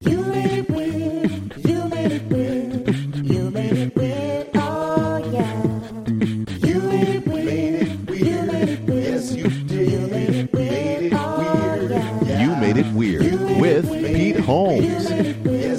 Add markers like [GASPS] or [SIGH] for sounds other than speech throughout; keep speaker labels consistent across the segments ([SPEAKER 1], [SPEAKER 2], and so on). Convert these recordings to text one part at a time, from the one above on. [SPEAKER 1] You made it weird. You made it weird. You made it weird. Oh yeah. You made it weird. You made it weird. Yes, you did. You made it weird. Oh yeah.
[SPEAKER 2] You Made It Weird with Pete Holmes.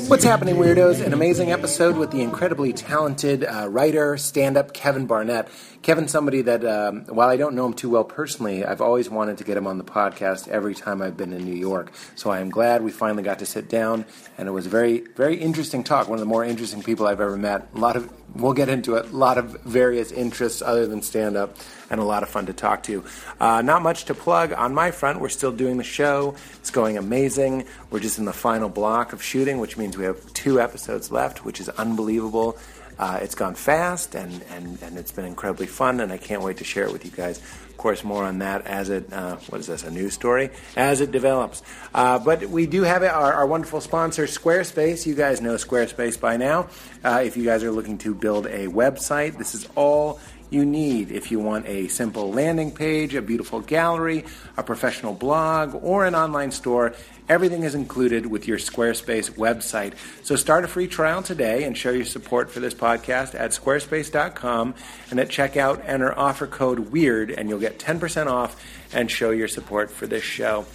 [SPEAKER 3] What's happening, weirdos? An amazing episode with the incredibly talented uh, writer, stand up Kevin Barnett. Kevin's somebody that, um, while I don't know him too well personally, I've always wanted to get him on the podcast every time I've been in New York. So I am glad we finally got to sit down, and it was a very, very interesting talk. One of the more interesting people I've ever met. A lot of, we'll get into it, a lot of various interests other than stand up, and a lot of fun to talk to. Uh, not much to plug on my front. We're still doing the show, it's going amazing. We're just in the final block of shooting, which means we have two episodes left, which is unbelievable. Uh, it's gone fast and, and, and it's been incredibly fun, and I can't wait to share it with you guys. Of course, more on that as it, uh, what is this, a news story? As it develops. Uh, but we do have our, our wonderful sponsor, Squarespace. You guys know Squarespace by now. Uh, if you guys are looking to build a website, this is all you need if you want a simple landing page, a beautiful gallery, a professional blog, or an online store. Everything is included with your Squarespace website. So start a free trial today and show your support for this podcast at squarespace.com. And at checkout, enter offer code WEIRD and you'll get 10% off and show your support for this show.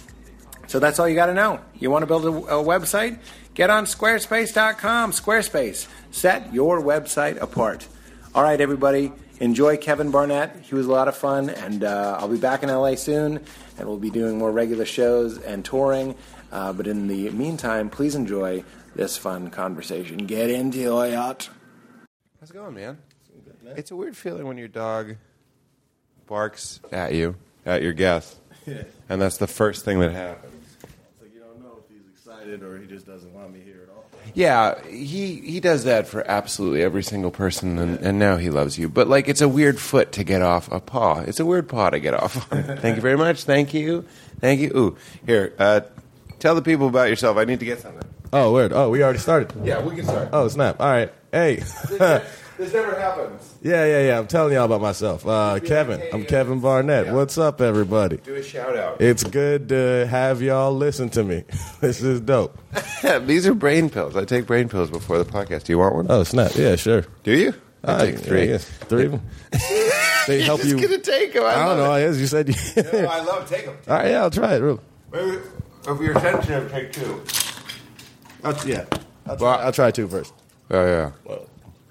[SPEAKER 3] So that's all you got to know. You want to build a, a website? Get on squarespace.com. Squarespace, set your website apart. All right, everybody, enjoy Kevin Barnett. He was a lot of fun, and uh, I'll be back in LA soon, and we'll be doing more regular shows and touring. Uh, but in the meantime, please enjoy this fun conversation. Get into it.
[SPEAKER 2] How's it going, man? It's a weird feeling when your dog barks at you, at your [LAUGHS] guest, and that's the first thing that happens.
[SPEAKER 4] It's like you don't know if he's excited or he just doesn't want me here at all.
[SPEAKER 2] Yeah, he he does that for absolutely every single person, and, and now he loves you. But like, it's a weird foot to get off a paw. It's a weird paw to get off. on. [LAUGHS] Thank you very much. Thank you. Thank you. Ooh, here, uh, tell the people about yourself. I need to get something.
[SPEAKER 4] Oh, word. Oh, we already started.
[SPEAKER 2] Yeah, we can start.
[SPEAKER 4] Oh, snap. All right. Hey. [LAUGHS] yeah,
[SPEAKER 2] This never happens.
[SPEAKER 4] yeah, yeah. I'm telling y'all about myself. Uh, Kevin. I'm Kevin Barnett. What's up, everybody?
[SPEAKER 2] Do a shout out.
[SPEAKER 4] It's good to have y'all listen to me. [LAUGHS] this is dope.
[SPEAKER 2] [LAUGHS] These are brain pills. I take brain pills before the podcast. Do you want one?
[SPEAKER 4] Oh, snap. Yeah, sure.
[SPEAKER 2] Do you? I
[SPEAKER 4] All
[SPEAKER 2] take
[SPEAKER 4] right,
[SPEAKER 2] three.
[SPEAKER 4] yeah, yeah. Three of
[SPEAKER 2] [LAUGHS]
[SPEAKER 4] them. they
[SPEAKER 2] You're [LAUGHS]
[SPEAKER 4] help
[SPEAKER 2] just
[SPEAKER 4] you.
[SPEAKER 2] gonna take 'em. I,
[SPEAKER 4] I don't know.
[SPEAKER 2] love
[SPEAKER 4] As you said. you-
[SPEAKER 2] it. [LAUGHS] No, I love take them.
[SPEAKER 4] [LAUGHS] All right. Yeah, I'll try it. Real.
[SPEAKER 2] Wait, wait. If you're sensitive, take two.
[SPEAKER 4] I'll, yeah. I'll try, I'll try two first.
[SPEAKER 2] Oh yeah.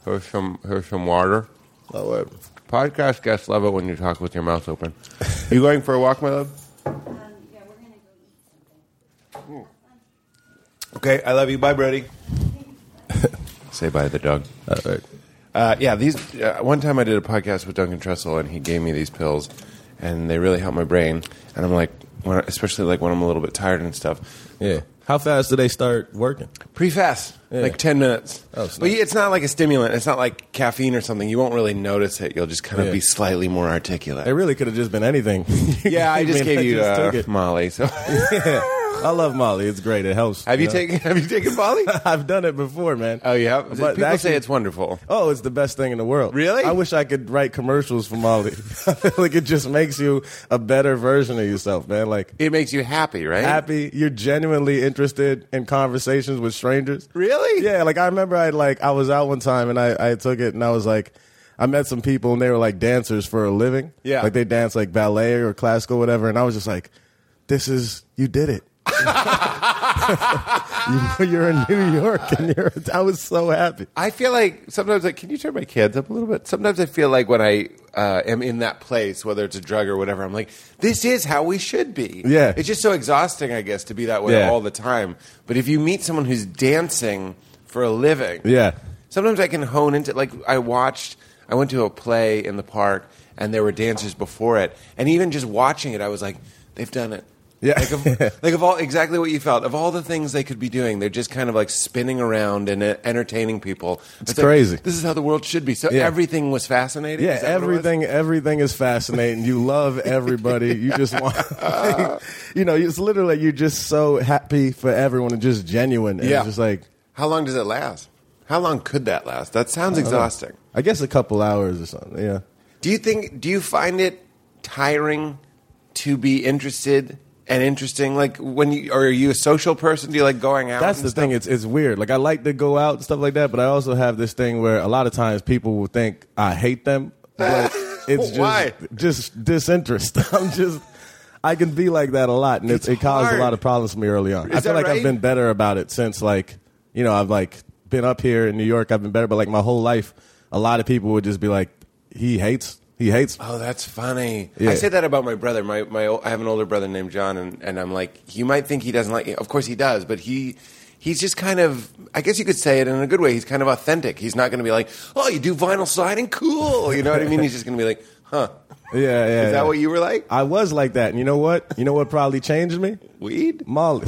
[SPEAKER 2] Here's some here's some water.
[SPEAKER 4] Oh, word.
[SPEAKER 2] Podcast guests love it when you talk with your mouth open. you going for a walk, my love? Okay, I love you. Bye, Brody. [LAUGHS] Say bye to the dog.
[SPEAKER 4] All right.
[SPEAKER 2] Uh, yeah, these. Uh, one time I did a podcast with Duncan Trussell, and he gave me these pills, and they really help my brain. And I'm like, when I, especially like when I'm a little bit tired and stuff,
[SPEAKER 4] Yeah. How fast do they start working?
[SPEAKER 2] pretty fast,
[SPEAKER 4] Yeah.
[SPEAKER 2] like ten minutes.
[SPEAKER 4] Oh, snap.
[SPEAKER 2] but yeah, it's not like a stimulant. It's not like caffeine or something. You won't really notice it. You'll just kind of
[SPEAKER 4] Yeah.
[SPEAKER 2] be slightly more articulate.
[SPEAKER 4] It really could have just been [LAUGHS] anything.
[SPEAKER 2] [LAUGHS] yeah, I just
[SPEAKER 4] mean,
[SPEAKER 2] gave you
[SPEAKER 4] just
[SPEAKER 2] uh,
[SPEAKER 4] took [LAUGHS] it.
[SPEAKER 2] Molly. So
[SPEAKER 4] I love Molly. It's great. It helps.
[SPEAKER 2] have you
[SPEAKER 4] know?
[SPEAKER 2] taken have you taken Molly?
[SPEAKER 4] [LAUGHS] I've done it before, man.
[SPEAKER 2] oh, you have.
[SPEAKER 4] But
[SPEAKER 2] People
[SPEAKER 4] actually-
[SPEAKER 2] say it's wonderful.
[SPEAKER 4] Oh, it's the best thing in the world.
[SPEAKER 2] Really?
[SPEAKER 4] I wish I could write commercials for Molly. [LAUGHS] like it just makes you a better version of yourself, man. Like
[SPEAKER 2] It makes you happy, right?
[SPEAKER 4] happy, you're genuinely interested in conversations with strangers.
[SPEAKER 2] Really?
[SPEAKER 4] Yeah, like I remember I like I was out one time and I, I took it and I was like I met some people and they were like dancers for a living.
[SPEAKER 2] Yeah.
[SPEAKER 4] Like they dance like ballet or classical whatever and I was just like, This is you did
[SPEAKER 2] [LAUGHS]
[SPEAKER 4] it. [LAUGHS] you, you're in New York and you're I was so happy.
[SPEAKER 2] I feel like sometimes, like, can you turn my kids up a little bit? Sometimes I feel like when I uh, am in that place, whether it's a drug or whatever, I'm like, this is how we should be.
[SPEAKER 4] Yeah.
[SPEAKER 2] It's just so exhausting, I guess, to be that way
[SPEAKER 4] Yeah.
[SPEAKER 2] all the time. But if you meet someone who's dancing for a living,
[SPEAKER 4] Yeah.
[SPEAKER 2] sometimes I can hone into, like, I watched, I went to a play in the park and there were dancers before it. And even just watching it, I was like, they've done it.
[SPEAKER 4] Yeah.
[SPEAKER 2] Like
[SPEAKER 4] [LAUGHS]
[SPEAKER 2] of, like of all exactly what you felt of all the things they could be doing, they're just kind of like spinning around and uh, entertaining people. It's, like,
[SPEAKER 4] crazy.
[SPEAKER 2] this is how the world should be. So
[SPEAKER 4] Yeah.
[SPEAKER 2] everything was fascinating.
[SPEAKER 4] Yeah,
[SPEAKER 2] Is that what it was?
[SPEAKER 4] everything everything is fascinating. You love everybody. You just want, [LAUGHS] you know, it's literally you're just so happy for everyone and just genuine. And
[SPEAKER 2] Yeah.
[SPEAKER 4] it's just like
[SPEAKER 2] How long does it last? How long could that last? That sounds exhausting.
[SPEAKER 4] I guess a couple hours or something. Yeah.
[SPEAKER 2] Do you think? Do you find it tiring to be interested and interesting? Like when you or are you a social person? Do you like going out?
[SPEAKER 4] That's
[SPEAKER 2] and
[SPEAKER 4] the
[SPEAKER 2] stuff?
[SPEAKER 4] thing. It's it's weird. Like I like to go out and stuff like that, but I also have this thing where a lot of times people will think I hate them,
[SPEAKER 2] [LAUGHS]
[SPEAKER 4] but it's just
[SPEAKER 2] Why?
[SPEAKER 4] just disinterest. [LAUGHS] I'm just I can be like that a lot, and it,
[SPEAKER 2] It's
[SPEAKER 4] it caused
[SPEAKER 2] hard.
[SPEAKER 4] a lot of problems for me early on. I
[SPEAKER 2] Is
[SPEAKER 4] feel
[SPEAKER 2] that
[SPEAKER 4] like
[SPEAKER 2] right?
[SPEAKER 4] I've been better about it since like you know I've like been up here in New York. I've been better, but like my whole life, a lot of people would just be like, he hates, he
[SPEAKER 2] [LAUGHS]
[SPEAKER 4] hates.
[SPEAKER 2] Oh, that's funny. I
[SPEAKER 4] Yeah.
[SPEAKER 2] say that about my brother. My my ol- I have an older brother named John, and, and I'm like, you might think he doesn't like you. Of course he does, but he he's just kind of. I guess you could say it in a good way. He's kind of authentic. He's not going to be like, oh, you do vinyl siding, cool. You know what I mean? He's just going to be like, huh?
[SPEAKER 4] Yeah, yeah.
[SPEAKER 2] Is
[SPEAKER 4] yeah.
[SPEAKER 2] that what you were like?
[SPEAKER 4] I was like that, and you know what? You know what probably changed me?
[SPEAKER 2] Weed?
[SPEAKER 4] Molly.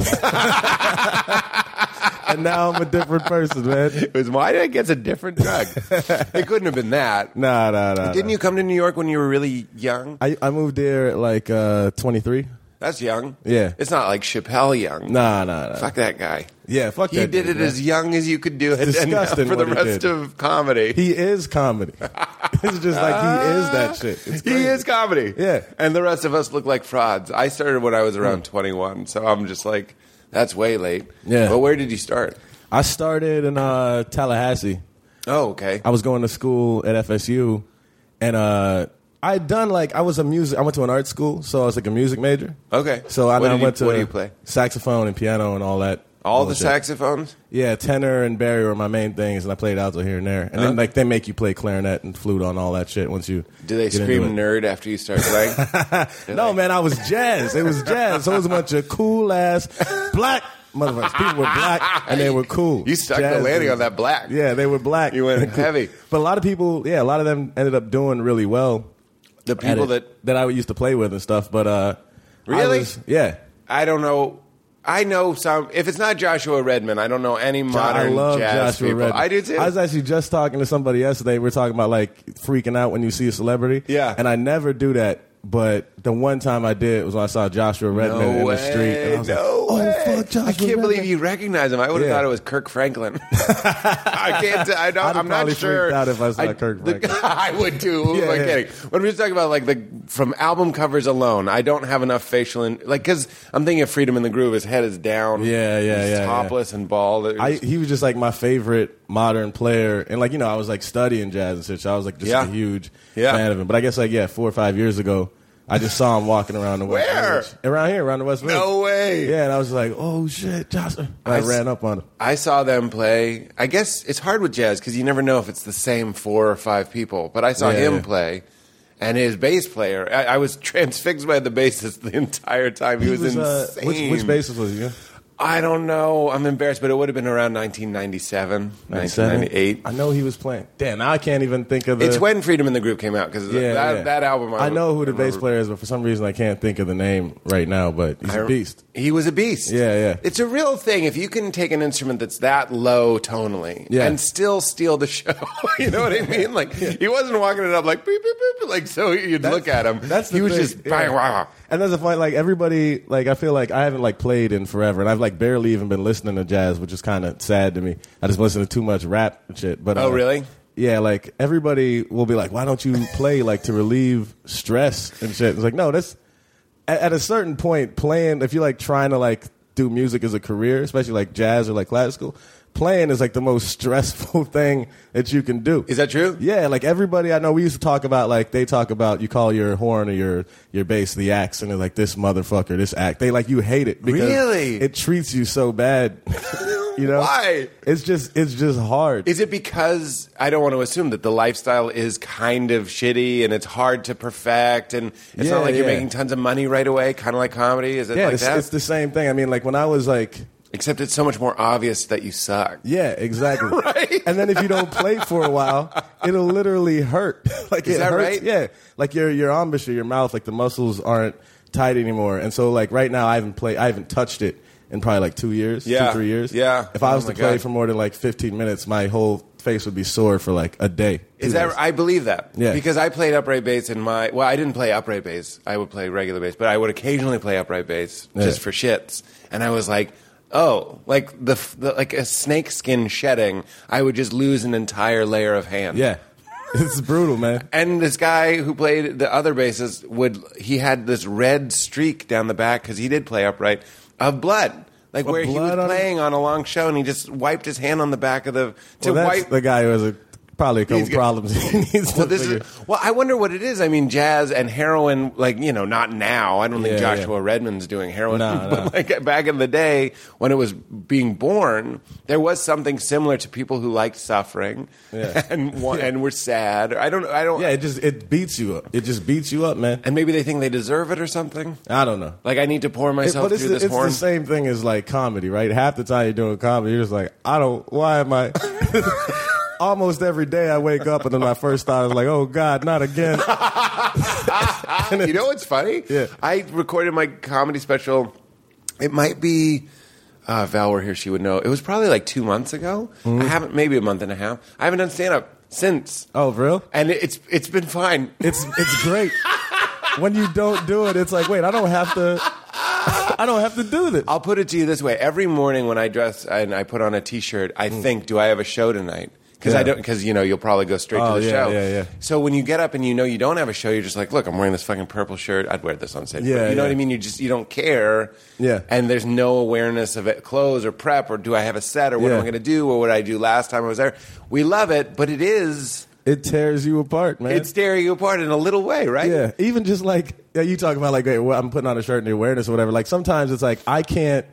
[SPEAKER 4] and now I'm a different person, man.
[SPEAKER 2] It was why did I get a
[SPEAKER 4] [LAUGHS]
[SPEAKER 2] different drug? it couldn't have been that.
[SPEAKER 4] Nah, nah, nah.
[SPEAKER 2] Didn't you come to New York when you were really young?
[SPEAKER 4] I, I moved there at like uh, 23.
[SPEAKER 2] That's young.
[SPEAKER 4] Yeah.
[SPEAKER 2] It's not like Chappelle young.
[SPEAKER 4] Nah, nah, nah.
[SPEAKER 2] Fuck that guy.
[SPEAKER 4] Yeah, fuck
[SPEAKER 2] He
[SPEAKER 4] that
[SPEAKER 2] did
[SPEAKER 4] dude,
[SPEAKER 2] it
[SPEAKER 4] man.
[SPEAKER 2] as young as you could do it, and now
[SPEAKER 4] disgusting
[SPEAKER 2] for the
[SPEAKER 4] what he
[SPEAKER 2] rest
[SPEAKER 4] did.
[SPEAKER 2] of comedy.
[SPEAKER 4] He is
[SPEAKER 2] [LAUGHS]
[SPEAKER 4] comedy. it's just like he is that shit. It's
[SPEAKER 2] he
[SPEAKER 4] crazy.
[SPEAKER 2] is comedy.
[SPEAKER 4] Yeah. Hmm.
[SPEAKER 2] And the rest of us look like frauds. I started when I was around 21, so I'm just like, that's way late.
[SPEAKER 4] Yeah.
[SPEAKER 2] But where did you start?
[SPEAKER 4] I started in uh, Tallahassee.
[SPEAKER 2] Oh, okay.
[SPEAKER 4] I was going to school at FSU, and uh, I had done like I was a music. I went to an art school, so I was like a music major.
[SPEAKER 2] Okay.
[SPEAKER 4] So I,
[SPEAKER 2] What
[SPEAKER 4] I
[SPEAKER 2] did you-
[SPEAKER 4] went to
[SPEAKER 2] what do you play?
[SPEAKER 4] saxophone and piano and all that.
[SPEAKER 2] All the
[SPEAKER 4] bullshit.
[SPEAKER 2] saxophones?
[SPEAKER 4] Yeah, tenor and barry were my main things, and I played alto here and there. And
[SPEAKER 2] Huh?
[SPEAKER 4] then like they make you play clarinet and flute on all that shit once you
[SPEAKER 2] Do they
[SPEAKER 4] get into
[SPEAKER 2] scream
[SPEAKER 4] it. [LAUGHS]
[SPEAKER 2] nerd after you start playing?
[SPEAKER 4] No, man, I was jazz. It was jazz. So it was a bunch of cool ass black motherfuckers. People were black and they were cool.
[SPEAKER 2] You stuck the
[SPEAKER 4] Jazz
[SPEAKER 2] landing
[SPEAKER 4] dudes.
[SPEAKER 2] on that black.
[SPEAKER 4] Yeah, they were black. [LAUGHS]
[SPEAKER 2] You went heavy.
[SPEAKER 4] But a lot of people, yeah, a lot of them ended up doing really well.
[SPEAKER 2] The
[SPEAKER 4] at
[SPEAKER 2] people
[SPEAKER 4] it,
[SPEAKER 2] that
[SPEAKER 4] that I used to play with and stuff. But uh, I
[SPEAKER 2] Really?
[SPEAKER 4] was- yeah.
[SPEAKER 2] I don't know. I know some. If it's not Joshua Redman, I don't know any modern
[SPEAKER 4] I love
[SPEAKER 2] jazz
[SPEAKER 4] Joshua
[SPEAKER 2] people.
[SPEAKER 4] Redman.
[SPEAKER 2] I do too.
[SPEAKER 4] I was actually just talking to somebody yesterday. We are talking about like freaking out when you see a celebrity.
[SPEAKER 2] Yeah.
[SPEAKER 4] and I never do that. But the one time I did was when I saw Joshua Redman
[SPEAKER 2] no
[SPEAKER 4] in
[SPEAKER 2] way.
[SPEAKER 4] the street. And I was like,
[SPEAKER 2] no
[SPEAKER 4] oh,
[SPEAKER 2] way.
[SPEAKER 4] fuck Joshua
[SPEAKER 2] I can't believe
[SPEAKER 4] Redman."
[SPEAKER 2] you recognize him. I would have
[SPEAKER 4] Yeah.
[SPEAKER 2] thought it was
[SPEAKER 4] [LAUGHS]
[SPEAKER 2] Kirk Franklin. I can't. I don't,
[SPEAKER 4] I'd have
[SPEAKER 2] I'm not
[SPEAKER 4] probably
[SPEAKER 2] sure.
[SPEAKER 4] freaked out if I saw Kirk
[SPEAKER 2] the-
[SPEAKER 4] Franklin.
[SPEAKER 2] [LAUGHS] I would too. Who am
[SPEAKER 4] [LAUGHS] Yeah,
[SPEAKER 2] I
[SPEAKER 4] yeah.
[SPEAKER 2] kidding? When we're just talking about like the from album covers alone, I don't have enough facial in like because I'm thinking of Freedom in the Groove. His head is down.
[SPEAKER 4] Yeah, yeah,
[SPEAKER 2] He's
[SPEAKER 4] yeah, yeah.
[SPEAKER 2] Topless and bald. It
[SPEAKER 4] I,
[SPEAKER 2] was-
[SPEAKER 4] he was just like my favorite modern player, and like you know, I was like studying jazz and shit. So I was like just
[SPEAKER 2] Yeah.
[SPEAKER 4] a huge
[SPEAKER 2] Yeah.
[SPEAKER 4] fan of him. But I guess like yeah, four or five years ago, I just saw him walking around the West
[SPEAKER 2] Where?
[SPEAKER 4] Village. around here, around the West Village.
[SPEAKER 2] no way.
[SPEAKER 4] Yeah, and I was like, oh shit, Joshua! And
[SPEAKER 2] I
[SPEAKER 4] I,
[SPEAKER 2] s-
[SPEAKER 4] ran up on him.
[SPEAKER 2] I saw them play. I guess it's hard with jazz because you never know if it's the same four or five people. But I saw
[SPEAKER 4] Yeah,
[SPEAKER 2] him
[SPEAKER 4] yeah.
[SPEAKER 2] play, and his bass player. I, I was [LAUGHS] transfixed by the bassist the entire time. He, was,
[SPEAKER 4] uh,
[SPEAKER 2] insane.
[SPEAKER 4] which, which basis was he? yeah?
[SPEAKER 2] I don't know. I'm embarrassed, but it would have been around 1997, 1998.
[SPEAKER 4] I know he was playing. Damn, now I can't even think of the.
[SPEAKER 2] it's when Freedom in the Group came out because
[SPEAKER 4] yeah,
[SPEAKER 2] that,
[SPEAKER 4] yeah.
[SPEAKER 2] that album. I,
[SPEAKER 4] I, know who the bass
[SPEAKER 2] remember.
[SPEAKER 4] player is, but for some reason I can't think of the name right now. But he's
[SPEAKER 2] I
[SPEAKER 4] a
[SPEAKER 2] rem-
[SPEAKER 4] beast.
[SPEAKER 2] He was a beast.
[SPEAKER 4] Yeah, yeah.
[SPEAKER 2] It's a real thing. If you can take an instrument that's that low tonally
[SPEAKER 4] Yeah.
[SPEAKER 2] and still steal the show, [LAUGHS] you know
[SPEAKER 4] [LAUGHS]
[SPEAKER 2] what I mean? Like he wasn't walking it up like beep beep beep, like so you'd look at him.
[SPEAKER 4] That's the
[SPEAKER 2] he was
[SPEAKER 4] thing.
[SPEAKER 2] just
[SPEAKER 4] Yeah.
[SPEAKER 2] bang, wow.
[SPEAKER 4] And that's the point. Like everybody, like I feel like I haven't like played in forever, and I've like barely even been listening to jazz, which is kind of sad to me. I just listen to too much rap and shit. But uh,
[SPEAKER 2] Oh, really?
[SPEAKER 4] Yeah, like everybody will be like, "Why don't you play like to relieve stress and shit?" It's like, no, that's at, at a certain point playing. If you're like trying to like do music as a career, especially like jazz or like classical, playing is like the most [LAUGHS] stressful thing that you can do.
[SPEAKER 2] Is that true?
[SPEAKER 4] Yeah, like everybody I know, we used to talk about like they talk about you call your horn or your your bass the axe, and they're like this motherfucker, this act. They like you hate it because
[SPEAKER 2] Really?
[SPEAKER 4] it treats you so
[SPEAKER 2] [LAUGHS]
[SPEAKER 4] bad. you know
[SPEAKER 2] Why?
[SPEAKER 4] It's just it's just hard.
[SPEAKER 2] Is it because I don't want to assume that the lifestyle is kind of shitty and it's hard to perfect and it's
[SPEAKER 4] Yeah,
[SPEAKER 2] not like you're
[SPEAKER 4] yeah.
[SPEAKER 2] making tons of money right away, kind of like comedy? Is it
[SPEAKER 4] yeah,
[SPEAKER 2] like
[SPEAKER 4] it's,
[SPEAKER 2] that?
[SPEAKER 4] it's the same thing. I mean, like when I was like,
[SPEAKER 2] Except it's so much more obvious that you suck.
[SPEAKER 4] yeah, exactly.
[SPEAKER 2] [LAUGHS] Right?
[SPEAKER 4] And then if you don't play for a while, it'll literally hurt. [LAUGHS] like
[SPEAKER 2] Is
[SPEAKER 4] it
[SPEAKER 2] that
[SPEAKER 4] hurts.
[SPEAKER 2] right?
[SPEAKER 4] Yeah, like your your embouchure, your mouth, like the muscles aren't tight anymore. And so like right now, I haven't played, I haven't touched it in probably like two years,
[SPEAKER 2] Yeah.
[SPEAKER 4] two three years.
[SPEAKER 2] Yeah.
[SPEAKER 4] If I
[SPEAKER 2] Oh
[SPEAKER 4] was
[SPEAKER 2] my
[SPEAKER 4] to play
[SPEAKER 2] God.
[SPEAKER 4] for more than like fifteen minutes, my whole face would be sore for like a day.
[SPEAKER 2] Is
[SPEAKER 4] two
[SPEAKER 2] that
[SPEAKER 4] days.
[SPEAKER 2] I believe that?
[SPEAKER 4] Yeah.
[SPEAKER 2] Because I played upright bass in my well, I didn't play upright bass. I would play regular bass, but I would occasionally play upright bass just
[SPEAKER 4] Yeah.
[SPEAKER 2] for shits. And I was like, oh, like the, f- the like a snake skin shedding. I would just lose an entire layer of hand.
[SPEAKER 4] Yeah. [LAUGHS] It's brutal, man.
[SPEAKER 2] And this guy who played the other bassist would he had this red streak down the back because he did play upright of blood, like
[SPEAKER 4] Of
[SPEAKER 2] where he
[SPEAKER 4] blood
[SPEAKER 2] was
[SPEAKER 4] on-
[SPEAKER 2] playing on a long show and he just wiped his hand on the back of the to
[SPEAKER 4] Well, that's
[SPEAKER 2] wipe.
[SPEAKER 4] the guy who has a, probably a couple
[SPEAKER 2] He's got-
[SPEAKER 4] problems. [LAUGHS] he needs to
[SPEAKER 2] well, this
[SPEAKER 4] figure. [LAUGHS]
[SPEAKER 2] is, well, I wonder what it is. I mean, jazz and heroin, like you know, not now. I don't think
[SPEAKER 4] Yeah, yeah.
[SPEAKER 2] Joshua Redman's doing heroin,
[SPEAKER 4] No,
[SPEAKER 2] [LAUGHS] but
[SPEAKER 4] no.
[SPEAKER 2] like back in the day when it was being born, there was something similar to people who liked suffering
[SPEAKER 4] Yeah.
[SPEAKER 2] [LAUGHS] and wa- and were sad. I don't, I don't,
[SPEAKER 4] yeah, it just it beats you up. It just beats you up, man.
[SPEAKER 2] and maybe they think they deserve it or something.
[SPEAKER 4] I don't know.
[SPEAKER 2] Like I need to pour
[SPEAKER 4] It-
[SPEAKER 2] myself
[SPEAKER 4] but it's,
[SPEAKER 2] through
[SPEAKER 4] the,
[SPEAKER 2] this
[SPEAKER 4] it's
[SPEAKER 2] horn.
[SPEAKER 4] the same thing as like comedy, right? Half the time you're doing comedy, you're just like, I don't. Why am I? [LAUGHS] Almost every day I wake up and then my first thought is like, Oh God, not again.
[SPEAKER 2] [LAUGHS] you know what's funny?
[SPEAKER 4] Yeah.
[SPEAKER 2] I recorded my comedy special. It might be uh, if Val were here, she would know. It was probably like two months ago.
[SPEAKER 4] Mm-hmm.
[SPEAKER 2] I haven't, maybe a month and a half. I haven't done stand up since,
[SPEAKER 4] [LAUGHS] Oh, for real?
[SPEAKER 2] and it- it's it's been fine.
[SPEAKER 4] It's it's great. when you don't do it, it's like, wait, I don't have to. I don't have to do this.
[SPEAKER 2] I'll put it to you this way: every morning when I dress and I put on a T-shirt, I think, "Do I have a show tonight?" Because I
[SPEAKER 4] Mm. Yeah.
[SPEAKER 2] don't. Because you know, you'll probably go straight
[SPEAKER 4] Oh,
[SPEAKER 2] to the
[SPEAKER 4] yeah,
[SPEAKER 2] show.
[SPEAKER 4] yeah, yeah.
[SPEAKER 2] So when you get up and you know you don't have a show, you're just like, "Look, I'm wearing this fucking purple shirt. I'd wear this on stage."
[SPEAKER 4] Yeah,
[SPEAKER 2] you know
[SPEAKER 4] yeah.
[SPEAKER 2] what I mean? You just you don't care.
[SPEAKER 4] Yeah.
[SPEAKER 2] And there's no awareness of it, clothes or prep or do I have a set or what
[SPEAKER 4] Yeah.
[SPEAKER 2] am I going to do or what did I do last time I was there. We love it, but it is
[SPEAKER 4] It tears you apart, man.
[SPEAKER 2] it's tearing you apart in a little way, right?
[SPEAKER 4] Yeah, even just like yeah, you talk about like hey, well, I'm putting on a shirt and the awareness or whatever. Like sometimes it's like I can't.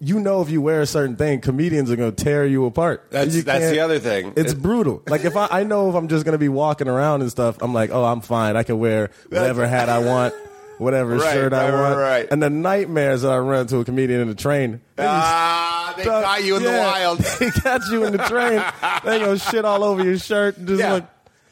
[SPEAKER 4] You know, if you wear a certain thing, comedians are going to tear you apart.
[SPEAKER 2] That's-
[SPEAKER 4] You
[SPEAKER 2] that's
[SPEAKER 4] can't-
[SPEAKER 2] the other thing.
[SPEAKER 4] It's
[SPEAKER 2] It-
[SPEAKER 4] brutal. Like if I, I know if I'm just going to be walking around and stuff, I'm like, oh, I'm fine. I can wear whatever hat I want, whatever
[SPEAKER 2] Right,
[SPEAKER 4] shirt I
[SPEAKER 2] right, right,
[SPEAKER 4] want.
[SPEAKER 2] right.
[SPEAKER 4] And the nightmares that I run to a comedian in the train. They just-
[SPEAKER 2] Ah, they caught you in the
[SPEAKER 4] yeah,
[SPEAKER 2] wild.
[SPEAKER 4] [LAUGHS] they got you in the train. they go shit all over your shirt. and Just
[SPEAKER 2] Yeah.
[SPEAKER 4] like,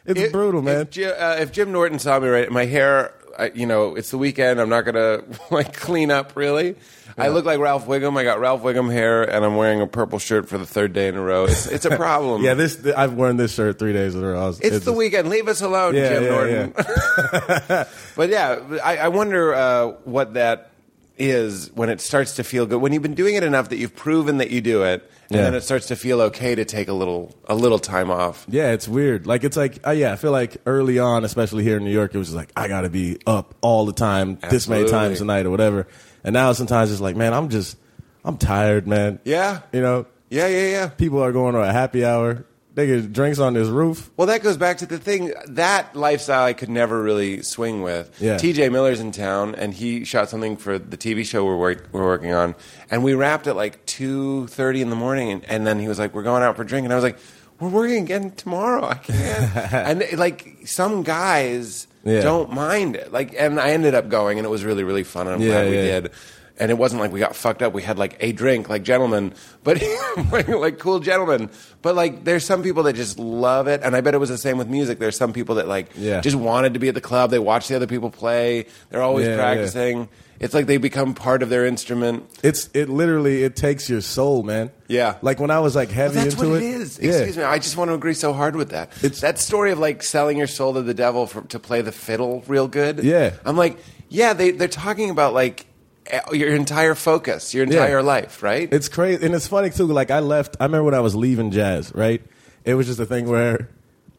[SPEAKER 4] it's
[SPEAKER 2] If-
[SPEAKER 4] brutal, man.
[SPEAKER 2] If, Ji- uh, if Jim Norton saw me right, my hair, I, you know, it's the weekend. I'm not gonna [LAUGHS] like clean up really. I look like Ralph Wiggum. I got Ralph Wiggum hair, and I'm wearing a purple shirt for the third day in a row.
[SPEAKER 4] [LAUGHS]
[SPEAKER 2] It's, it's a problem.
[SPEAKER 4] Yeah, this th- I've worn this shirt three days in a row. I was-
[SPEAKER 2] It's, the
[SPEAKER 4] just-
[SPEAKER 2] weekend. Leave us alone,
[SPEAKER 4] Yeah,
[SPEAKER 2] Jim
[SPEAKER 4] yeah,
[SPEAKER 2] Norton. [LAUGHS] but yeah, I, I wonder uh, what that is when it starts to feel good. When you've been doing it enough that you've proven that you do it, and
[SPEAKER 4] Yeah.
[SPEAKER 2] then it starts to feel okay to take a little a little time off.
[SPEAKER 4] Yeah, it's weird. Like it's like uh, yeah, I feel like early on, especially here in New York, it was just like I gotta be up all the time, this many
[SPEAKER 2] Absolutely.
[SPEAKER 4] times a night or whatever. And now sometimes it's like, man, I'm just I'm tired, man.
[SPEAKER 2] Yeah.
[SPEAKER 4] you know,
[SPEAKER 2] Yeah, yeah, yeah.
[SPEAKER 4] people are going to a happy hour. They get drinks on this roof.
[SPEAKER 2] Well, that goes back to the thing that lifestyle I could never really swing with.
[SPEAKER 4] Yeah.
[SPEAKER 2] TJ Miller's in town, and he shot something for the TV show we're, work- we're working on, and we wrapped at like two thirty in the morning, and, and then he was like, "We're going out for a drink," and I was like, "We're working again tomorrow. I
[SPEAKER 4] [LAUGHS]
[SPEAKER 2] can't." and like some guys
[SPEAKER 4] Yeah.
[SPEAKER 2] don't mind it. Like, and I ended up going, and it was really really fun. And I'm
[SPEAKER 4] Yeah,
[SPEAKER 2] glad we
[SPEAKER 4] yeah.
[SPEAKER 2] did. And it wasn't like we got fucked up. We had like a drink, like gentlemen, but [LAUGHS] like, like cool gentlemen. But like, there's some people that just love it, and I bet it was the same with music. There's some people that like
[SPEAKER 4] Yeah.
[SPEAKER 2] just wanted to be at the club. They watch the other people play. They're always
[SPEAKER 4] Yeah, yeah.
[SPEAKER 2] practicing. It's like they become part of their instrument.
[SPEAKER 4] It's it literally it takes your soul, man.
[SPEAKER 2] Yeah.
[SPEAKER 4] like when I was like heavy
[SPEAKER 2] that's
[SPEAKER 4] into
[SPEAKER 2] what
[SPEAKER 4] it.
[SPEAKER 2] it is. Excuse me. I just want to agree so hard with that.
[SPEAKER 4] It's-
[SPEAKER 2] that story of like selling your soul to the devil for, to play the fiddle real good.
[SPEAKER 4] Yeah.
[SPEAKER 2] I'm like, yeah, they, they're talking about like eh, your entire focus, your entire life, right?
[SPEAKER 4] It's crazy, and it's funny too. Like I left, I remember when I was leaving jazz, right? It was just a thing where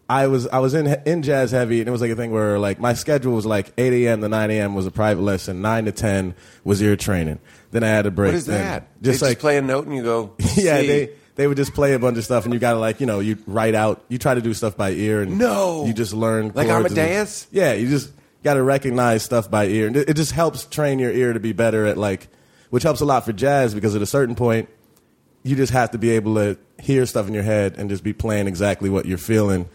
[SPEAKER 4] I was I was in in jazz heavy, and it was like a thing where like my schedule was like eight a.m. to nine a.m. was a private lesson, nine to ten was ear training. Then I had a break.
[SPEAKER 2] what is
[SPEAKER 4] Then
[SPEAKER 2] that?
[SPEAKER 4] Just
[SPEAKER 2] they
[SPEAKER 4] like
[SPEAKER 2] just play a note and you go,
[SPEAKER 4] [LAUGHS] yeah,
[SPEAKER 2] "See."
[SPEAKER 4] they they would just play a bunch of stuff, and you gotta like you know you write out, you try to do stuff by ear, and
[SPEAKER 2] No.
[SPEAKER 4] you just learn
[SPEAKER 2] Like
[SPEAKER 4] chords and-
[SPEAKER 2] Amadeus?
[SPEAKER 4] yeah, you just gotta recognize stuff by ear, and it, it just helps train your ear to be better at like, which helps a lot for jazz because at a certain point, you just have to be able to hear stuff in your head and just be playing exactly what you're feeling.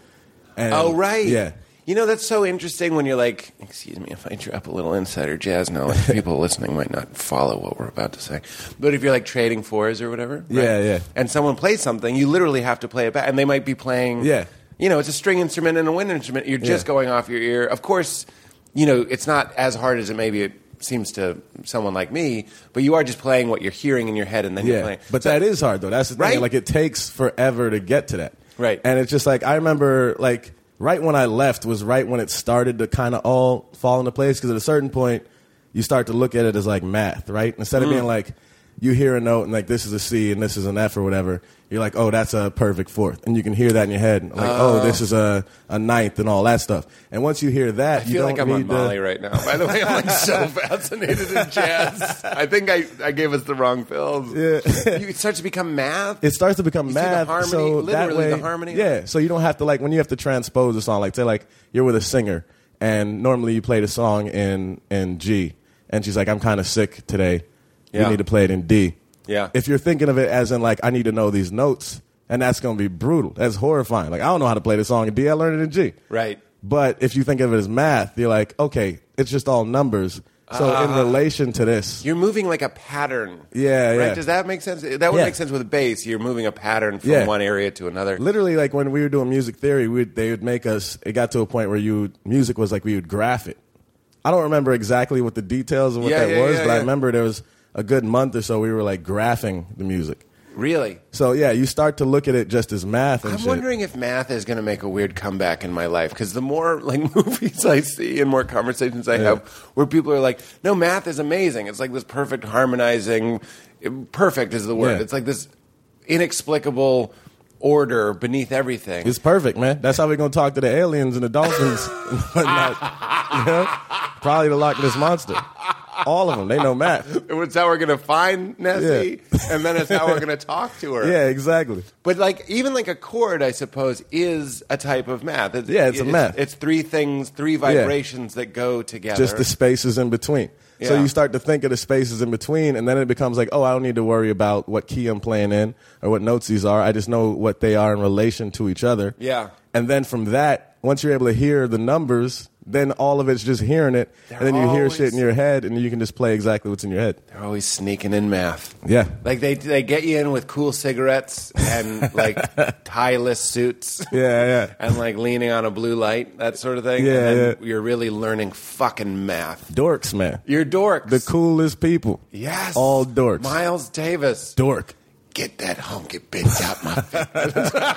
[SPEAKER 4] And,
[SPEAKER 2] Oh, right.
[SPEAKER 4] yeah.
[SPEAKER 2] You know, that's so interesting when you're like, excuse me if I drop a little insider jazz
[SPEAKER 4] [LAUGHS]
[SPEAKER 2] knowledge. People listening might not follow what we're about to say. But if you're like trading fours or whatever.
[SPEAKER 4] Yeah, yeah.
[SPEAKER 2] And someone plays something, you literally have to play it back. And they might be playing.
[SPEAKER 4] Yeah.
[SPEAKER 2] You know, it's a string instrument and a wind instrument. You're just
[SPEAKER 4] Yeah.
[SPEAKER 2] going off your ear. Of course, you know, it's not as hard as it maybe it seems to someone like me, but you are just playing what you're hearing in your head and then you're
[SPEAKER 4] Yeah,
[SPEAKER 2] playing.
[SPEAKER 4] but that is hard though. That's the thing.
[SPEAKER 2] Right?
[SPEAKER 4] Like it takes forever to get to that.
[SPEAKER 2] Right.
[SPEAKER 4] And it's just like I remember, like right when I left was right when it started to kind of
[SPEAKER 2] Mm.
[SPEAKER 4] all fall into place because at a certain point you start to look at it as like math, right? Instead of being like, you hear a note and like this is a C and this is an F or whatever, you're like, oh, that's a perfect fourth, and you can hear that in your head, like, oh, this is a, a ninth and all that stuff. And once you hear that,
[SPEAKER 2] I
[SPEAKER 4] you
[SPEAKER 2] feel
[SPEAKER 4] don't
[SPEAKER 2] like I'm on
[SPEAKER 4] need to-
[SPEAKER 2] Molly right now. By the way, I'm
[SPEAKER 4] [LAUGHS]
[SPEAKER 2] like so fascinated in jazz. I think I, I gave us the wrong films. Yeah. you, it starts to become math.
[SPEAKER 4] it starts to become
[SPEAKER 2] You see the
[SPEAKER 4] math.
[SPEAKER 2] harmony,
[SPEAKER 4] so that
[SPEAKER 2] literally
[SPEAKER 4] way,
[SPEAKER 2] the harmony.
[SPEAKER 4] Yeah, so you don't have to like when you have to transpose a song. Like say like you're with a singer, and normally you play the song in in G, and she's like, "I'm kind of sick today. You
[SPEAKER 2] Yeah.
[SPEAKER 4] need to play it in D."
[SPEAKER 2] Yeah.
[SPEAKER 4] If you're thinking of it as in like I need to know these notes, and that's gonna be brutal. That's horrifying. Like I don't know how to play the song in D. I learned it in G.
[SPEAKER 2] Right.
[SPEAKER 4] But if you think of it as math, you're like, okay, it's just all numbers. So in
[SPEAKER 2] Ah.
[SPEAKER 4] relation to this,
[SPEAKER 2] You're moving like a pattern.
[SPEAKER 4] Yeah,
[SPEAKER 2] Right?
[SPEAKER 4] yeah.
[SPEAKER 2] Does that make sense? That would
[SPEAKER 4] Yeah.
[SPEAKER 2] make sense with a bass. You're moving a pattern from
[SPEAKER 4] Yeah.
[SPEAKER 2] one area to another.
[SPEAKER 4] literally like when we were doing music theory we would, they would make us it got to a point where you music was like we would graph it i don't remember exactly what the details of what
[SPEAKER 2] Yeah,
[SPEAKER 4] that
[SPEAKER 2] yeah,
[SPEAKER 4] was
[SPEAKER 2] yeah,
[SPEAKER 4] but i
[SPEAKER 2] yeah.
[SPEAKER 4] remember there was a good month or so we were like graphing the music
[SPEAKER 2] Really?
[SPEAKER 4] so yeah you start to look at it just as math and
[SPEAKER 2] I'm
[SPEAKER 4] shit.
[SPEAKER 2] wondering if math is going to make a weird comeback in my life because the more like [LAUGHS] movies I see and more conversations I have where people are like, "No, math is amazing. It's like this perfect harmonizing. Perfect is the word.
[SPEAKER 4] Yeah.
[SPEAKER 2] It's like this inexplicable order beneath everything."
[SPEAKER 4] it's perfect man that's how we're gonna talk to the aliens and the dolphins [LAUGHS] and
[SPEAKER 2] [LAUGHS]
[SPEAKER 4] whatnot You know? probably the loch ness monster all of them they know math
[SPEAKER 2] it's how we're going to find Nessie, and then it's how we're
[SPEAKER 4] [LAUGHS]
[SPEAKER 2] going to talk to her.
[SPEAKER 4] yeah exactly
[SPEAKER 2] But like even like a chord, I suppose, is a type of math. It's,
[SPEAKER 4] Yeah, it's a math.
[SPEAKER 2] It's three things, three vibrations that go together.
[SPEAKER 4] just the spaces in between. So
[SPEAKER 2] Yeah.
[SPEAKER 4] you start to think of the spaces in between, and then it becomes like, oh, I don't need to worry about what key I'm playing in or what notes these are. I just know what they are in relation to each other.
[SPEAKER 2] Yeah.
[SPEAKER 4] And then from that, once you're able to hear the numbers, then all of it's just hearing it, and then you hear
[SPEAKER 2] always-
[SPEAKER 4] shit in your head, and you can just play exactly what's in your head.
[SPEAKER 2] They're always sneaking in math.
[SPEAKER 4] Yeah.
[SPEAKER 2] Like they they get you in with cool cigarettes and like
[SPEAKER 4] [LAUGHS]
[SPEAKER 2] tieless suits.
[SPEAKER 4] Yeah, yeah.
[SPEAKER 2] [LAUGHS] And like leaning on a blue light, that sort of thing.
[SPEAKER 4] Yeah,
[SPEAKER 2] and then
[SPEAKER 4] yeah.
[SPEAKER 2] you're really learning fucking math.
[SPEAKER 4] Dorks, man.
[SPEAKER 2] You're dorks.
[SPEAKER 4] the coolest people.
[SPEAKER 2] Yes.
[SPEAKER 4] All dorks.
[SPEAKER 2] Miles Davis.
[SPEAKER 4] Dork.
[SPEAKER 2] Get that honky bitch out my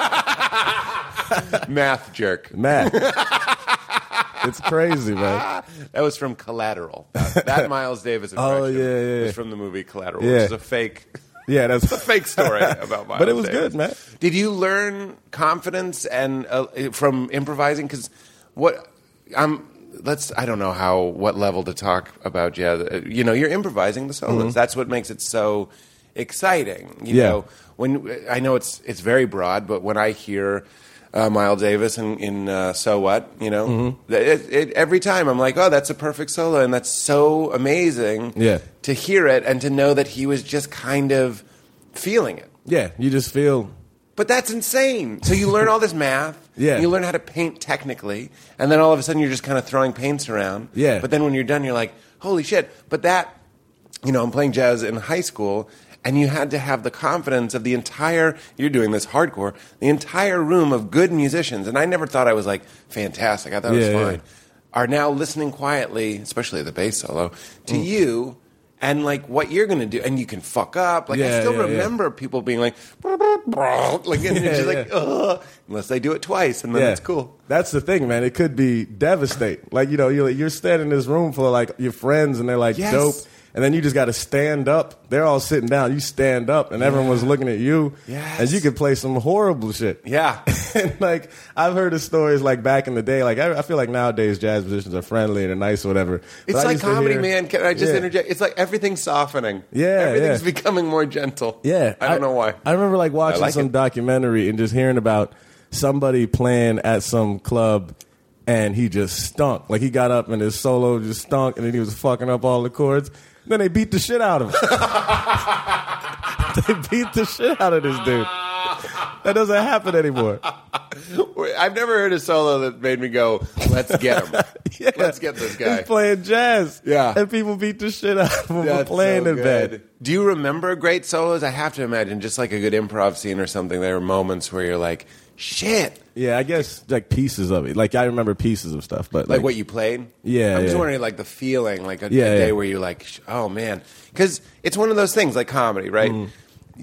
[SPEAKER 2] face. [LAUGHS] math jerk. [LAUGHS]
[SPEAKER 4] Math. it's crazy, man.
[SPEAKER 2] That was from Collateral.
[SPEAKER 4] [LAUGHS]
[SPEAKER 2] That, that Miles Davis impression
[SPEAKER 4] Oh, yeah, yeah, yeah.
[SPEAKER 2] was from the movie Collateral,
[SPEAKER 4] Yeah.
[SPEAKER 2] which is a fake,
[SPEAKER 4] Yeah, that's
[SPEAKER 2] a fake story about Miles.
[SPEAKER 4] But it was
[SPEAKER 2] Davis.
[SPEAKER 4] good, man.
[SPEAKER 2] Did you learn confidence and uh, from improvising? Because what I'm let's I don't know how what level to talk about jazz. Uh, You know, you're improvising the solos. That's what makes it so exciting. You
[SPEAKER 4] Mm-hmm. Yeah.
[SPEAKER 2] know, when I know it's it's very broad, but when I hear uh, Miles Davis in, in uh, "So What," you know,
[SPEAKER 4] Mm-hmm.
[SPEAKER 2] th- it, it, every time I'm like, "Oh, that's a perfect solo," and that's so amazing.
[SPEAKER 4] Yeah.
[SPEAKER 2] to hear it and to know that he was just kind of feeling it.
[SPEAKER 4] Yeah, you just feel
[SPEAKER 2] But that's insane. So you learn all this math.
[SPEAKER 4] [LAUGHS] Yeah.
[SPEAKER 2] You learn how to paint technically, and then all of a sudden you're just kind of throwing paints around.
[SPEAKER 4] Yeah.
[SPEAKER 2] But then when you're done, you're like, holy shit. But that, you know, I'm playing jazz in high school, and you had to have the confidence of the entire, you're doing this hardcore, the entire room of good musicians. And I never thought I was like fantastic. I thought it
[SPEAKER 4] Yeah,
[SPEAKER 2] was
[SPEAKER 4] yeah.
[SPEAKER 2] fine. Are now listening quietly, especially the bass solo, to
[SPEAKER 4] Mm.
[SPEAKER 2] you. And like what you're gonna do, and you can fuck up. Like I
[SPEAKER 4] Yeah,
[SPEAKER 2] still
[SPEAKER 4] yeah, yeah.
[SPEAKER 2] remember people being like, like and it's just
[SPEAKER 4] Yeah,
[SPEAKER 2] like, Ugh, unless they do it twice, and then it's cool.
[SPEAKER 4] That's the thing, man. It could be devastating. Like you know, you're, you're standing in this room full of like your friends, and they're like
[SPEAKER 2] Yes.
[SPEAKER 4] dope, and then you just got to stand up. They're all sitting down. You stand up, and everyone was looking at you.
[SPEAKER 2] Yes.
[SPEAKER 4] and you could play some horrible shit.
[SPEAKER 2] Yeah.
[SPEAKER 4] [LAUGHS] and like I've heard of stories like back in the day. Like I, I feel like nowadays jazz musicians are friendly and they're nice or whatever. But
[SPEAKER 2] It's
[SPEAKER 4] I
[SPEAKER 2] like
[SPEAKER 4] used to
[SPEAKER 2] comedy,
[SPEAKER 4] hear-
[SPEAKER 2] man. Can I just
[SPEAKER 4] Yeah.
[SPEAKER 2] interject? It's like everything's softening.
[SPEAKER 4] Yeah,
[SPEAKER 2] everything's
[SPEAKER 4] yeah.
[SPEAKER 2] becoming more gentle.
[SPEAKER 4] Yeah,
[SPEAKER 2] I don't know why.
[SPEAKER 4] I remember like watching
[SPEAKER 2] like
[SPEAKER 4] some
[SPEAKER 2] it.
[SPEAKER 4] documentary and just hearing about somebody playing at some club, and he just stunk. Like he got up and his solo just stunk, and then he was fucking up all the chords. Then they beat the shit out of him. [LAUGHS] they beat the shit out of this dude. That doesn't happen anymore. [LAUGHS]
[SPEAKER 2] I've never heard a solo that made me go, "Let's
[SPEAKER 4] [LAUGHS]
[SPEAKER 2] get him,
[SPEAKER 4] Yeah.
[SPEAKER 2] let's get this guy."
[SPEAKER 4] He's playing jazz.
[SPEAKER 2] Yeah.
[SPEAKER 4] and people beat the shit out of him for
[SPEAKER 2] That's
[SPEAKER 4] playing
[SPEAKER 2] so
[SPEAKER 4] in bed.
[SPEAKER 2] good. Do you remember great solos? I have to imagine, just like a good improv scene or something. There are moments where you're like, "Shit."
[SPEAKER 4] Yeah, I guess like pieces of it. Like I remember pieces of stuff, but
[SPEAKER 2] like, what you played.
[SPEAKER 4] Yeah,
[SPEAKER 2] I'm just
[SPEAKER 4] yeah.
[SPEAKER 2] wondering, like the feeling, like a, a
[SPEAKER 4] Yeah,
[SPEAKER 2] day
[SPEAKER 4] yeah.
[SPEAKER 2] where you're like,
[SPEAKER 4] Mm.
[SPEAKER 2] sh- oh man, because it's one of those things, like comedy, right?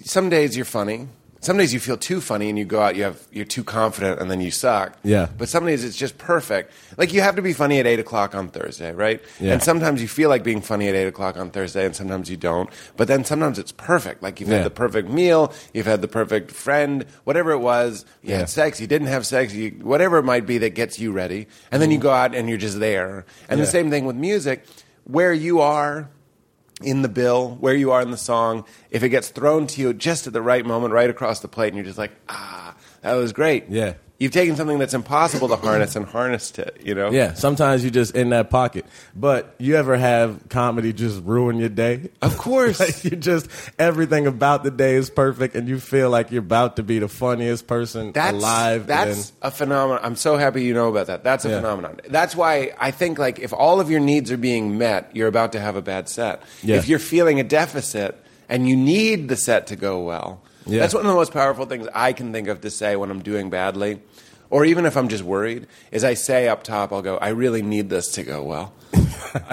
[SPEAKER 2] Some days you're funny, some days you feel too funny and you go out you have you're too confident and then you suck
[SPEAKER 4] Yeah.
[SPEAKER 2] but some days it's just perfect like you have to be funny at 8 o'clock on thursday right
[SPEAKER 4] Yeah.
[SPEAKER 2] and sometimes you feel like being funny at 8 o'clock on thursday and sometimes you don't but then sometimes it's perfect like you've
[SPEAKER 4] Yeah.
[SPEAKER 2] had the perfect meal you've had the perfect friend whatever it was you
[SPEAKER 4] Yeah.
[SPEAKER 2] had sex you didn't have sex you, whatever it might be that gets you ready and then you go out and you're just there and the
[SPEAKER 4] Mm-hmm. Yeah.
[SPEAKER 2] same thing with music where you are in the bill, where you are in the song. If it gets thrown to you just at the right moment, right across the plate, and you're just like, ah, that was great.
[SPEAKER 4] Yeah.
[SPEAKER 2] You've taken something that's impossible to harness and harnessed it, you know?
[SPEAKER 4] Yeah, sometimes you just in that pocket. But you ever have comedy just ruin your day?
[SPEAKER 2] Of course.
[SPEAKER 4] [LAUGHS] like you just everything about the day is perfect, and you feel like you're about to be the funniest person
[SPEAKER 2] That's
[SPEAKER 4] alive.
[SPEAKER 2] That's
[SPEAKER 4] and,
[SPEAKER 2] a phenomenon. I'm so happy you know about that. That's a
[SPEAKER 4] Yeah.
[SPEAKER 2] phenomenon. That's why I think like if all of your needs are being met, you're about to have a bad set.
[SPEAKER 4] Yeah.
[SPEAKER 2] If you're feeling a deficit and you need the set to go well,
[SPEAKER 4] Yeah.
[SPEAKER 2] that's one of the most powerful things I can think of to say when I'm doing badly, or even if I'm just worried. Is I say up top, I'll go, I really need this to go
[SPEAKER 4] [LAUGHS]
[SPEAKER 2] well.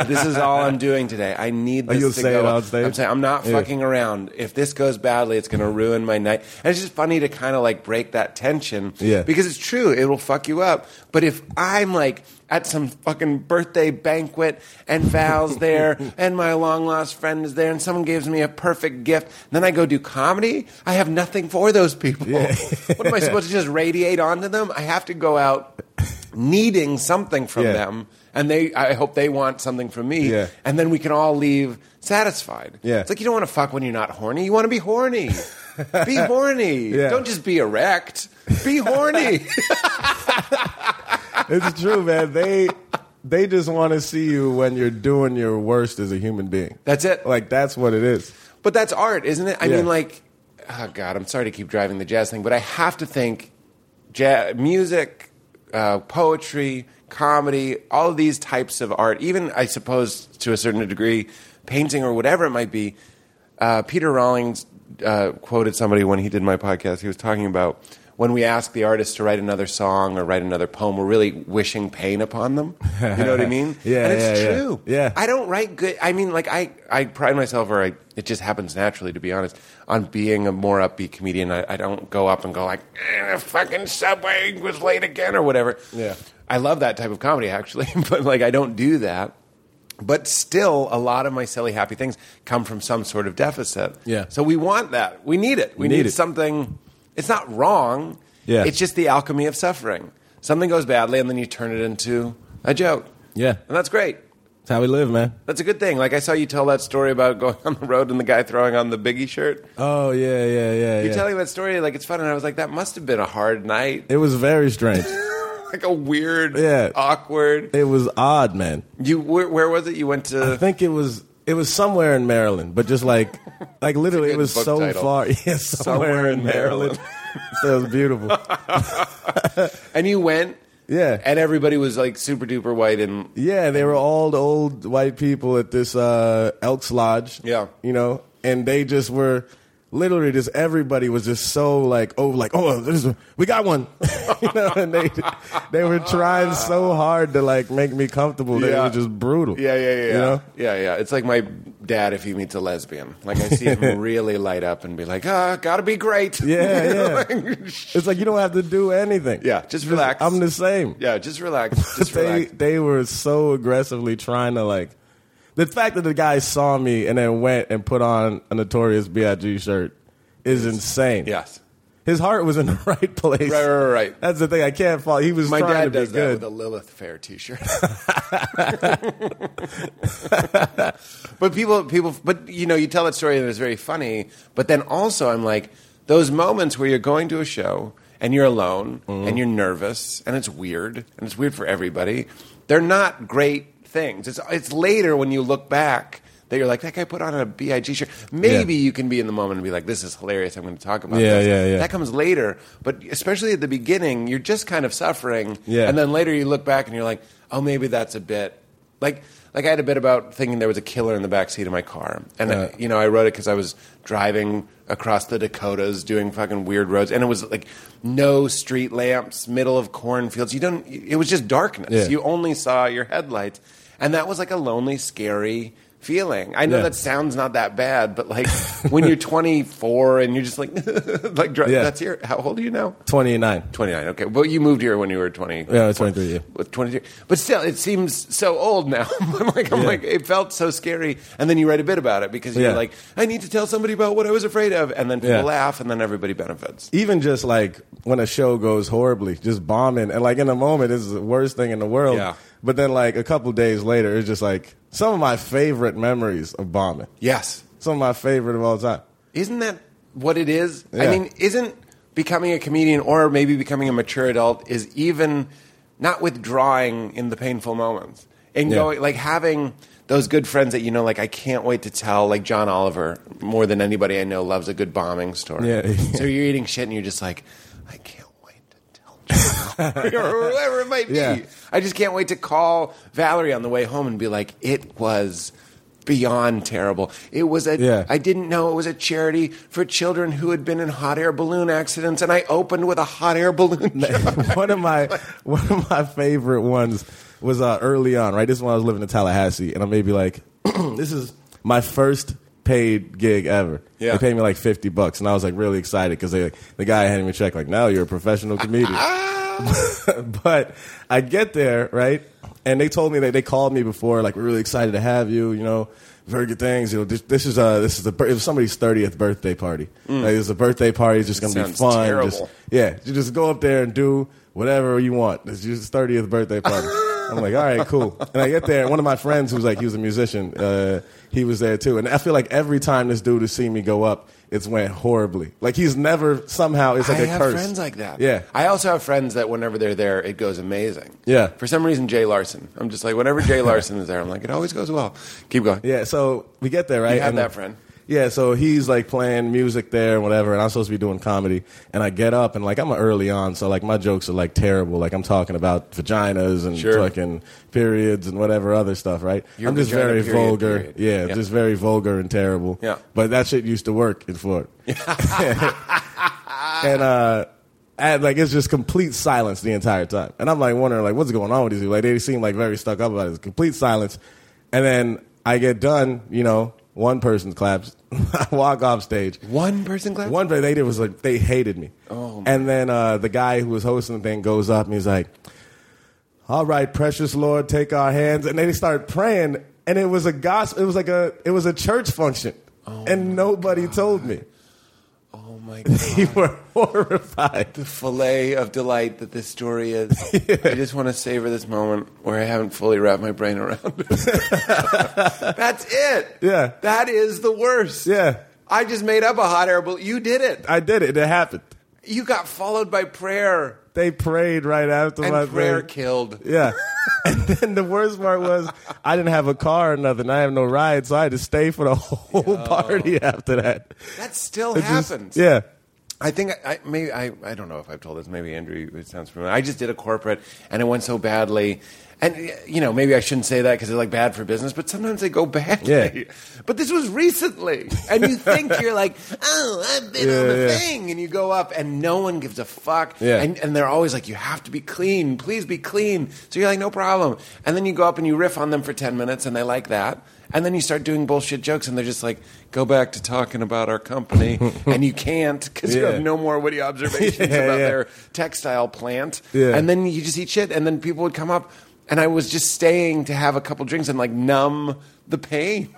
[SPEAKER 2] this is all I'm doing today. I need
[SPEAKER 4] Oh,
[SPEAKER 2] this
[SPEAKER 4] you'll
[SPEAKER 2] to
[SPEAKER 4] say
[SPEAKER 2] go
[SPEAKER 4] it
[SPEAKER 2] well.
[SPEAKER 4] on stage?
[SPEAKER 2] I'm saying I'm not
[SPEAKER 4] Yeah.
[SPEAKER 2] fucking fucking around. If this goes badly, it's going to ruin my night. And it's just funny to kind of like break that tension.
[SPEAKER 4] Yeah.
[SPEAKER 2] Because it's true, it will fuck you up. But if I'm like at some fucking birthday banquet and
[SPEAKER 4] [LAUGHS]
[SPEAKER 2] Val's there and my long lost friend is there and someone gives me a perfect gift, then I go do comedy, I have nothing for those people. what am I supposed to just radiate onto them? I have to go out needing something from
[SPEAKER 4] Yeah.
[SPEAKER 2] them. And they, I hope they want something from me,
[SPEAKER 4] Yeah.
[SPEAKER 2] and then we can all leave satisfied.
[SPEAKER 4] Yeah.
[SPEAKER 2] It's like you don't want to fuck when you're not horny. You want to be
[SPEAKER 4] [LAUGHS]
[SPEAKER 2] horny. be horny.
[SPEAKER 4] Yeah.
[SPEAKER 2] Don't just be erect.
[SPEAKER 4] [LAUGHS]
[SPEAKER 2] Be horny.
[SPEAKER 4] [LAUGHS] it's true, man. They they just want to see you when you're doing your worst as a human being.
[SPEAKER 2] That's it.
[SPEAKER 4] Like that's what it is.
[SPEAKER 2] but that's art, isn't it? I
[SPEAKER 4] Yeah.
[SPEAKER 2] mean, like, oh God, I'm sorry to keep driving the jazz thing, but I have to think ja music, uh, poetry, comedy, all of these types of art, even, I suppose, to a certain degree, painting or whatever it might be. Uh, Peter Rawlings uh, quoted somebody when he did my podcast. He was talking about when we ask the artist to write another song or write another poem, we're really wishing pain upon them. You know what I mean?
[SPEAKER 4] [LAUGHS] Yeah,
[SPEAKER 2] and it's
[SPEAKER 4] yeah, yeah.
[SPEAKER 2] true.
[SPEAKER 4] Yeah.
[SPEAKER 2] I don't write good. I mean, like I, I pride myself, or I, it just happens naturally, to be honest, on being a more upbeat comedian. I, I don't go up and go like, eh, the fucking subway was late again, or whatever.
[SPEAKER 4] Yeah.
[SPEAKER 2] I love that type of comedy actually, [LAUGHS] but like I don't do that. But still, a lot of my silly happy things come from some sort of deficit.
[SPEAKER 4] Yeah.
[SPEAKER 2] So we want that. We need it. We
[SPEAKER 4] Need
[SPEAKER 2] need,
[SPEAKER 4] it.
[SPEAKER 2] something. It's not wrong.
[SPEAKER 4] Yeah.
[SPEAKER 2] It's just the alchemy of suffering. Something goes badly, and then you turn it into a joke.
[SPEAKER 4] Yeah,
[SPEAKER 2] And that's great.
[SPEAKER 4] that's how we live, man.
[SPEAKER 2] That's a good thing. Like I saw you tell that story about [LAUGHS] going on the road and the guy throwing on the Biggie shirt.
[SPEAKER 4] Oh yeah, yeah, yeah.
[SPEAKER 2] You're
[SPEAKER 4] yeah.
[SPEAKER 2] telling that story like it's fun, and I was like, that must have been a hard night, [LAUGHS]
[SPEAKER 4] it was very [LAUGHS] strange.
[SPEAKER 2] like a weird,
[SPEAKER 4] Yeah.
[SPEAKER 2] awkward.
[SPEAKER 4] it was odd, man.
[SPEAKER 2] You where, where was it? You went
[SPEAKER 4] I
[SPEAKER 2] [LAUGHS] to
[SPEAKER 4] think it was it was somewhere in Maryland, but just
[SPEAKER 2] [LAUGHS]
[SPEAKER 4] like like literally it
[SPEAKER 2] good
[SPEAKER 4] was
[SPEAKER 2] book
[SPEAKER 4] so
[SPEAKER 2] title.
[SPEAKER 4] far. [LAUGHS] Yeah, somewhere,
[SPEAKER 2] Somewhere
[SPEAKER 4] in
[SPEAKER 2] in
[SPEAKER 4] Maryland. [LAUGHS]
[SPEAKER 2] Maryland.
[SPEAKER 4] so it was beautiful.
[SPEAKER 2] [LAUGHS] and you went,
[SPEAKER 4] Yeah.
[SPEAKER 2] and everybody was like super duper white and
[SPEAKER 4] Yeah, they were all the old white people at this uh, Elks Lodge.
[SPEAKER 2] Yeah.
[SPEAKER 4] you know, and they just were literally just everybody was just so like oh like oh this is, we got one, [LAUGHS] you know, and they they were trying so hard to like make me comfortable that it
[SPEAKER 2] Yeah.
[SPEAKER 4] was just brutal.
[SPEAKER 2] Yeah, yeah, yeah,
[SPEAKER 4] You
[SPEAKER 2] yeah.
[SPEAKER 4] know?
[SPEAKER 2] yeah, yeah. It's like my dad if he meets a lesbian. Like I see [LAUGHS] him really light up and be like, ah, gotta be great. [LAUGHS]
[SPEAKER 4] Yeah, yeah.
[SPEAKER 2] Like,
[SPEAKER 4] It's like you don't have to do anything.
[SPEAKER 2] Yeah, just relax.
[SPEAKER 4] I'm the same.
[SPEAKER 2] yeah, just relax. [LAUGHS] Just
[SPEAKER 4] they
[SPEAKER 2] relax.
[SPEAKER 4] they were so aggressively trying to like the fact that the guy saw me and then went and put on a notorious BIG shirt is insane.
[SPEAKER 2] Yes.
[SPEAKER 4] His heart was in the [LAUGHS] right place.
[SPEAKER 2] Right, right, right.
[SPEAKER 4] That's the thing. I can't fall. He was
[SPEAKER 2] My
[SPEAKER 4] trying to
[SPEAKER 2] dad
[SPEAKER 4] be
[SPEAKER 2] does that
[SPEAKER 4] good.
[SPEAKER 2] with a Lilith Fair
[SPEAKER 4] [LAUGHS]
[SPEAKER 2] T-shirt. but people, people, but you know, you tell that story and it's very funny. But then also, I'm like those moments where you're going to a show and you're alone
[SPEAKER 4] Mm-hmm.
[SPEAKER 2] and you're nervous and it's weird and it's weird for everybody. They're not great things. It's it's later when you look back. That you're like that guy put on a big shirt. Maybe you can be in the moment and be like, "This is hilarious. I'm going to talk about
[SPEAKER 4] Yeah,
[SPEAKER 2] this."
[SPEAKER 4] yeah, yeah.
[SPEAKER 2] That comes later, but especially at the beginning, you're just kind of suffering.
[SPEAKER 4] Yeah.
[SPEAKER 2] And then later you look back and you're like, oh, maybe that's a bit. Like, like I had a bit about thinking there was a killer in the back seat of my car, and
[SPEAKER 4] Yeah.
[SPEAKER 2] uh, you know I wrote it because I was driving across the Dakotas, doing fucking weird roads, and it was like no street lamps, middle of cornfields. You don't. It was just darkness.
[SPEAKER 4] Yeah.
[SPEAKER 2] You only saw your headlights, and that was like a lonely, scary feeling. I know
[SPEAKER 4] Yeah.
[SPEAKER 2] that sounds not that bad, but like when
[SPEAKER 4] [LAUGHS]
[SPEAKER 2] you're 24 and you're just like, [LAUGHS] like dr-
[SPEAKER 4] Oh, Yeah.
[SPEAKER 2] that's your. How old are you now?
[SPEAKER 4] Twenty nine.
[SPEAKER 2] 29. Okay, well, you moved here when you were 20.
[SPEAKER 4] Yeah, I was 23, yeah.
[SPEAKER 2] With 22, but still, it seems so old now. [LAUGHS] I'm like, I'm
[SPEAKER 4] Yeah.
[SPEAKER 2] like, it felt so scary. And then you write a bit about it because you're
[SPEAKER 4] Yeah.
[SPEAKER 2] like, I need to tell somebody about what I was afraid of, and then people
[SPEAKER 4] Yeah.
[SPEAKER 2] laugh, and then everybody benefits.
[SPEAKER 4] Even just like when a show goes horribly, just bombing, and like in the moment, it's the worst thing in the world.
[SPEAKER 2] Yeah.
[SPEAKER 4] But then like a couple days later, it's just like some of my favorite memories of bombing.
[SPEAKER 2] Yes,
[SPEAKER 4] Some of my favorite of all time.
[SPEAKER 2] isn't that what it is? I
[SPEAKER 4] Yeah.
[SPEAKER 2] mean, isn't becoming a comedian or maybe becoming a mature adult is even not withdrawing in the painful moments and
[SPEAKER 4] Yeah.
[SPEAKER 2] going like having those good friends that you know like I can't wait to tell like John Oliver more than anybody I know loves a good bombing story.
[SPEAKER 4] Yeah.
[SPEAKER 2] so you're eating shit and you're just like I can't wait to tell John Oliver," or whoever it might be.
[SPEAKER 4] Yeah.
[SPEAKER 2] I just can't wait to call Valerie on the way home and be like it was beyond terrible. It was a
[SPEAKER 4] Yeah.
[SPEAKER 2] I didn't know it was a charity for children who had been in hot air balloon accidents, and I opened with a hot
[SPEAKER 4] [LAUGHS]
[SPEAKER 2] air balloon.
[SPEAKER 4] one of my one of my favorite ones was uh, early on, right? This is when I was living in Tallahassee, and I may be like, [CLEARS THROAT] this is my first paid gig ever.
[SPEAKER 2] Yeah.
[SPEAKER 4] They paid me like fifty bucks, and I was like really excited because they like, the guy handed me a check like, now you're a professional
[SPEAKER 2] [LAUGHS]
[SPEAKER 4] comedian. [LAUGHS] but I get there, right? And they told me that they called me before, like, we're really excited to have you, you know, very good things. You know, this, this is uh this is the bir- it was somebody's thirtieth birthday party. Like, it's a birthday party, it's just gonna be
[SPEAKER 2] Mm. Sounds
[SPEAKER 4] fun.
[SPEAKER 2] terrible.
[SPEAKER 4] Just, yeah, you just go up there and do whatever you want. It's just thirtieth birthday
[SPEAKER 2] [LAUGHS]
[SPEAKER 4] party. I'm like, all right, cool. And I get there, and one of my friends who's like, he was a musician, uh, he was there too. And I feel like every time this dude has seen me go up, it's went horribly. Like he's never somehow it's like
[SPEAKER 2] I
[SPEAKER 4] a
[SPEAKER 2] have
[SPEAKER 4] curse.
[SPEAKER 2] friends like that.
[SPEAKER 4] Yeah,
[SPEAKER 2] I also have friends that whenever they're there, it goes amazing.
[SPEAKER 4] Yeah.
[SPEAKER 2] For some reason, Jay Larson. I'm just like,
[SPEAKER 4] [LAUGHS]
[SPEAKER 2] whenever Jay Larson is there, I'm like, it always goes well. Keep going.
[SPEAKER 4] Yeah, so we get there, right?
[SPEAKER 2] have that friend.
[SPEAKER 4] Yeah, so he's like playing music there and whatever, and I'm supposed to be doing comedy. And I get up and like I'm early on, so like my jokes are like terrible. Like I'm talking about vaginas and
[SPEAKER 2] Sure.
[SPEAKER 4] fucking periods and whatever other stuff, right?
[SPEAKER 2] Your
[SPEAKER 4] I'm just
[SPEAKER 2] vagina
[SPEAKER 4] very
[SPEAKER 2] period,
[SPEAKER 4] vulgar.
[SPEAKER 2] period.
[SPEAKER 4] Yeah,
[SPEAKER 2] Yeah.
[SPEAKER 4] just very vulgar and terrible.
[SPEAKER 2] Yeah.
[SPEAKER 4] But that shit used to work in Florida. and uh and like it's just complete silence the entire time. And I'm like wondering like what's going on with these people? Like they seem like very stuck up about it. It's complete silence. And then I get done, you know, one person claps. [LAUGHS] I walk off stage.
[SPEAKER 2] One person clap.
[SPEAKER 4] One thing they did was like they hated me.
[SPEAKER 2] Oh, my.
[SPEAKER 4] and then uh, the guy who was hosting the thing goes up and he's like, "All right, precious Lord, take our hands." And then they started praying, and it was a gospel. It was like a it was a church function, and nobody told me.
[SPEAKER 2] Oh
[SPEAKER 4] [LAUGHS]
[SPEAKER 2] my god.
[SPEAKER 4] You were horrified.
[SPEAKER 2] the fillet of delight that this story is.
[SPEAKER 4] [LAUGHS]
[SPEAKER 2] I just want to savor this moment where I haven't fully wrapped my brain around
[SPEAKER 4] [LAUGHS]
[SPEAKER 2] it. That's it.
[SPEAKER 4] Yeah.
[SPEAKER 2] That is the worst.
[SPEAKER 4] Yeah.
[SPEAKER 2] I just made up a hot air balloon. You did it.
[SPEAKER 4] I did it. It happened.
[SPEAKER 2] You got followed by prayer,
[SPEAKER 4] They prayed right after
[SPEAKER 2] and
[SPEAKER 4] my
[SPEAKER 2] prayer
[SPEAKER 4] thing.
[SPEAKER 2] killed.
[SPEAKER 4] Yeah. [LAUGHS] And then the worst part was I didn't have a car or nothing. I have no ride, so I had to stay for the [LAUGHS] whole party after that.
[SPEAKER 2] That still
[SPEAKER 4] It just-
[SPEAKER 2] happens.
[SPEAKER 4] yeah.
[SPEAKER 2] I think I, I maybe I, I don't know if I've told this. Maybe Andrew, it sounds familiar. I just did a corporate and it went so badly. And you know, maybe I shouldn't say that because they're like bad for business, but sometimes they go badly.
[SPEAKER 4] Yeah.
[SPEAKER 2] [LAUGHS] But this was recently, and you think you're like, oh, I've been on
[SPEAKER 4] Yeah,
[SPEAKER 2] a
[SPEAKER 4] yeah.
[SPEAKER 2] thing, and you go up, and no one gives a fuck.
[SPEAKER 4] Yeah.
[SPEAKER 2] And, and they're always like, you have to be clean, please be clean. So you're like, no problem. And then you go up and you riff on them for ten minutes, and they like that. And then you start doing bullshit jokes, and they're just like, go back to talking about our
[SPEAKER 4] [LAUGHS]
[SPEAKER 2] company, and you can't because you
[SPEAKER 4] Yeah.
[SPEAKER 2] have no more witty
[SPEAKER 4] [LAUGHS]
[SPEAKER 2] observations
[SPEAKER 4] Yeah,
[SPEAKER 2] about
[SPEAKER 4] yeah.
[SPEAKER 2] their textile plant.
[SPEAKER 4] Yeah.
[SPEAKER 2] And then you just eat shit, and then people would come up, and I was just staying to have a couple drinks and like numb
[SPEAKER 4] [LAUGHS]
[SPEAKER 2] the pain.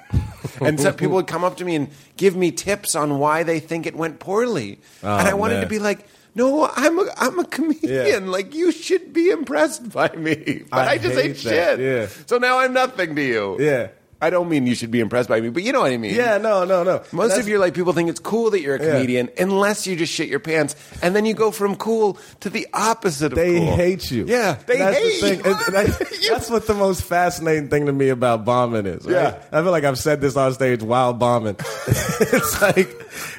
[SPEAKER 2] and some people would come up to me and give me tips on why they think it went poorly, and I wanted
[SPEAKER 4] Oh, man.
[SPEAKER 2] to be like. No, I'm a I'm a comedian.
[SPEAKER 4] Yeah.
[SPEAKER 2] Like you should be impressed by me, [LAUGHS] but I,
[SPEAKER 4] I
[SPEAKER 2] just
[SPEAKER 4] hate
[SPEAKER 2] ate
[SPEAKER 4] that.
[SPEAKER 2] shit.
[SPEAKER 4] Yeah.
[SPEAKER 2] So now I'm nothing to you.
[SPEAKER 4] Yeah.
[SPEAKER 2] I don't mean you should be impressed by me, but you know what I mean.
[SPEAKER 4] Yeah, no, no, no.
[SPEAKER 2] Most
[SPEAKER 4] That's-
[SPEAKER 2] of your like people think it's cool that you're a
[SPEAKER 4] Yeah.
[SPEAKER 2] comedian unless you just shit your pants, and then you go from cool to the opposite of
[SPEAKER 4] They
[SPEAKER 2] cool.
[SPEAKER 4] hate you.
[SPEAKER 2] Yeah, they
[SPEAKER 4] that's The
[SPEAKER 2] hate
[SPEAKER 4] thing.
[SPEAKER 2] you.
[SPEAKER 4] And- and that-
[SPEAKER 2] [LAUGHS] You-
[SPEAKER 4] that's what the most fascinating thing to me about bombing is. Right?
[SPEAKER 2] Yeah.
[SPEAKER 4] I feel like I've said this on stage while bombing. [LAUGHS] it's like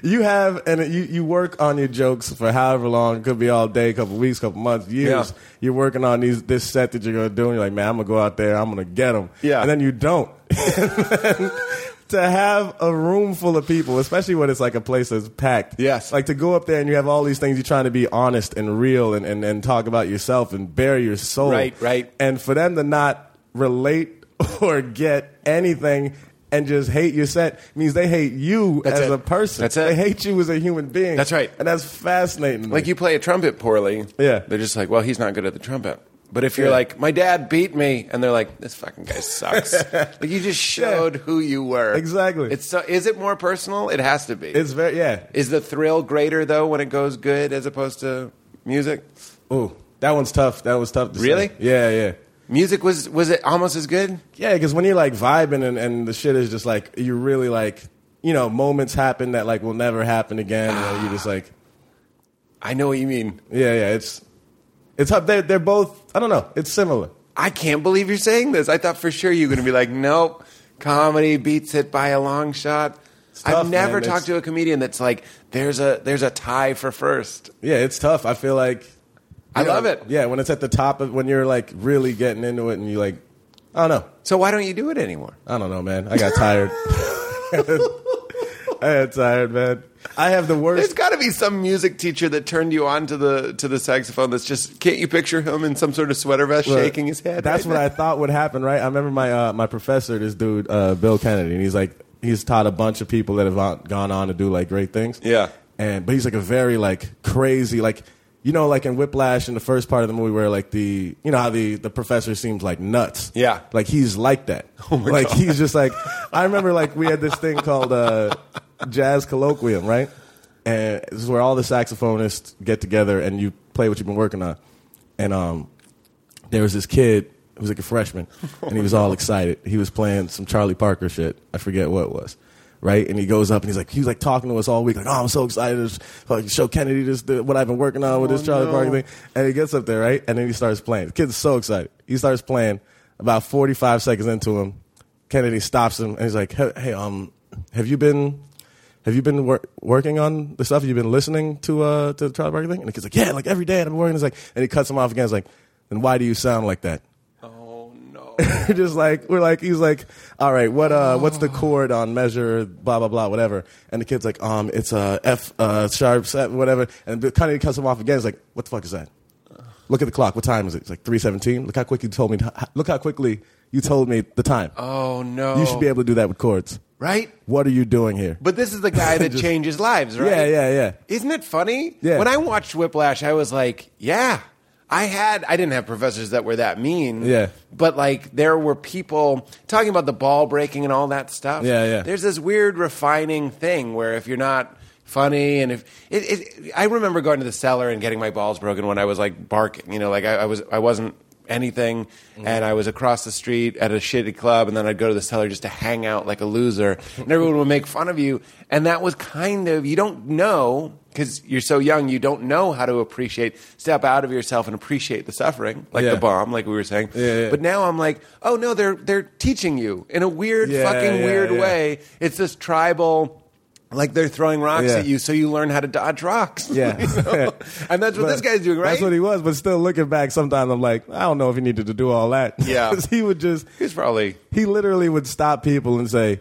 [SPEAKER 4] you have and you, you work on your jokes for however long. It could be all day, couple weeks, couple months, years.
[SPEAKER 2] Yeah.
[SPEAKER 4] You're working on these this set that you're gonna do, and you're like, man, I'm gonna go out there, I'm gonna get them.
[SPEAKER 2] Yeah.
[SPEAKER 4] and then you don't. to have a room full of people, especially when it's like a place that's packed.
[SPEAKER 2] Yes.
[SPEAKER 4] Like to go up there and you have all these things, you're trying to be honest and real and, and, and talk about yourself and bare your soul.
[SPEAKER 2] Right, right.
[SPEAKER 4] [LAUGHS] And for them to not relate or get anything and just hate your set means they hate you
[SPEAKER 2] That's
[SPEAKER 4] as
[SPEAKER 2] it.
[SPEAKER 4] a person.
[SPEAKER 2] That's it.
[SPEAKER 4] They hate you as a human being.
[SPEAKER 2] That's right.
[SPEAKER 4] And that's fascinating. to me.
[SPEAKER 2] Like you play a trumpet poorly,
[SPEAKER 4] Yeah.
[SPEAKER 2] They're just like, well, he's not good at the trumpet. But if you're
[SPEAKER 4] Yeah.
[SPEAKER 2] like, my dad beat me, and they're like, this fucking
[SPEAKER 4] [LAUGHS]
[SPEAKER 2] guy sucks. like you just showed who you were.
[SPEAKER 4] Exactly.
[SPEAKER 2] It's so, is it more personal? It has to be.
[SPEAKER 4] It's very yeah.
[SPEAKER 2] is the thrill greater though when it goes good as opposed to music?
[SPEAKER 4] Ooh, that one's tough. That was tough. To say.
[SPEAKER 2] Really?
[SPEAKER 4] Yeah, yeah,
[SPEAKER 2] Music was was it almost as good?
[SPEAKER 4] yeah. Because when you're like vibing and, and the shit is just like you're really like you know moments happen that like will never happen again. and you just like
[SPEAKER 2] I know what you mean.
[SPEAKER 4] yeah, yeah. It's it's tough. They're, they're both. I don't know. It's similar.
[SPEAKER 2] I can't believe you're saying this. I thought for sure you were going to be like, nope, comedy beats it by a long shot.
[SPEAKER 4] tough,
[SPEAKER 2] I've never
[SPEAKER 4] man.
[SPEAKER 2] talked
[SPEAKER 4] It's-
[SPEAKER 2] to a comedian that's like, there's a there's a tie for first.
[SPEAKER 4] Yeah, it's tough. I feel like
[SPEAKER 2] I
[SPEAKER 4] you know,
[SPEAKER 2] love it.
[SPEAKER 4] Yeah, when it's at the top of when you're like really getting into it and you like, I don't know,
[SPEAKER 2] So why don't you do it anymore?
[SPEAKER 4] I don't know, man. I got tired. [LAUGHS] I got tired, man. I have the
[SPEAKER 2] There's
[SPEAKER 4] worst.
[SPEAKER 2] got to be some music teacher that turned you on to the to the saxophone. That's just can't you picture him in some sort of sweater vest shaking his head?
[SPEAKER 4] That's
[SPEAKER 2] right
[SPEAKER 4] what
[SPEAKER 2] now?
[SPEAKER 4] I thought would happen, right? I remember my uh, my professor, this dude uh, Bill Kennedy, and he's like, he's taught a bunch of people that have on- gone on to do like great things.
[SPEAKER 2] Yeah.
[SPEAKER 4] and but he's like a very like crazy like. You know, like in Whiplash, in the first part of the movie, where like the you know how the the professor seems like nuts.
[SPEAKER 2] Yeah. Oh
[SPEAKER 4] like he's like
[SPEAKER 2] [LAUGHS]
[SPEAKER 4] that. like he's just like I remember like we had this thing called uh, jazz colloquium, right? And this is where all the saxophonists get together and you play what you've been working on. And um, there was this kid who was like a freshman, and he was all excited. He was playing some Charlie Parker shit. I forget what it was, right? And he goes up and he's like, he was like talking to us all week, like, oh, I'm so excited to fucking show Kennedy this the- what I've been working on with this Charlie Parker thing. And he gets up there, right? And then he starts playing. The kid's so excited. He starts playing. About 45 seconds into him, Kennedy stops him and he's like, hey, hey um, have you been have you been wor- working on the stuff? Have you been listening to uh to the Charlie Parker thing? And the kid's like, yeah, like every day. And I'm working. It's like, and he cuts him off again. It's like, then why do you sound like that? [LAUGHS]
[SPEAKER 2] Oh no!
[SPEAKER 4] We're just like we're like he's like, all right, what uh what's the chord on measure blah blah blah whatever. And the kid's like, um, it's uh F uh sharp set whatever. And the- Kennedy cuts him off again. It's like, what the fuck is that? Look at the clock. What time is it? It's like three seventeen. Look how quick you told me. To, look how quickly you told me the time.
[SPEAKER 2] Oh no!
[SPEAKER 4] You should be able to do that with chords.
[SPEAKER 2] right.
[SPEAKER 4] What are you doing here?
[SPEAKER 2] [LAUGHS] But this is the
[SPEAKER 4] [LAUGHS]
[SPEAKER 2] guy that
[SPEAKER 4] Just-
[SPEAKER 2] changes lives, right?
[SPEAKER 4] Yeah, yeah, yeah.
[SPEAKER 2] Isn't it funny?
[SPEAKER 4] Yeah.
[SPEAKER 2] When I watched Whiplash, I was like, yeah. I had I didn't have professors that were that mean.
[SPEAKER 4] Yeah.
[SPEAKER 2] But like there were people talking about the ball breaking and all that stuff.
[SPEAKER 4] Yeah, yeah.
[SPEAKER 2] There's this weird refining thing where if you're not funny and if it, it I remember going to the cellar and getting my balls broken when I was like barking, you know, like I, I was I wasn't anything
[SPEAKER 4] Mm-hmm.
[SPEAKER 2] and I was across the street at a shitty club and then I'd go to the cellar just to hang out like a loser and everyone would make fun of you and that was kind of you don't know because you're so young you don't know how to appreciate step out of yourself and appreciate the suffering like
[SPEAKER 4] Yeah.
[SPEAKER 2] the bomb like we were saying
[SPEAKER 4] Yeah, yeah.
[SPEAKER 2] but now I'm like oh no they're they're teaching you in a weird
[SPEAKER 4] Yeah,
[SPEAKER 2] fucking
[SPEAKER 4] yeah,
[SPEAKER 2] weird
[SPEAKER 4] yeah.
[SPEAKER 2] way it's this tribal like they're throwing rocks
[SPEAKER 4] Yeah.
[SPEAKER 2] at you so you learn how to dodge
[SPEAKER 4] [LAUGHS]
[SPEAKER 2] rocks [LAUGHS]
[SPEAKER 4] Yeah.
[SPEAKER 2] You know? and that's what
[SPEAKER 4] But
[SPEAKER 2] this guy's doing right
[SPEAKER 4] That's what he was. But still, looking back, sometimes I'm like, I don't know if he needed to do all that. [LAUGHS]
[SPEAKER 2] Yeah.
[SPEAKER 4] 'Cause he would just,
[SPEAKER 2] he's probably
[SPEAKER 4] he literally would stop people and say,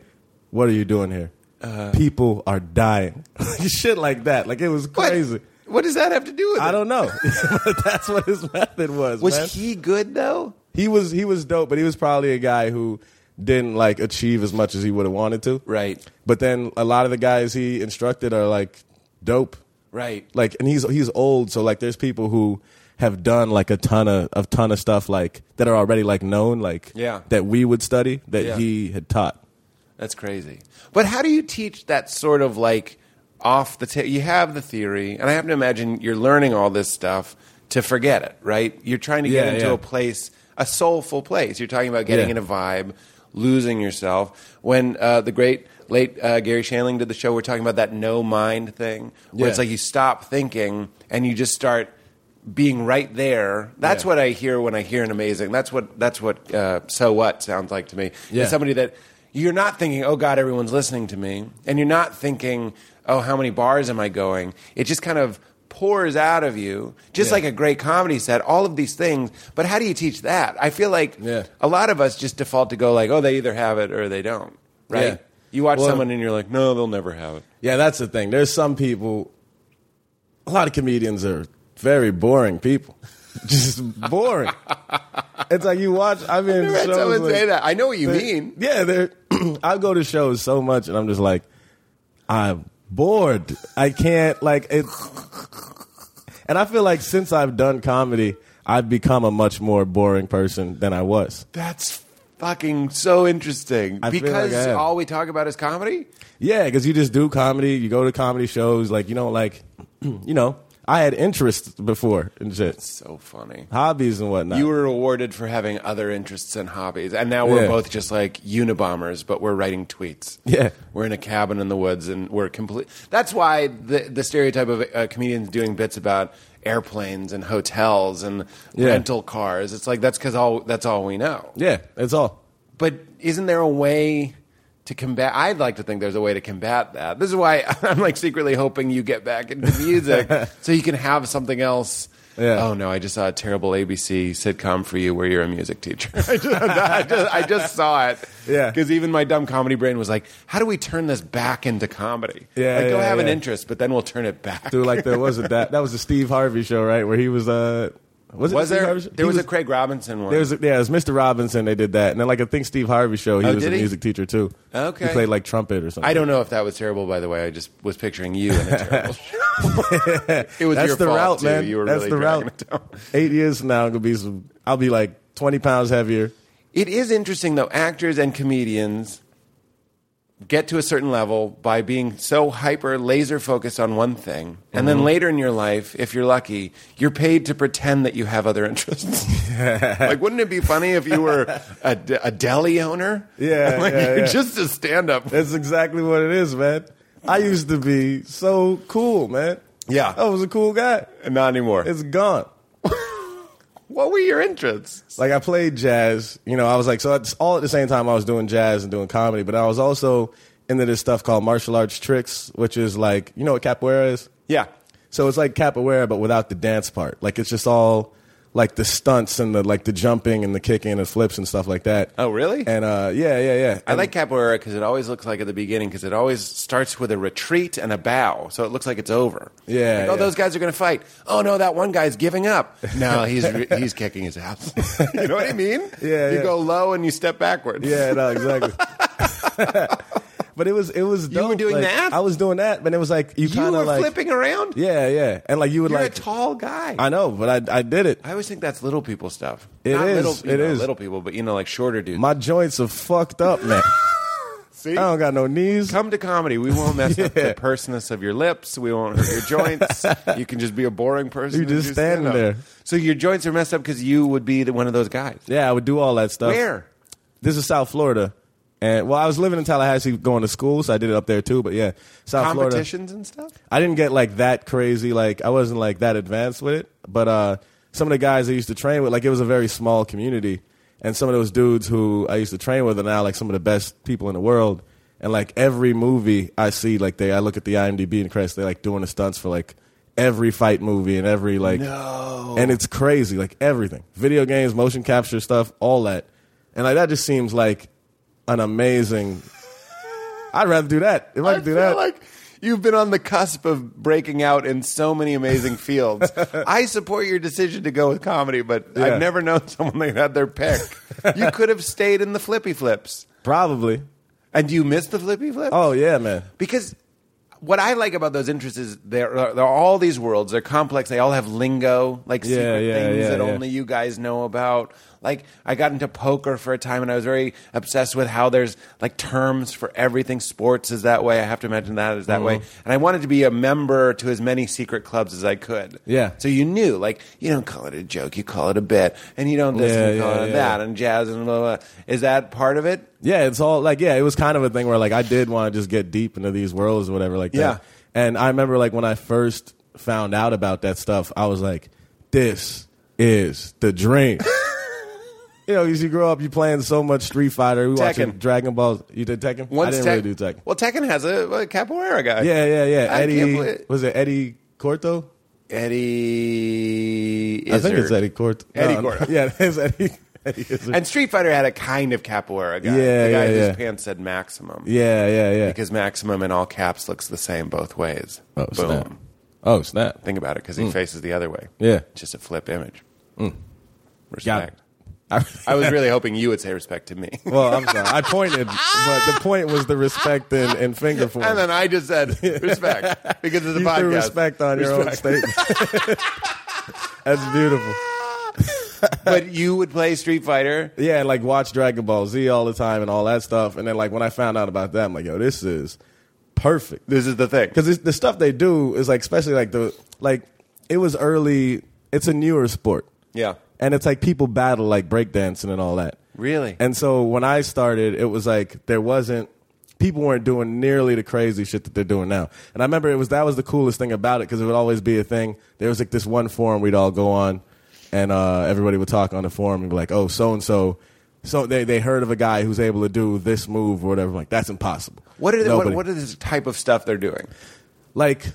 [SPEAKER 4] "What are you doing here?
[SPEAKER 2] Uh,
[SPEAKER 4] people are dying." [LAUGHS] Shit like that. Like it was
[SPEAKER 2] What?
[SPEAKER 4] crazy.
[SPEAKER 2] What does that have to do with
[SPEAKER 4] I
[SPEAKER 2] it?
[SPEAKER 4] don't know. [LAUGHS] But that's what his method was.
[SPEAKER 2] Was
[SPEAKER 4] man.
[SPEAKER 2] he good though?
[SPEAKER 4] He was he was dope, but he was probably a guy who didn't like achieve as much as he would have wanted to.
[SPEAKER 2] Right.
[SPEAKER 4] But then a lot of the guys he instructed are like dope.
[SPEAKER 2] Right.
[SPEAKER 4] Like and he's he's old, so like there's people who have done like a ton of a ton of stuff like that are already like known like
[SPEAKER 2] Yeah.
[SPEAKER 4] that we would study that
[SPEAKER 2] Yeah.
[SPEAKER 4] he had taught.
[SPEAKER 2] That's crazy. But how do you teach that sort of like off the ta- you have the theory and I have to imagine you're learning all this stuff to forget it, right? You're trying to get
[SPEAKER 4] Yeah,
[SPEAKER 2] into
[SPEAKER 4] yeah.
[SPEAKER 2] a place, a soulful place. You're talking about getting
[SPEAKER 4] Yeah.
[SPEAKER 2] in a vibe, losing yourself. When uh, the great late uh, Gary Shanling did the show, we're talking about that no mind thing where
[SPEAKER 4] Yeah.
[SPEAKER 2] it's like you stop thinking and you just start being right there. That's
[SPEAKER 4] Yeah.
[SPEAKER 2] what I hear when I hear an amazing. That's what that's what uh, so what sounds like to me.
[SPEAKER 4] Yeah.
[SPEAKER 2] It's somebody that you're not thinking, oh God, everyone's listening to me, and you're not thinking, oh, how many bars am I going? It just kind of pours out of you, just
[SPEAKER 4] Yeah.
[SPEAKER 2] like a great comedy set. All of these things, but how do you teach that? I feel like
[SPEAKER 4] Yeah.
[SPEAKER 2] a lot of us just default to go like, oh, they either have it or they don't, right?
[SPEAKER 4] Yeah.
[SPEAKER 2] You watch
[SPEAKER 4] Well-
[SPEAKER 2] someone and you're like, no, they'll never have it.
[SPEAKER 4] Yeah, that's the thing. There's some people. A lot of comedians are very boring people. [LAUGHS] Just boring. it's like you watch. I mean,
[SPEAKER 2] Never had
[SPEAKER 4] shows
[SPEAKER 2] someone
[SPEAKER 4] like-
[SPEAKER 2] say that. I know what you
[SPEAKER 4] they-
[SPEAKER 2] mean.
[SPEAKER 4] Yeah, they're [CLEARS THROAT] I go to shows so much, and I'm just like, I'm bored. I can't like it. And I feel like since I've done comedy, I've become a much more boring person than I was.
[SPEAKER 2] That's fucking so interesting.
[SPEAKER 4] I feel
[SPEAKER 2] because
[SPEAKER 4] like I am.
[SPEAKER 2] all we talk about is comedy?
[SPEAKER 4] Yeah, because you just do comedy, you go to comedy shows, like you don't like, [CLEARS THROAT] you know. I had interests before and shit,
[SPEAKER 2] So funny.
[SPEAKER 4] hobbies and whatnot.
[SPEAKER 2] You were awarded for having other interests and hobbies, and now we're
[SPEAKER 4] Yeah.
[SPEAKER 2] both just like Unibombers, but we're writing tweets.
[SPEAKER 4] Yeah.
[SPEAKER 2] we're in a cabin in the woods, and we're complete. That's why the the stereotype of uh, comedians doing bits about airplanes and hotels and
[SPEAKER 4] Yeah.
[SPEAKER 2] rental cars. It's like that's because all that's all we know.
[SPEAKER 4] yeah, that's all.
[SPEAKER 2] But isn't there a way to combat? I'd like to think there's a way to combat that. This is why [LAUGHS] I'm like secretly hoping you get back into [LAUGHS] music so you can have something else.
[SPEAKER 4] Yeah.
[SPEAKER 2] Oh no! I just saw a terrible ABC sitcom for you where you're a music teacher. [LAUGHS] I, just, I, just, I just saw it.
[SPEAKER 4] Yeah.
[SPEAKER 2] Because even my dumb comedy brain was like, "How do we turn this back into comedy?
[SPEAKER 4] Yeah,
[SPEAKER 2] Like, go
[SPEAKER 4] yeah,
[SPEAKER 2] have an
[SPEAKER 4] yeah.
[SPEAKER 2] interest, but then we'll turn it back."
[SPEAKER 4] Through like there was a that that was the Steve Harvey show, right? Where he was uh was it
[SPEAKER 2] was
[SPEAKER 4] the Steve
[SPEAKER 2] there?
[SPEAKER 4] Harvey show?
[SPEAKER 2] There
[SPEAKER 4] He
[SPEAKER 2] was, a Craig Robinson one.
[SPEAKER 4] There was a, yeah, it was Mr. Robinson. They did that, and then like I think Steve Harvey show. He
[SPEAKER 2] Oh,
[SPEAKER 4] was a
[SPEAKER 2] did he?
[SPEAKER 4] music teacher too.
[SPEAKER 2] Okay.
[SPEAKER 4] he played like trumpet or something.
[SPEAKER 2] I don't know if that was terrible, by the way. I just was picturing you in
[SPEAKER 4] [LAUGHS]
[SPEAKER 2] a terrible It was
[SPEAKER 4] That's
[SPEAKER 2] your
[SPEAKER 4] the
[SPEAKER 2] fault,
[SPEAKER 4] route,
[SPEAKER 2] too.
[SPEAKER 4] man.
[SPEAKER 2] You were
[SPEAKER 4] That's
[SPEAKER 2] really
[SPEAKER 4] the
[SPEAKER 2] dragging
[SPEAKER 4] route.
[SPEAKER 2] it down. [LAUGHS]
[SPEAKER 4] Eight years from now, I'm gonna be some. I'll be like twenty pounds heavier.
[SPEAKER 2] It is interesting, though. Actors and comedians get to a certain level by being so hyper laser focused on one thing.
[SPEAKER 4] Mm-hmm.
[SPEAKER 2] And then later in your life, if you're lucky, you're paid to pretend that you have
[SPEAKER 4] [LAUGHS]
[SPEAKER 2] other interests. [LAUGHS] like, wouldn't it be funny if you were a, de- a deli owner?
[SPEAKER 4] Yeah,
[SPEAKER 2] [LAUGHS] Like,
[SPEAKER 4] yeah,
[SPEAKER 2] you're
[SPEAKER 4] yeah.
[SPEAKER 2] just a stand up.
[SPEAKER 4] That's exactly what it is, man. I used to be so cool, man.
[SPEAKER 2] Yeah.
[SPEAKER 4] I was a cool guy.
[SPEAKER 2] Not anymore.
[SPEAKER 4] It's gone.
[SPEAKER 2] what were your interests?
[SPEAKER 4] like I played jazz. You know, I was like so it's all at the same time I was doing jazz and doing comedy, but I was also into this stuff called martial arts tricks, which is like you know what capoeira is.
[SPEAKER 2] Yeah.
[SPEAKER 4] So it's like capoeira, but without the dance part. Like it's just all like the stunts and the like the jumping and the kicking and flips and stuff like that.
[SPEAKER 2] Oh, really?
[SPEAKER 4] And uh, yeah, yeah, yeah.
[SPEAKER 2] I like capoeira because it always looks like at the beginning because it always starts with a retreat and a bow, so it looks like it's over.
[SPEAKER 4] Yeah,
[SPEAKER 2] Like, oh,
[SPEAKER 4] yeah.
[SPEAKER 2] those guys are going to fight. Oh no, that one guy's giving [LAUGHS] up. No, he's he's kicking his ass. [LAUGHS] you know what I [LAUGHS] mean?
[SPEAKER 4] Yeah,
[SPEAKER 2] You
[SPEAKER 4] yeah.
[SPEAKER 2] go low and you step backwards.
[SPEAKER 4] Yeah, no,
[SPEAKER 2] [LAUGHS]
[SPEAKER 4] exactly. [LAUGHS] but it was it was
[SPEAKER 2] You were
[SPEAKER 4] dope,
[SPEAKER 2] doing
[SPEAKER 4] like,
[SPEAKER 2] that?
[SPEAKER 4] I was doing that, but it was like you,
[SPEAKER 2] You
[SPEAKER 4] kind
[SPEAKER 2] were
[SPEAKER 4] of like
[SPEAKER 2] flipping around.
[SPEAKER 4] Yeah, yeah, and like you would
[SPEAKER 2] You're
[SPEAKER 4] like
[SPEAKER 2] a tall guy.
[SPEAKER 4] I know, but I I did it.
[SPEAKER 2] I always think that's little people stuff.
[SPEAKER 4] It
[SPEAKER 2] Not
[SPEAKER 4] is,
[SPEAKER 2] Little, you
[SPEAKER 4] it
[SPEAKER 2] know,
[SPEAKER 4] is.
[SPEAKER 2] little people, but you know, like shorter dudes.
[SPEAKER 4] My joints are fucked up, man.
[SPEAKER 2] [LAUGHS] See?
[SPEAKER 4] I don't got no knees.
[SPEAKER 2] Come to comedy. We won't mess
[SPEAKER 4] [LAUGHS]
[SPEAKER 2] up
[SPEAKER 4] Yeah.
[SPEAKER 2] the personess of your lips. We won't hurt your joints. you can just be a boring person.
[SPEAKER 4] You
[SPEAKER 2] and
[SPEAKER 4] just
[SPEAKER 2] do
[SPEAKER 4] standing
[SPEAKER 2] stand-up.
[SPEAKER 4] there.
[SPEAKER 2] So your joints are messed up because you would be the, one of those guys.
[SPEAKER 4] Yeah, I would do all that stuff.
[SPEAKER 2] Where?
[SPEAKER 4] This is South Florida. And well, I was living in Tallahassee going to school, so I did it up there too, but yeah. South Florida.
[SPEAKER 2] Competitions and stuff?
[SPEAKER 4] I didn't get like that crazy. Like I wasn't like that advanced with it. But uh, some of the guys I used to train with, like it was a very small community, and some of those dudes who I used to train with are now like some of the best people in the world. And like every movie I see, like they, I look at the IMDb and Chris, they like doing the stunts for like every fight movie and every like, no. and it's crazy, like everything, video games, motion capture stuff, all that, and like that just seems like an amazing. I'd rather do that. If I, could do that,
[SPEAKER 2] like you've been on the cusp of breaking out in so many
[SPEAKER 4] [LAUGHS]
[SPEAKER 2] amazing fields. I support your decision to go with comedy, but
[SPEAKER 4] Yeah.
[SPEAKER 2] I've never known [LAUGHS] someone that had their pick. you could have stayed in the flippy flips.
[SPEAKER 4] probably.
[SPEAKER 2] And do you miss the flippy flips?
[SPEAKER 4] Oh yeah, man.
[SPEAKER 2] because what I like about those interests is there are, there are all these worlds. They're complex. They all have lingo, like
[SPEAKER 4] Yeah,
[SPEAKER 2] secret
[SPEAKER 4] yeah,
[SPEAKER 2] things
[SPEAKER 4] yeah,
[SPEAKER 2] that
[SPEAKER 4] yeah.
[SPEAKER 2] only you guys know about. Like I got into poker for a time, and I was very obsessed with how there's like terms for everything. Sports is that way. I have to imagine that is that way.
[SPEAKER 4] Mm-hmm.
[SPEAKER 2] And I wanted to be a member to as many secret clubs as I could.
[SPEAKER 4] Yeah.
[SPEAKER 2] So you knew, like you don't call it a joke, you call it a bit, and you don't this
[SPEAKER 4] Yeah,
[SPEAKER 2] and you call
[SPEAKER 4] yeah,
[SPEAKER 2] it
[SPEAKER 4] yeah,
[SPEAKER 2] that,
[SPEAKER 4] yeah.
[SPEAKER 2] and jazz and blah, blah blah. Is that part of it?
[SPEAKER 4] Yeah, it's all like yeah, it was kind of a thing where like I did want to just get deep into these worlds or whatever like that.
[SPEAKER 2] Yeah.
[SPEAKER 4] And I remember like when I first found out about that stuff, I was like, This is the
[SPEAKER 2] [LAUGHS]
[SPEAKER 4] dream. you know, as you grow up you playing so much Street Fighter, we watching
[SPEAKER 2] Tekken.
[SPEAKER 4] Dragon Ball you did Tekken? I didn't
[SPEAKER 2] Tek-
[SPEAKER 4] really do Tekken.
[SPEAKER 2] Well, Tekken has a, a capoeira guy.
[SPEAKER 4] Yeah, yeah, yeah.
[SPEAKER 2] I can't
[SPEAKER 4] Eddie
[SPEAKER 2] believe-
[SPEAKER 4] was it Eddie Corto?
[SPEAKER 2] Eddie.
[SPEAKER 4] I think
[SPEAKER 2] Izzard.
[SPEAKER 4] it's Eddie Corto.
[SPEAKER 2] Eddie
[SPEAKER 4] No, [LAUGHS]
[SPEAKER 2] Corto.
[SPEAKER 4] Yeah, it's Eddie, Eddie Izzard.
[SPEAKER 2] And Street Fighter had a kind of capoeira guy.
[SPEAKER 4] Yeah,
[SPEAKER 2] the guy
[SPEAKER 4] yeah,
[SPEAKER 2] whose
[SPEAKER 4] yeah.
[SPEAKER 2] pants said maximum.
[SPEAKER 4] yeah, yeah, yeah.
[SPEAKER 2] Because maximum in all caps looks the same both ways.
[SPEAKER 4] oh,
[SPEAKER 2] Boom.
[SPEAKER 4] snap. Mm. Oh, snap. [LAUGHS]
[SPEAKER 2] Think about it because he faces the other way.
[SPEAKER 4] Yeah.
[SPEAKER 2] Just a flip image.
[SPEAKER 4] Mm. Got
[SPEAKER 2] Respect.
[SPEAKER 4] it.
[SPEAKER 2] I
[SPEAKER 4] [LAUGHS]
[SPEAKER 2] was really hoping you would say respect to me.
[SPEAKER 4] Well, I'm sorry. I pointed, but the point was the respect and, and finger form.
[SPEAKER 2] and then I just
[SPEAKER 4] [LAUGHS]
[SPEAKER 2] said respect because it's a
[SPEAKER 4] you
[SPEAKER 2] podcast.
[SPEAKER 4] threw respect on your own
[SPEAKER 2] Respect.
[SPEAKER 4] statement. [LAUGHS] That's beautiful.
[SPEAKER 2] but you would play Street Fighter.
[SPEAKER 4] Yeah, and like watch Dragon Ball Z all the time and all that stuff. And then like when I found out about that, I'm like, yo, this is perfect.
[SPEAKER 2] This is the thing.
[SPEAKER 4] because the stuff they do is like especially like the like it was early it's a newer sport
[SPEAKER 2] Yeah.
[SPEAKER 4] and it's like people battle like breakdancing and all that
[SPEAKER 2] Really?
[SPEAKER 4] and so when i started it was like there wasn't people weren't doing nearly the crazy shit that they're doing now and i remember it was that was the coolest thing about it because it would always be a thing there was like this one forum we'd all go on and uh, everybody would talk on the forum and be like oh so and so so they, they heard of a guy who's able to do this move or whatever I'm like that's impossible
[SPEAKER 2] What are the, what,
[SPEAKER 4] Nobody-
[SPEAKER 2] what is the type of stuff they're doing?
[SPEAKER 4] like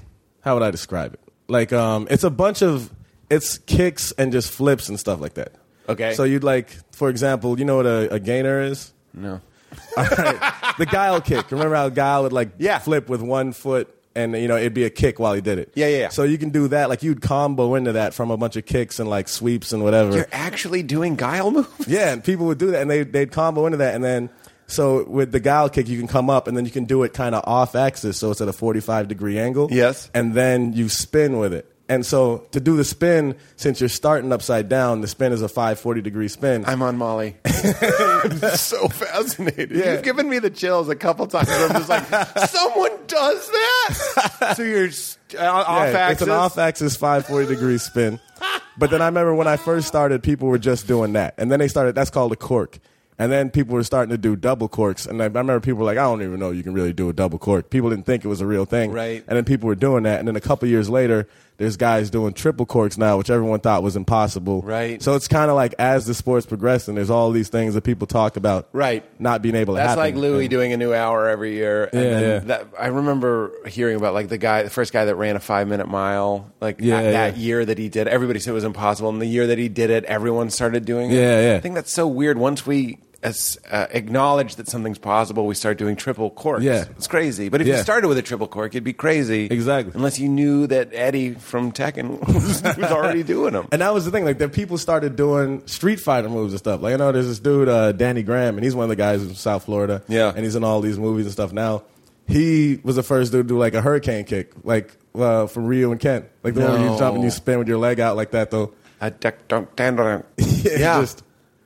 [SPEAKER 4] how would I describe it? Like um, it's a bunch of it's kicks and just flips and stuff like that.
[SPEAKER 2] Okay.
[SPEAKER 4] So you'd like, for example, you know what a, a gainer is?
[SPEAKER 2] No.
[SPEAKER 4] [LAUGHS] All right. the guile kick. Remember how guile would like
[SPEAKER 2] Yeah.
[SPEAKER 4] flip with one foot and you know it'd be a kick while he did it.
[SPEAKER 2] Yeah, yeah, yeah.
[SPEAKER 4] So you can do that. Like you'd combo into that from a bunch of kicks and like sweeps and whatever.
[SPEAKER 2] You're actually doing guile moves?
[SPEAKER 4] Yeah, and people would do that, and they they'd combo into that, and then so with the guile kick, you can come up, and then you can do it kind of off axis, so it's at a forty five degree angle.
[SPEAKER 2] Yes.
[SPEAKER 4] and then you spin with it, and so to do the spin, since you're starting upside down, the spin is a five forty degree spin.
[SPEAKER 2] I'm on [LAUGHS] Molly. I'm so fascinated.
[SPEAKER 4] Yeah.
[SPEAKER 2] You've given me the chills a couple times. I'm just [LAUGHS] like, someone does that? so you're s- uh,
[SPEAKER 4] Yeah,
[SPEAKER 2] off axis?
[SPEAKER 4] It's an off axis 540 degree spin. But then I remember when I first started, people were just doing that. And then they started, that's called a cork. And then people were starting to do double corks. And I, I remember people were like, I don't even know you can really do a double cork. People didn't think it was a real thing.
[SPEAKER 2] Right.
[SPEAKER 4] And then people were doing that. And then a couple years later, there's guys doing triple corks now, which everyone thought was impossible.
[SPEAKER 2] Right.
[SPEAKER 4] So it's kind of like as the sport's progressing, there's all these things that people talk about.
[SPEAKER 2] Right.
[SPEAKER 4] Not being able to
[SPEAKER 2] That's
[SPEAKER 4] happen.
[SPEAKER 2] like Louis
[SPEAKER 4] And-
[SPEAKER 2] doing a new hour every year. And
[SPEAKER 4] Yeah,
[SPEAKER 2] then
[SPEAKER 4] yeah.
[SPEAKER 2] That, I remember hearing about like the guy, the first guy that ran a five minute mile, like
[SPEAKER 4] Yeah,
[SPEAKER 2] that, that
[SPEAKER 4] yeah.
[SPEAKER 2] year that he did. Everybody said it was impossible, and the year that he did it, everyone started doing it.
[SPEAKER 4] Yeah, yeah.
[SPEAKER 2] I think that's so weird. Once we as, uh, acknowledge that something's possible, we start doing triple corks.
[SPEAKER 4] Yeah.
[SPEAKER 2] it's crazy. But if you
[SPEAKER 4] Yeah.
[SPEAKER 2] started with a triple cork, it'd be crazy.
[SPEAKER 4] Exactly.
[SPEAKER 2] Unless you knew that Eddie from Tekken [LAUGHS] was, was already doing them.
[SPEAKER 4] And that was the thing, like that people started doing Street Fighter moves and stuff. Like I know there's this dude, uh, Danny Graham, and he's one of the guys from South Florida.
[SPEAKER 2] Yeah.
[SPEAKER 4] and he's in all these movies and stuff now. He was the first dude to do like a hurricane kick, like uh, from Rio and Kent, like the one where
[SPEAKER 2] No.
[SPEAKER 4] you jump and you spin with your leg out like that. Though [LAUGHS]
[SPEAKER 2] A duck, dunk, dan, dan.
[SPEAKER 4] Yeah, just-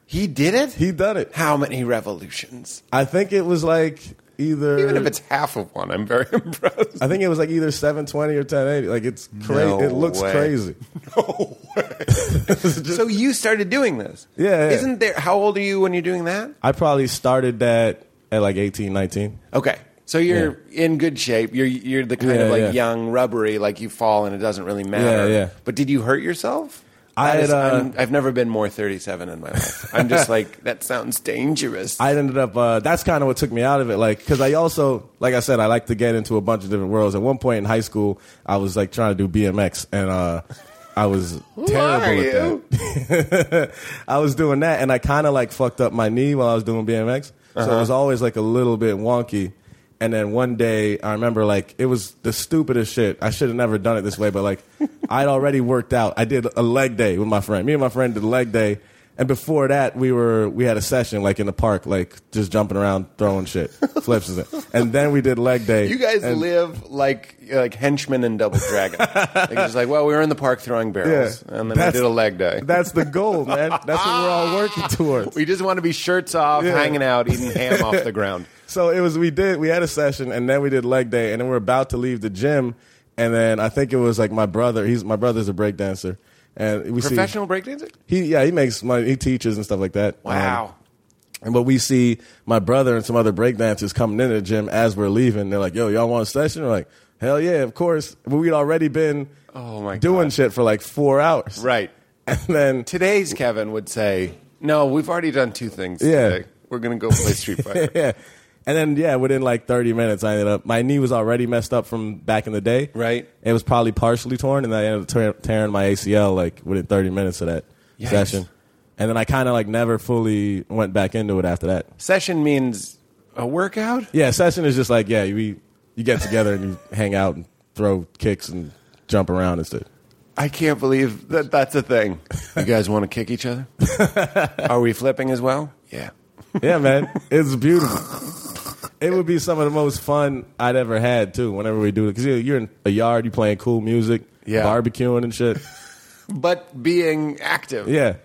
[SPEAKER 2] he did it.
[SPEAKER 4] he done it.
[SPEAKER 2] How many revolutions?
[SPEAKER 4] I think it was like either
[SPEAKER 2] Even if it's half of one, I'm very [LAUGHS] impressed.
[SPEAKER 4] I think it was like either 720 or 1080. Like it's crazy.
[SPEAKER 2] No
[SPEAKER 4] it looks
[SPEAKER 2] way.
[SPEAKER 4] crazy.
[SPEAKER 2] No
[SPEAKER 4] [LAUGHS]
[SPEAKER 2] so you started doing this?
[SPEAKER 4] Yeah, yeah.
[SPEAKER 2] Isn't there? How old are you when you're doing that?
[SPEAKER 4] I probably started that at like 18, 19.
[SPEAKER 2] Okay. So you're in good shape. You're you're the kind
[SPEAKER 4] Yeah,
[SPEAKER 2] of like
[SPEAKER 4] yeah.
[SPEAKER 2] young, rubbery, like you fall and it doesn't really matter.
[SPEAKER 4] Yeah, yeah.
[SPEAKER 2] But did you hurt yourself?
[SPEAKER 4] I
[SPEAKER 2] That
[SPEAKER 4] had,
[SPEAKER 2] is-
[SPEAKER 4] uh,
[SPEAKER 2] I'm- I've never been more 37 in my life. I'm
[SPEAKER 4] [LAUGHS]
[SPEAKER 2] just like that sounds dangerous.
[SPEAKER 4] I ended up. Uh, that's kind of what took me out of it. Like, because I also, like I said, I like to get into a bunch of different worlds. At one point in high school, I was like trying to do BMX, and uh, I was terrible
[SPEAKER 2] are
[SPEAKER 4] at
[SPEAKER 2] you?
[SPEAKER 4] that. I was doing that, and I kind of like fucked up my knee while I was doing BMX, so
[SPEAKER 2] Uh-huh.
[SPEAKER 4] it was always like a little bit wonky. And then one day, I remember like it was the stupidest shit. I should have never done it this way, but
[SPEAKER 2] [LAUGHS]
[SPEAKER 4] like I'd already worked out. I did a leg day with my friend. Me and my friend did a leg day. And before that, we were we had a session like in the park, like just jumping around, throwing
[SPEAKER 2] [LAUGHS]
[SPEAKER 4] shit, flips and stuff. And then we did leg day.
[SPEAKER 2] you guys
[SPEAKER 4] and,
[SPEAKER 2] live like like henchmen in Double
[SPEAKER 4] [LAUGHS]
[SPEAKER 2] Dragon. like it's like, well, we were in the park throwing barrels, and then we
[SPEAKER 4] That's-
[SPEAKER 2] did a leg day.
[SPEAKER 4] That's the goal, man. That's what we're all
[SPEAKER 2] [LAUGHS]
[SPEAKER 4] working towards.
[SPEAKER 2] We just want to be shirts off,
[SPEAKER 4] Yeah.
[SPEAKER 2] hanging out, [LAUGHS] eating ham off the ground.
[SPEAKER 4] So it was we did we had a session and then we did leg day and then we are about to leave the gym and then I think it was like my brother he's my brother's a breakdancer and we
[SPEAKER 2] Professional breakdancer?
[SPEAKER 4] see he yeah he makes money he teaches and stuff like that
[SPEAKER 2] Wow.
[SPEAKER 4] Um, and but we see my brother and some other breakdancers coming into the gym as we're leaving they're like yo y'all want a session we're like hell yeah of course but we'd already been
[SPEAKER 2] Oh, my
[SPEAKER 4] doing
[SPEAKER 2] God.
[SPEAKER 4] shit for like four hours
[SPEAKER 2] right.
[SPEAKER 4] [LAUGHS] and then
[SPEAKER 2] Today's Kevin would say, "No, we've already done two things
[SPEAKER 4] Yeah.
[SPEAKER 2] today. We're going to go play [LAUGHS] Street Fighter."
[SPEAKER 4] yeah. And then yeah, within like 30 minutes, I ended up my knee was already messed up from back in the day.
[SPEAKER 2] Right.
[SPEAKER 4] It was probably partially torn, and I ended up tear- tearing my ACL like within 30 minutes of that
[SPEAKER 2] Yikes.
[SPEAKER 4] session. And then I kind of like never fully went back into it after that.
[SPEAKER 2] Session means a workout?
[SPEAKER 4] Yeah, session is just like yeah, we you get together and you hang out and throw kicks and jump around and shit.
[SPEAKER 2] I can't believe that that's a thing. You guys want to kick each [LAUGHS] other? Are we flipping as well? [LAUGHS] Yeah.
[SPEAKER 4] Yeah, man, it's beautiful. It would be some of the most fun I'd ever had too. Whenever we do it, because you're in a yard, you playing cool music,
[SPEAKER 2] Yeah.
[SPEAKER 4] barbecuing and shit.
[SPEAKER 2] But being active.
[SPEAKER 4] Yeah,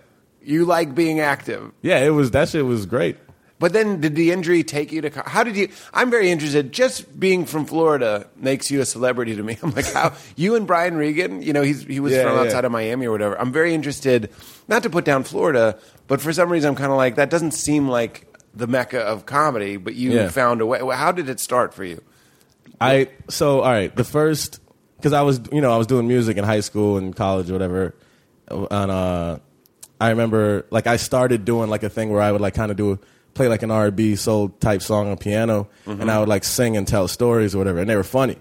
[SPEAKER 2] You like being active.
[SPEAKER 4] yeah, it was that shit was great.
[SPEAKER 2] But then, did the injury take you to? co- How did you? I'm very interested. Just being from Florida makes you a celebrity to me. [LAUGHS] I'm like, how you and Brian Regan? You know, he's he was
[SPEAKER 4] Yeah,
[SPEAKER 2] from
[SPEAKER 4] yeah.
[SPEAKER 2] outside of Miami or whatever. I'm very interested. Not to put down Florida, but for some reason, I'm kind of like that. Doesn't seem like the mecca of comedy, but you
[SPEAKER 4] Yeah.
[SPEAKER 2] found a way. How did it start for you?
[SPEAKER 4] I so all right. The first because I was you know I was doing music in high school and college or whatever, and uh, I remember like I started doing like a thing where I would like kind of do play like an R and B soul type song on piano, and I would like sing and tell stories or whatever, and they were funny.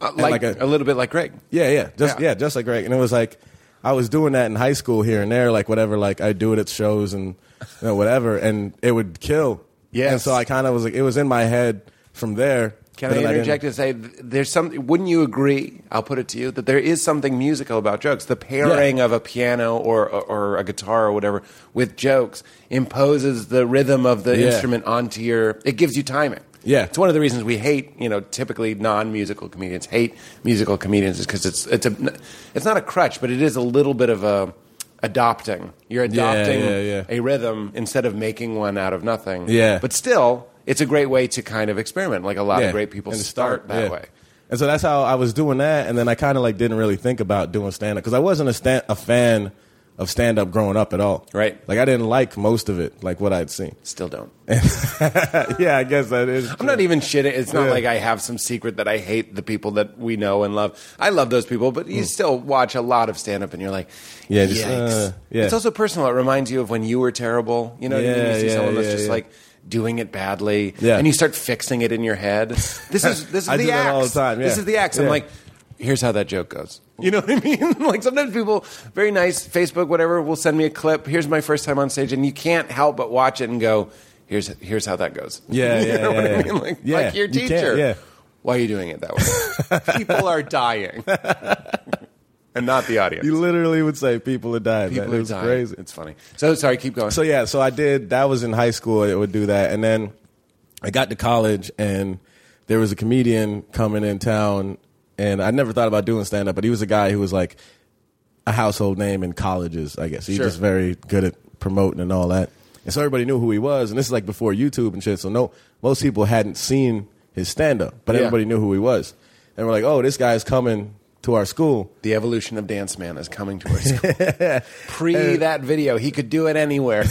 [SPEAKER 2] Uh,
[SPEAKER 4] And,
[SPEAKER 2] like,
[SPEAKER 4] like a-
[SPEAKER 2] a, little bit like Greg.
[SPEAKER 4] Yeah, yeah, just
[SPEAKER 2] Yeah.
[SPEAKER 4] yeah. just like Greg. And it was like I was doing that in high school here and there, like whatever. Like I do it at shows and you know, whatever, and it would kill.
[SPEAKER 2] Yes.
[SPEAKER 4] And so I kind of was like, it was in my head from there.
[SPEAKER 2] Can
[SPEAKER 4] but
[SPEAKER 2] I
[SPEAKER 4] then didn't-
[SPEAKER 2] interject and say th- there's some? Wouldn't you agree? I'll put it to you that there is something musical about jokes. The pairing of a piano or, or a guitar or whatever with jokes imposes the rhythm of the
[SPEAKER 4] Yeah.
[SPEAKER 2] instrument onto your. It gives you timing.
[SPEAKER 4] Yeah.
[SPEAKER 2] it's one of the reasons we hate. You know, typically non-musical comedians hate musical comedians is because it's it's a it's not a crutch, but it is a little bit of a adopting. You're
[SPEAKER 4] Yeah,
[SPEAKER 2] adopting
[SPEAKER 4] yeah, yeah.
[SPEAKER 2] a rhythm instead of making one out of nothing.
[SPEAKER 4] Yeah.
[SPEAKER 2] but still. It's a great way to kind of experiment. Like a lot of great people
[SPEAKER 4] And
[SPEAKER 2] start, that
[SPEAKER 4] yeah.
[SPEAKER 2] way.
[SPEAKER 4] And so that's how I was doing that, and then I kind of like didn't really think about doing stand up because I wasn't a stand a fan of stand up growing up at all.
[SPEAKER 2] Right.
[SPEAKER 4] Like I didn't like most of it, like what I'd
[SPEAKER 2] [LAUGHS]
[SPEAKER 4] seen.
[SPEAKER 2] Still don't.
[SPEAKER 4] yeah, I guess that is.
[SPEAKER 2] I'm not even shitting. It's not
[SPEAKER 4] Yeah.
[SPEAKER 2] like I have some secret that I hate the people that we know and love. I love those people, but you still watch a lot of stand up and you're like,
[SPEAKER 4] Hmm. Yeah, just,
[SPEAKER 2] yikes.
[SPEAKER 4] uh, yeah.
[SPEAKER 2] It's also personal. It reminds you of when you were terrible. You know what I mean?
[SPEAKER 4] Yeah,
[SPEAKER 2] You see
[SPEAKER 4] yeah,
[SPEAKER 2] someone that's
[SPEAKER 4] yeah,
[SPEAKER 2] just
[SPEAKER 4] yeah.
[SPEAKER 2] like doing it badly
[SPEAKER 4] Yeah.
[SPEAKER 2] and you start fixing it in your head. This is
[SPEAKER 4] [LAUGHS]
[SPEAKER 2] this is
[SPEAKER 4] I
[SPEAKER 2] the
[SPEAKER 4] do that
[SPEAKER 2] axe.
[SPEAKER 4] all the time,
[SPEAKER 2] This
[SPEAKER 4] yeah.
[SPEAKER 2] is the axe. I'm
[SPEAKER 4] Yeah.
[SPEAKER 2] like, here's how that joke goes. You know what I [LAUGHS] mean? like sometimes people, very nice, Facebook, whatever, will send me a clip. Here's my first time on stage, and you can't help but watch it and go, here's here's how that goes.
[SPEAKER 4] Yeah,
[SPEAKER 2] [LAUGHS] you
[SPEAKER 4] yeah,
[SPEAKER 2] know
[SPEAKER 4] yeah,
[SPEAKER 2] what I
[SPEAKER 4] yeah.
[SPEAKER 2] mean? Like,
[SPEAKER 4] Yeah,
[SPEAKER 2] like your
[SPEAKER 4] you can't,
[SPEAKER 2] teacher.
[SPEAKER 4] yeah.
[SPEAKER 2] Why are you doing it that
[SPEAKER 4] [LAUGHS]
[SPEAKER 2] way? people are dying, and not the audience.
[SPEAKER 4] You literally would say people are dying.
[SPEAKER 2] people
[SPEAKER 4] man.
[SPEAKER 2] are
[SPEAKER 4] It was
[SPEAKER 2] dying.
[SPEAKER 4] crazy.
[SPEAKER 2] It's funny. So sorry. Keep going.
[SPEAKER 4] So yeah, so I did. That was in high school. It would do that, and then I got to college, and there was a comedian coming in town, and I never thought about doing stand up, but he was a guy who was like a household name in colleges, I guess. He's
[SPEAKER 2] Sure.
[SPEAKER 4] just very good at promoting and all that, and so everybody knew who he was, and this is like before YouTube and shit. So no, most people hadn't seen his stand up, but
[SPEAKER 2] Yeah.
[SPEAKER 4] everybody knew who he was, and we're like, oh, this guy's coming to our school.
[SPEAKER 2] the evolution of Dance Man is
[SPEAKER 4] [LAUGHS]
[SPEAKER 2] coming to our school. Pre
[SPEAKER 4] Uh,
[SPEAKER 2] that video, he could do
[SPEAKER 4] [LAUGHS]
[SPEAKER 2] it anywhere.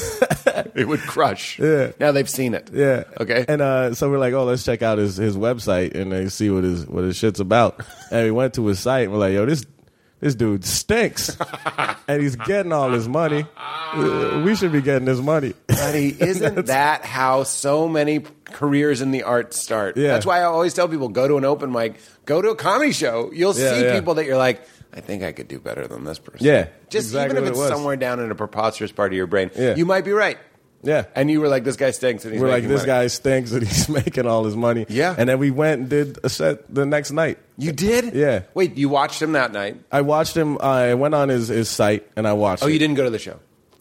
[SPEAKER 2] it would crush.
[SPEAKER 4] Yeah.
[SPEAKER 2] Now they've seen it.
[SPEAKER 4] Yeah.
[SPEAKER 2] Okay.
[SPEAKER 4] And uh, so we're like, oh, let's check out his, his website and uh, see what his what his shit's
[SPEAKER 2] [LAUGHS]
[SPEAKER 4] about. And we went to his site and we're like, yo, this this dude stinks,
[SPEAKER 2] [LAUGHS]
[SPEAKER 4] and he's getting all his money. Uh, We should be getting this money. [LAUGHS]
[SPEAKER 2] Buddy, isn't that how so many careers in the arts start?
[SPEAKER 4] Yeah.
[SPEAKER 2] That's why I always tell people go to an open mic, go to a comedy show. You'll
[SPEAKER 4] Yeah,
[SPEAKER 2] see
[SPEAKER 4] yeah.
[SPEAKER 2] people that you're like, I think I could do better than this person.
[SPEAKER 4] Yeah,
[SPEAKER 2] Just
[SPEAKER 4] exactly
[SPEAKER 2] even
[SPEAKER 4] what
[SPEAKER 2] if
[SPEAKER 4] it
[SPEAKER 2] it's
[SPEAKER 4] was.
[SPEAKER 2] somewhere down in a preposterous part of your brain,
[SPEAKER 4] Yeah.
[SPEAKER 2] you might be right.
[SPEAKER 4] yeah.
[SPEAKER 2] And you were like, this guy stinks. And he's
[SPEAKER 4] we're like,
[SPEAKER 2] making
[SPEAKER 4] this
[SPEAKER 2] money.
[SPEAKER 4] guy stinks, and [LAUGHS] he's making all his money.
[SPEAKER 2] Yeah.
[SPEAKER 4] And then we went and did a set the next night.
[SPEAKER 2] You did?
[SPEAKER 4] Yeah.
[SPEAKER 2] Wait, you watched him that night.
[SPEAKER 4] I watched him. I went on his, his site and I watched.
[SPEAKER 2] Oh,
[SPEAKER 4] it.
[SPEAKER 2] you didn't go to the show.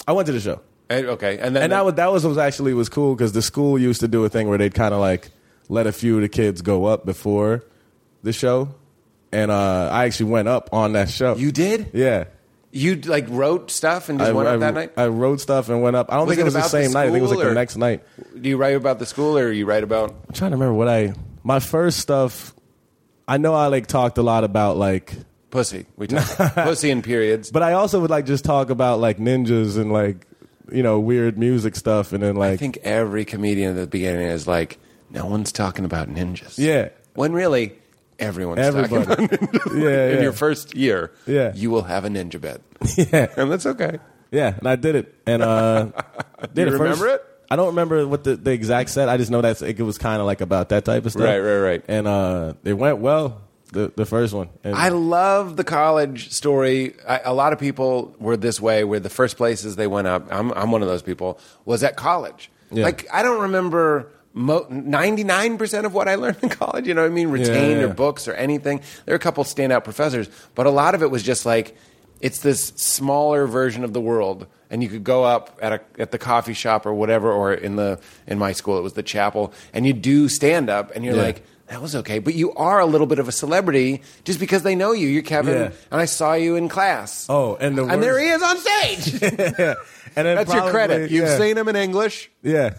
[SPEAKER 4] I went to the show.
[SPEAKER 2] Eh, Okay. And then
[SPEAKER 4] and that was that was, was actually was cool because the school used to do a thing where they'd kind of like let a few of the kids go up before the show, and uh, I actually went up on that show.
[SPEAKER 2] You did?
[SPEAKER 4] yeah.
[SPEAKER 2] You like wrote stuff and just went
[SPEAKER 4] I,
[SPEAKER 2] up that night?
[SPEAKER 4] I wrote stuff and went up. I don't
[SPEAKER 2] Was
[SPEAKER 4] think
[SPEAKER 2] it
[SPEAKER 4] it was the
[SPEAKER 2] about the
[SPEAKER 4] same night. I think it was like
[SPEAKER 2] school, or-
[SPEAKER 4] the next night.
[SPEAKER 2] Do you write about the school or you write about
[SPEAKER 4] I'm trying to remember what I my first stuff. I know I like talked a lot about like,
[SPEAKER 2] pussy?
[SPEAKER 4] [LAUGHS]
[SPEAKER 2] We talked about pussy and periods.
[SPEAKER 4] but I also would like just talk about like ninjas and like you know weird music stuff, and then
[SPEAKER 2] I
[SPEAKER 4] like
[SPEAKER 2] think every comedian at the beginning is like, no one's talking about ninjas.
[SPEAKER 4] Yeah.
[SPEAKER 2] When really, everyone's talking about
[SPEAKER 4] everybody. yeah,
[SPEAKER 2] In
[SPEAKER 4] yeah.
[SPEAKER 2] your first year,
[SPEAKER 4] Yeah.
[SPEAKER 2] you will have a ninja bed.
[SPEAKER 4] [LAUGHS] yeah.
[SPEAKER 2] And that's okay.
[SPEAKER 4] Yeah, and I did it. And
[SPEAKER 2] [LAUGHS]
[SPEAKER 4] uh did
[SPEAKER 2] You
[SPEAKER 4] it
[SPEAKER 2] remember
[SPEAKER 4] first.
[SPEAKER 2] it?
[SPEAKER 4] I don't remember what the, the exact set. I just know that's it was kind of like about that type of stuff.
[SPEAKER 2] Right, right, right.
[SPEAKER 4] And uh it went well the the first one. And
[SPEAKER 2] I love the college story. I, a lot of people were this way, where the first places they went up, I'm, I'm one of those people, was at college.
[SPEAKER 4] Yeah.
[SPEAKER 2] Like, I don't remember mo- 99% of what I learned in college, you know what I mean? Retained
[SPEAKER 4] Yeah, yeah,
[SPEAKER 2] or
[SPEAKER 4] yeah.
[SPEAKER 2] books or anything. There were a couple standout professors, but a lot of it was just like, it's this smaller version of the world and you could go up at a at the coffee shop or whatever or in the in my school it was the chapel and you do stand up and you're
[SPEAKER 4] Yeah.
[SPEAKER 2] like that was okay but you are a little bit of a celebrity just because they know you you're Kevin
[SPEAKER 4] Yeah.
[SPEAKER 2] and I saw you in class
[SPEAKER 4] Oh, and the
[SPEAKER 2] and there
[SPEAKER 4] worst-
[SPEAKER 2] he is
[SPEAKER 4] [LAUGHS]
[SPEAKER 2] on stage
[SPEAKER 4] and then
[SPEAKER 2] that's your
[SPEAKER 4] probably-
[SPEAKER 2] credit you've
[SPEAKER 4] yeah.
[SPEAKER 2] seen him in English
[SPEAKER 4] Yeah.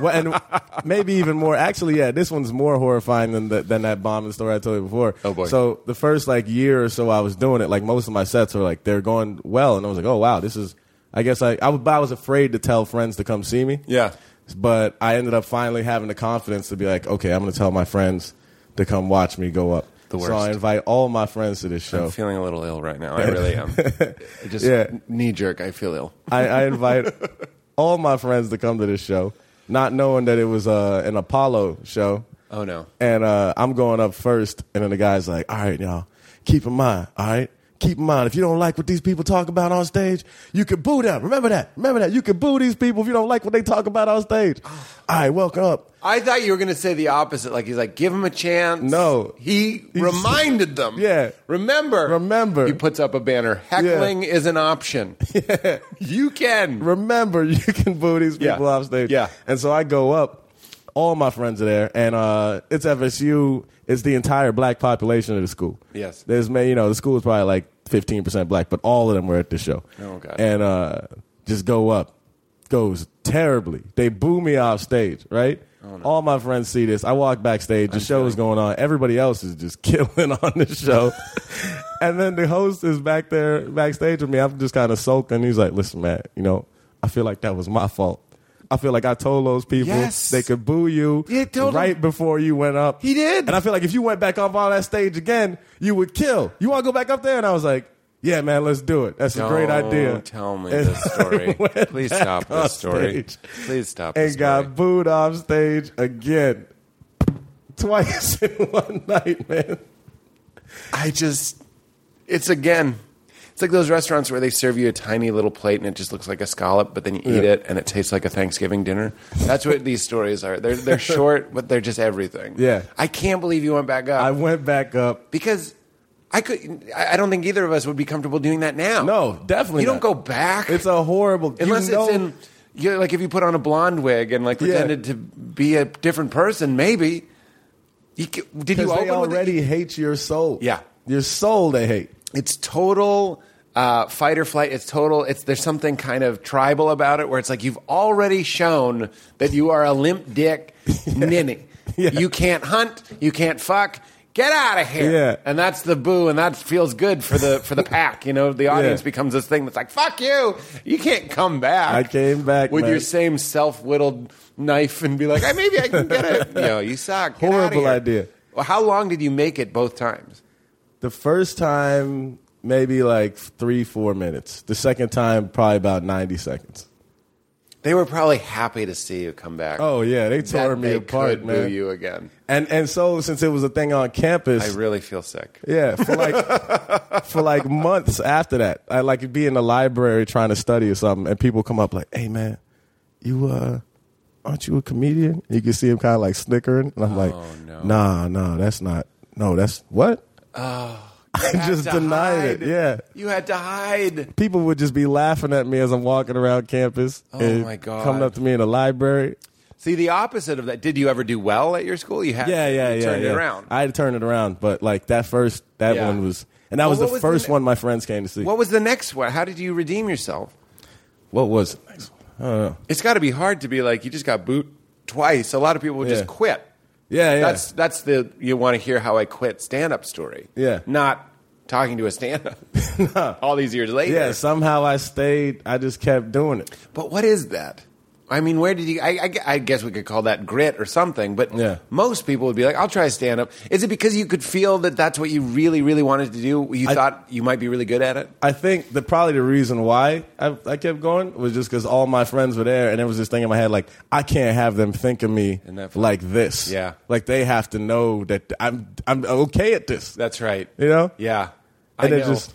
[SPEAKER 4] Well, and maybe even more. Actually, yeah, this one's more horrifying than the, than that bombing story I told you before.
[SPEAKER 2] Oh, boy.
[SPEAKER 4] So the first like year or so I was doing it, like most of my sets were like they're going well, and I was like, oh wow, this is. I guess I I, was- but I was afraid to tell friends to come see me.
[SPEAKER 2] Yeah.
[SPEAKER 4] But I ended up finally having the confidence to be like, okay, I'm going to tell my friends to come watch me go up.
[SPEAKER 2] The
[SPEAKER 4] So I
[SPEAKER 2] worst.
[SPEAKER 4] invite all my friends to this show.
[SPEAKER 2] I'm feeling a little ill right
[SPEAKER 4] [LAUGHS]
[SPEAKER 2] now I really am just
[SPEAKER 4] Yeah.
[SPEAKER 2] knee jerk I feel ill
[SPEAKER 4] I, I invite [LAUGHS] all my friends to come to this show, not knowing that it was uh, an Apollo show.
[SPEAKER 2] Oh, no.
[SPEAKER 4] And uh, I'm going up first, and then the guy's like, "All right, y'all, keep in mind, all right." Keep in mind, if you don't like what these people talk about on stage, you can boo them. Remember that. Remember that. You can boo these people if you don't like what they talk about on
[SPEAKER 2] [SIGHS]
[SPEAKER 4] stage. All right, welcome up.
[SPEAKER 2] I thought you were going to say the opposite. Like he's like, give him a chance.
[SPEAKER 4] No.
[SPEAKER 2] he
[SPEAKER 4] He's-
[SPEAKER 2] reminded them.
[SPEAKER 4] Yeah.
[SPEAKER 2] remember,
[SPEAKER 4] Remember.
[SPEAKER 2] He puts up a banner. Heckling is an
[SPEAKER 4] [LAUGHS]
[SPEAKER 2] option. you can.
[SPEAKER 4] remember [LAUGHS] you can boo these
[SPEAKER 2] Yeah.
[SPEAKER 4] people off stage.
[SPEAKER 2] Yeah.
[SPEAKER 4] And so I go up. All my friends are there, and uh, it's FSU. It's the entire black population of the school.
[SPEAKER 2] Yes.
[SPEAKER 4] there's ma- you know the school is probably like fifteen percent black, but all of them were at the show.
[SPEAKER 2] Oh, God.
[SPEAKER 4] And uh, just go up goes terribly. They boo me off stage. Right.
[SPEAKER 2] Oh,
[SPEAKER 4] All my friends see this. I walk backstage. The show is going on. Everybody else is just [LAUGHS] killing on the
[SPEAKER 2] [LAUGHS]
[SPEAKER 4] show. and then the host is back there backstage with me. I'm just kind of soaking. He's like, "Listen, man, you know, I feel like that was my fault. I feel like I told those people
[SPEAKER 2] Yes.
[SPEAKER 4] they could boo you
[SPEAKER 2] He told
[SPEAKER 4] right
[SPEAKER 2] them-
[SPEAKER 4] before you went up.
[SPEAKER 2] He did.
[SPEAKER 4] And I feel like if you went back up on that stage again, you would kill. You want to go back up there? And I was like, "Yeah, man, let's do it. That's a great
[SPEAKER 2] Don't
[SPEAKER 4] idea."
[SPEAKER 2] Tell me
[SPEAKER 4] And
[SPEAKER 2] this
[SPEAKER 4] [LAUGHS]
[SPEAKER 2] story.
[SPEAKER 4] went
[SPEAKER 2] Please
[SPEAKER 4] back
[SPEAKER 2] stop
[SPEAKER 4] on
[SPEAKER 2] this story.
[SPEAKER 4] stage
[SPEAKER 2] Please stop.
[SPEAKER 4] and
[SPEAKER 2] this story.
[SPEAKER 4] got booed off stage again. Twice in [LAUGHS] one night, man.
[SPEAKER 2] I just, it's again, it's like those restaurants where they serve you a tiny little plate and it just looks like a scallop, but then you eat
[SPEAKER 4] Yeah.
[SPEAKER 2] it and it tastes like a Thanksgiving dinner. That's what these stories are.
[SPEAKER 4] [LAUGHS]
[SPEAKER 2] They're they're short, but they're just everything.
[SPEAKER 4] Yeah.
[SPEAKER 2] I can't believe you went back up
[SPEAKER 4] I went back up.
[SPEAKER 2] because I could. I I don't think either of us would be comfortable doing that now.
[SPEAKER 4] No, definitely.
[SPEAKER 2] you don't
[SPEAKER 4] not.
[SPEAKER 2] go back.
[SPEAKER 4] It's a horrible. you
[SPEAKER 2] unless
[SPEAKER 4] know-
[SPEAKER 2] it's in. You're like if you put on a blonde wig and like
[SPEAKER 4] Yeah.
[SPEAKER 2] pretended to be a different person, maybe. You, c- did you
[SPEAKER 4] because
[SPEAKER 2] open
[SPEAKER 4] they
[SPEAKER 2] with it?
[SPEAKER 4] already hate your soul.
[SPEAKER 2] Yeah.
[SPEAKER 4] your soul they hate.
[SPEAKER 2] it's total uh, fight or flight. It's total. It's there's something kind of tribal about it where it's like you've already shown that you are a limp dick ninny.
[SPEAKER 4] [LAUGHS] Yeah.
[SPEAKER 2] You can't hunt. You can't fuck. Get out of here.
[SPEAKER 4] Yeah.
[SPEAKER 2] And that's the boo, and that feels good for the for the pack. You know, the
[SPEAKER 4] [LAUGHS]
[SPEAKER 2] audience
[SPEAKER 4] Yeah.
[SPEAKER 2] becomes this thing that's like, "Fuck you! You can't come back."
[SPEAKER 4] I came back,
[SPEAKER 2] with
[SPEAKER 4] man.
[SPEAKER 2] your same self whittled knife and be like, "Hey, maybe I can
[SPEAKER 4] [LAUGHS]
[SPEAKER 2] get it." no, you suck. Get outta
[SPEAKER 4] Horrible
[SPEAKER 2] here.
[SPEAKER 4] idea.
[SPEAKER 2] Well, how long did you make it both times?
[SPEAKER 4] The first time, maybe like three, four minutes. The second time, probably about ninety seconds.
[SPEAKER 2] They were probably happy to see you come back.
[SPEAKER 4] Oh yeah, they
[SPEAKER 2] that
[SPEAKER 4] tore me
[SPEAKER 2] they
[SPEAKER 4] apart,
[SPEAKER 2] could
[SPEAKER 4] man.
[SPEAKER 2] Boo you again.
[SPEAKER 4] And and so since it was a thing on campus,
[SPEAKER 2] I really feel sick.
[SPEAKER 4] Yeah, for like
[SPEAKER 2] [LAUGHS]
[SPEAKER 4] for like months after that, I like would be in the library trying to study or something, and people come up like, "Hey man, you uh, aren't you a comedian?" You can see him kind of like snickering, and I'm like,
[SPEAKER 2] Oh, no.
[SPEAKER 4] "Nah, nah, that's not. No, that's what." [LAUGHS] I [LAUGHS]
[SPEAKER 2] Had
[SPEAKER 4] just
[SPEAKER 2] Oh, to
[SPEAKER 4] denied
[SPEAKER 2] hide.
[SPEAKER 4] it. Yeah,
[SPEAKER 2] you had to hide.
[SPEAKER 4] people would just be laughing at me as I'm walking around campus.
[SPEAKER 2] Oh,
[SPEAKER 4] and
[SPEAKER 2] my God.
[SPEAKER 4] coming up to me in the library.
[SPEAKER 2] See the opposite of that. Did you ever do well at your school? You had
[SPEAKER 4] Yeah,
[SPEAKER 2] to.
[SPEAKER 4] yeah,
[SPEAKER 2] You
[SPEAKER 4] yeah.
[SPEAKER 2] Turned
[SPEAKER 4] yeah.
[SPEAKER 2] it around.
[SPEAKER 4] I had to turn it around, but like that first, that
[SPEAKER 2] Yeah.
[SPEAKER 4] one was, and that
[SPEAKER 2] Well,
[SPEAKER 4] was
[SPEAKER 2] what
[SPEAKER 4] the
[SPEAKER 2] was the
[SPEAKER 4] first
[SPEAKER 2] ne-
[SPEAKER 4] one my friends came to see.
[SPEAKER 2] what was the next one? How did you redeem yourself?
[SPEAKER 4] What was it?
[SPEAKER 2] It's got to be hard to be like you just got boot twice. A lot of people would just
[SPEAKER 4] Yeah.
[SPEAKER 2] quit.
[SPEAKER 4] Yeah, yeah. [LAUGHS]
[SPEAKER 2] That's that's the you want to hear how I quit stand up story.
[SPEAKER 4] Yeah.
[SPEAKER 2] not talking to a stand up [LAUGHS] all these years later.
[SPEAKER 4] yeah, somehow I stayed. I just kept doing it.
[SPEAKER 2] But what is that? I mean, where did you? I, I, I guess we could call that grit or something. But
[SPEAKER 4] Yeah.
[SPEAKER 2] most people would be like, "I'll try stand up." Is it because you could feel that that's what you really, really wanted to do? You
[SPEAKER 4] I-
[SPEAKER 2] thought you might be really good at it.
[SPEAKER 4] I think the probably the reason why I, I kept going was just because all my friends were there, and there was this thing in my head like I can't have them think of me
[SPEAKER 2] Isn't that funny?
[SPEAKER 4] like this.
[SPEAKER 2] Yeah.
[SPEAKER 4] like they have to know that I'm I'm okay at this.
[SPEAKER 2] That's right.
[SPEAKER 4] You know?
[SPEAKER 2] Yeah,
[SPEAKER 4] And
[SPEAKER 2] I
[SPEAKER 4] it
[SPEAKER 2] know.
[SPEAKER 4] just-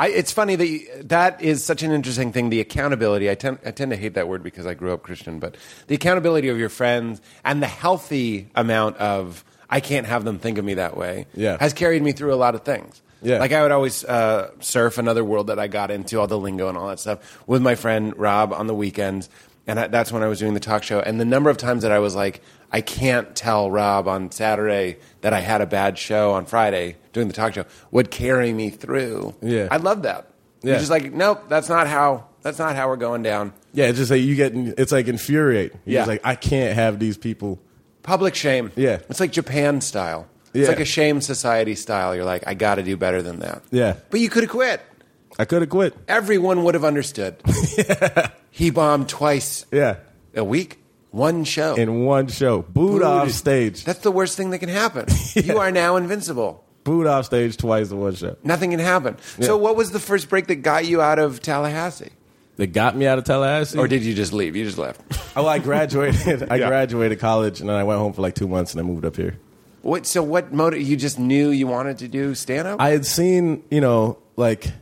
[SPEAKER 2] I, it's funny that you, that is such an interesting thing. The accountability. I tend, I tend to hate that word because I grew up Christian, but the accountability of your friends and the healthy amount of I can't have them think of me that way.
[SPEAKER 4] Yeah.
[SPEAKER 2] has carried me through a lot of things.
[SPEAKER 4] Yeah.
[SPEAKER 2] like I would always uh, surf another world that I got into all the lingo and all that stuff with my friend Rob on the weekends, and I, that's when I was doing the talk show. And the number of times that I was like, I can't tell Rob on Saturday that I had a bad show on Friday doing the talk show would carry me through.
[SPEAKER 4] Yeah.
[SPEAKER 2] I love that.
[SPEAKER 4] Yeah.
[SPEAKER 2] You're just like, nope, that's not how. That's not how we're going down.
[SPEAKER 4] Yeah, it's just like you get. It's like infuriate. You're
[SPEAKER 2] Yeah.
[SPEAKER 4] just like I can't have these people.
[SPEAKER 2] Public shame.
[SPEAKER 4] Yeah.
[SPEAKER 2] It's like Japan style.
[SPEAKER 4] Yeah.
[SPEAKER 2] It's like a shame society style. You're like, I got to do better than that.
[SPEAKER 4] Yeah.
[SPEAKER 2] But you could have quit.
[SPEAKER 4] I could have quit.
[SPEAKER 2] Everyone would have understood.
[SPEAKER 4] [LAUGHS]
[SPEAKER 2] He bombed twice
[SPEAKER 4] Yeah,
[SPEAKER 2] a week, one show.
[SPEAKER 4] in one show, booed off stage.
[SPEAKER 2] That's the worst thing that can happen.
[SPEAKER 4] [LAUGHS] Yeah.
[SPEAKER 2] You are now invincible.
[SPEAKER 4] Booed off stage twice in one show.
[SPEAKER 2] Nothing can happen. So, what was the first break that got you out of Tallahassee?
[SPEAKER 4] They got me out of Tallahassee.
[SPEAKER 2] Or did you just leave? You just left.
[SPEAKER 4] [LAUGHS] oh, I [LAUGHS] graduated. I
[SPEAKER 2] Yeah.
[SPEAKER 4] graduated college, and then I went home for like two months, and I moved up here.
[SPEAKER 2] what? So, what motive? You just knew you wanted to do stand up?
[SPEAKER 4] I had seen, you know, like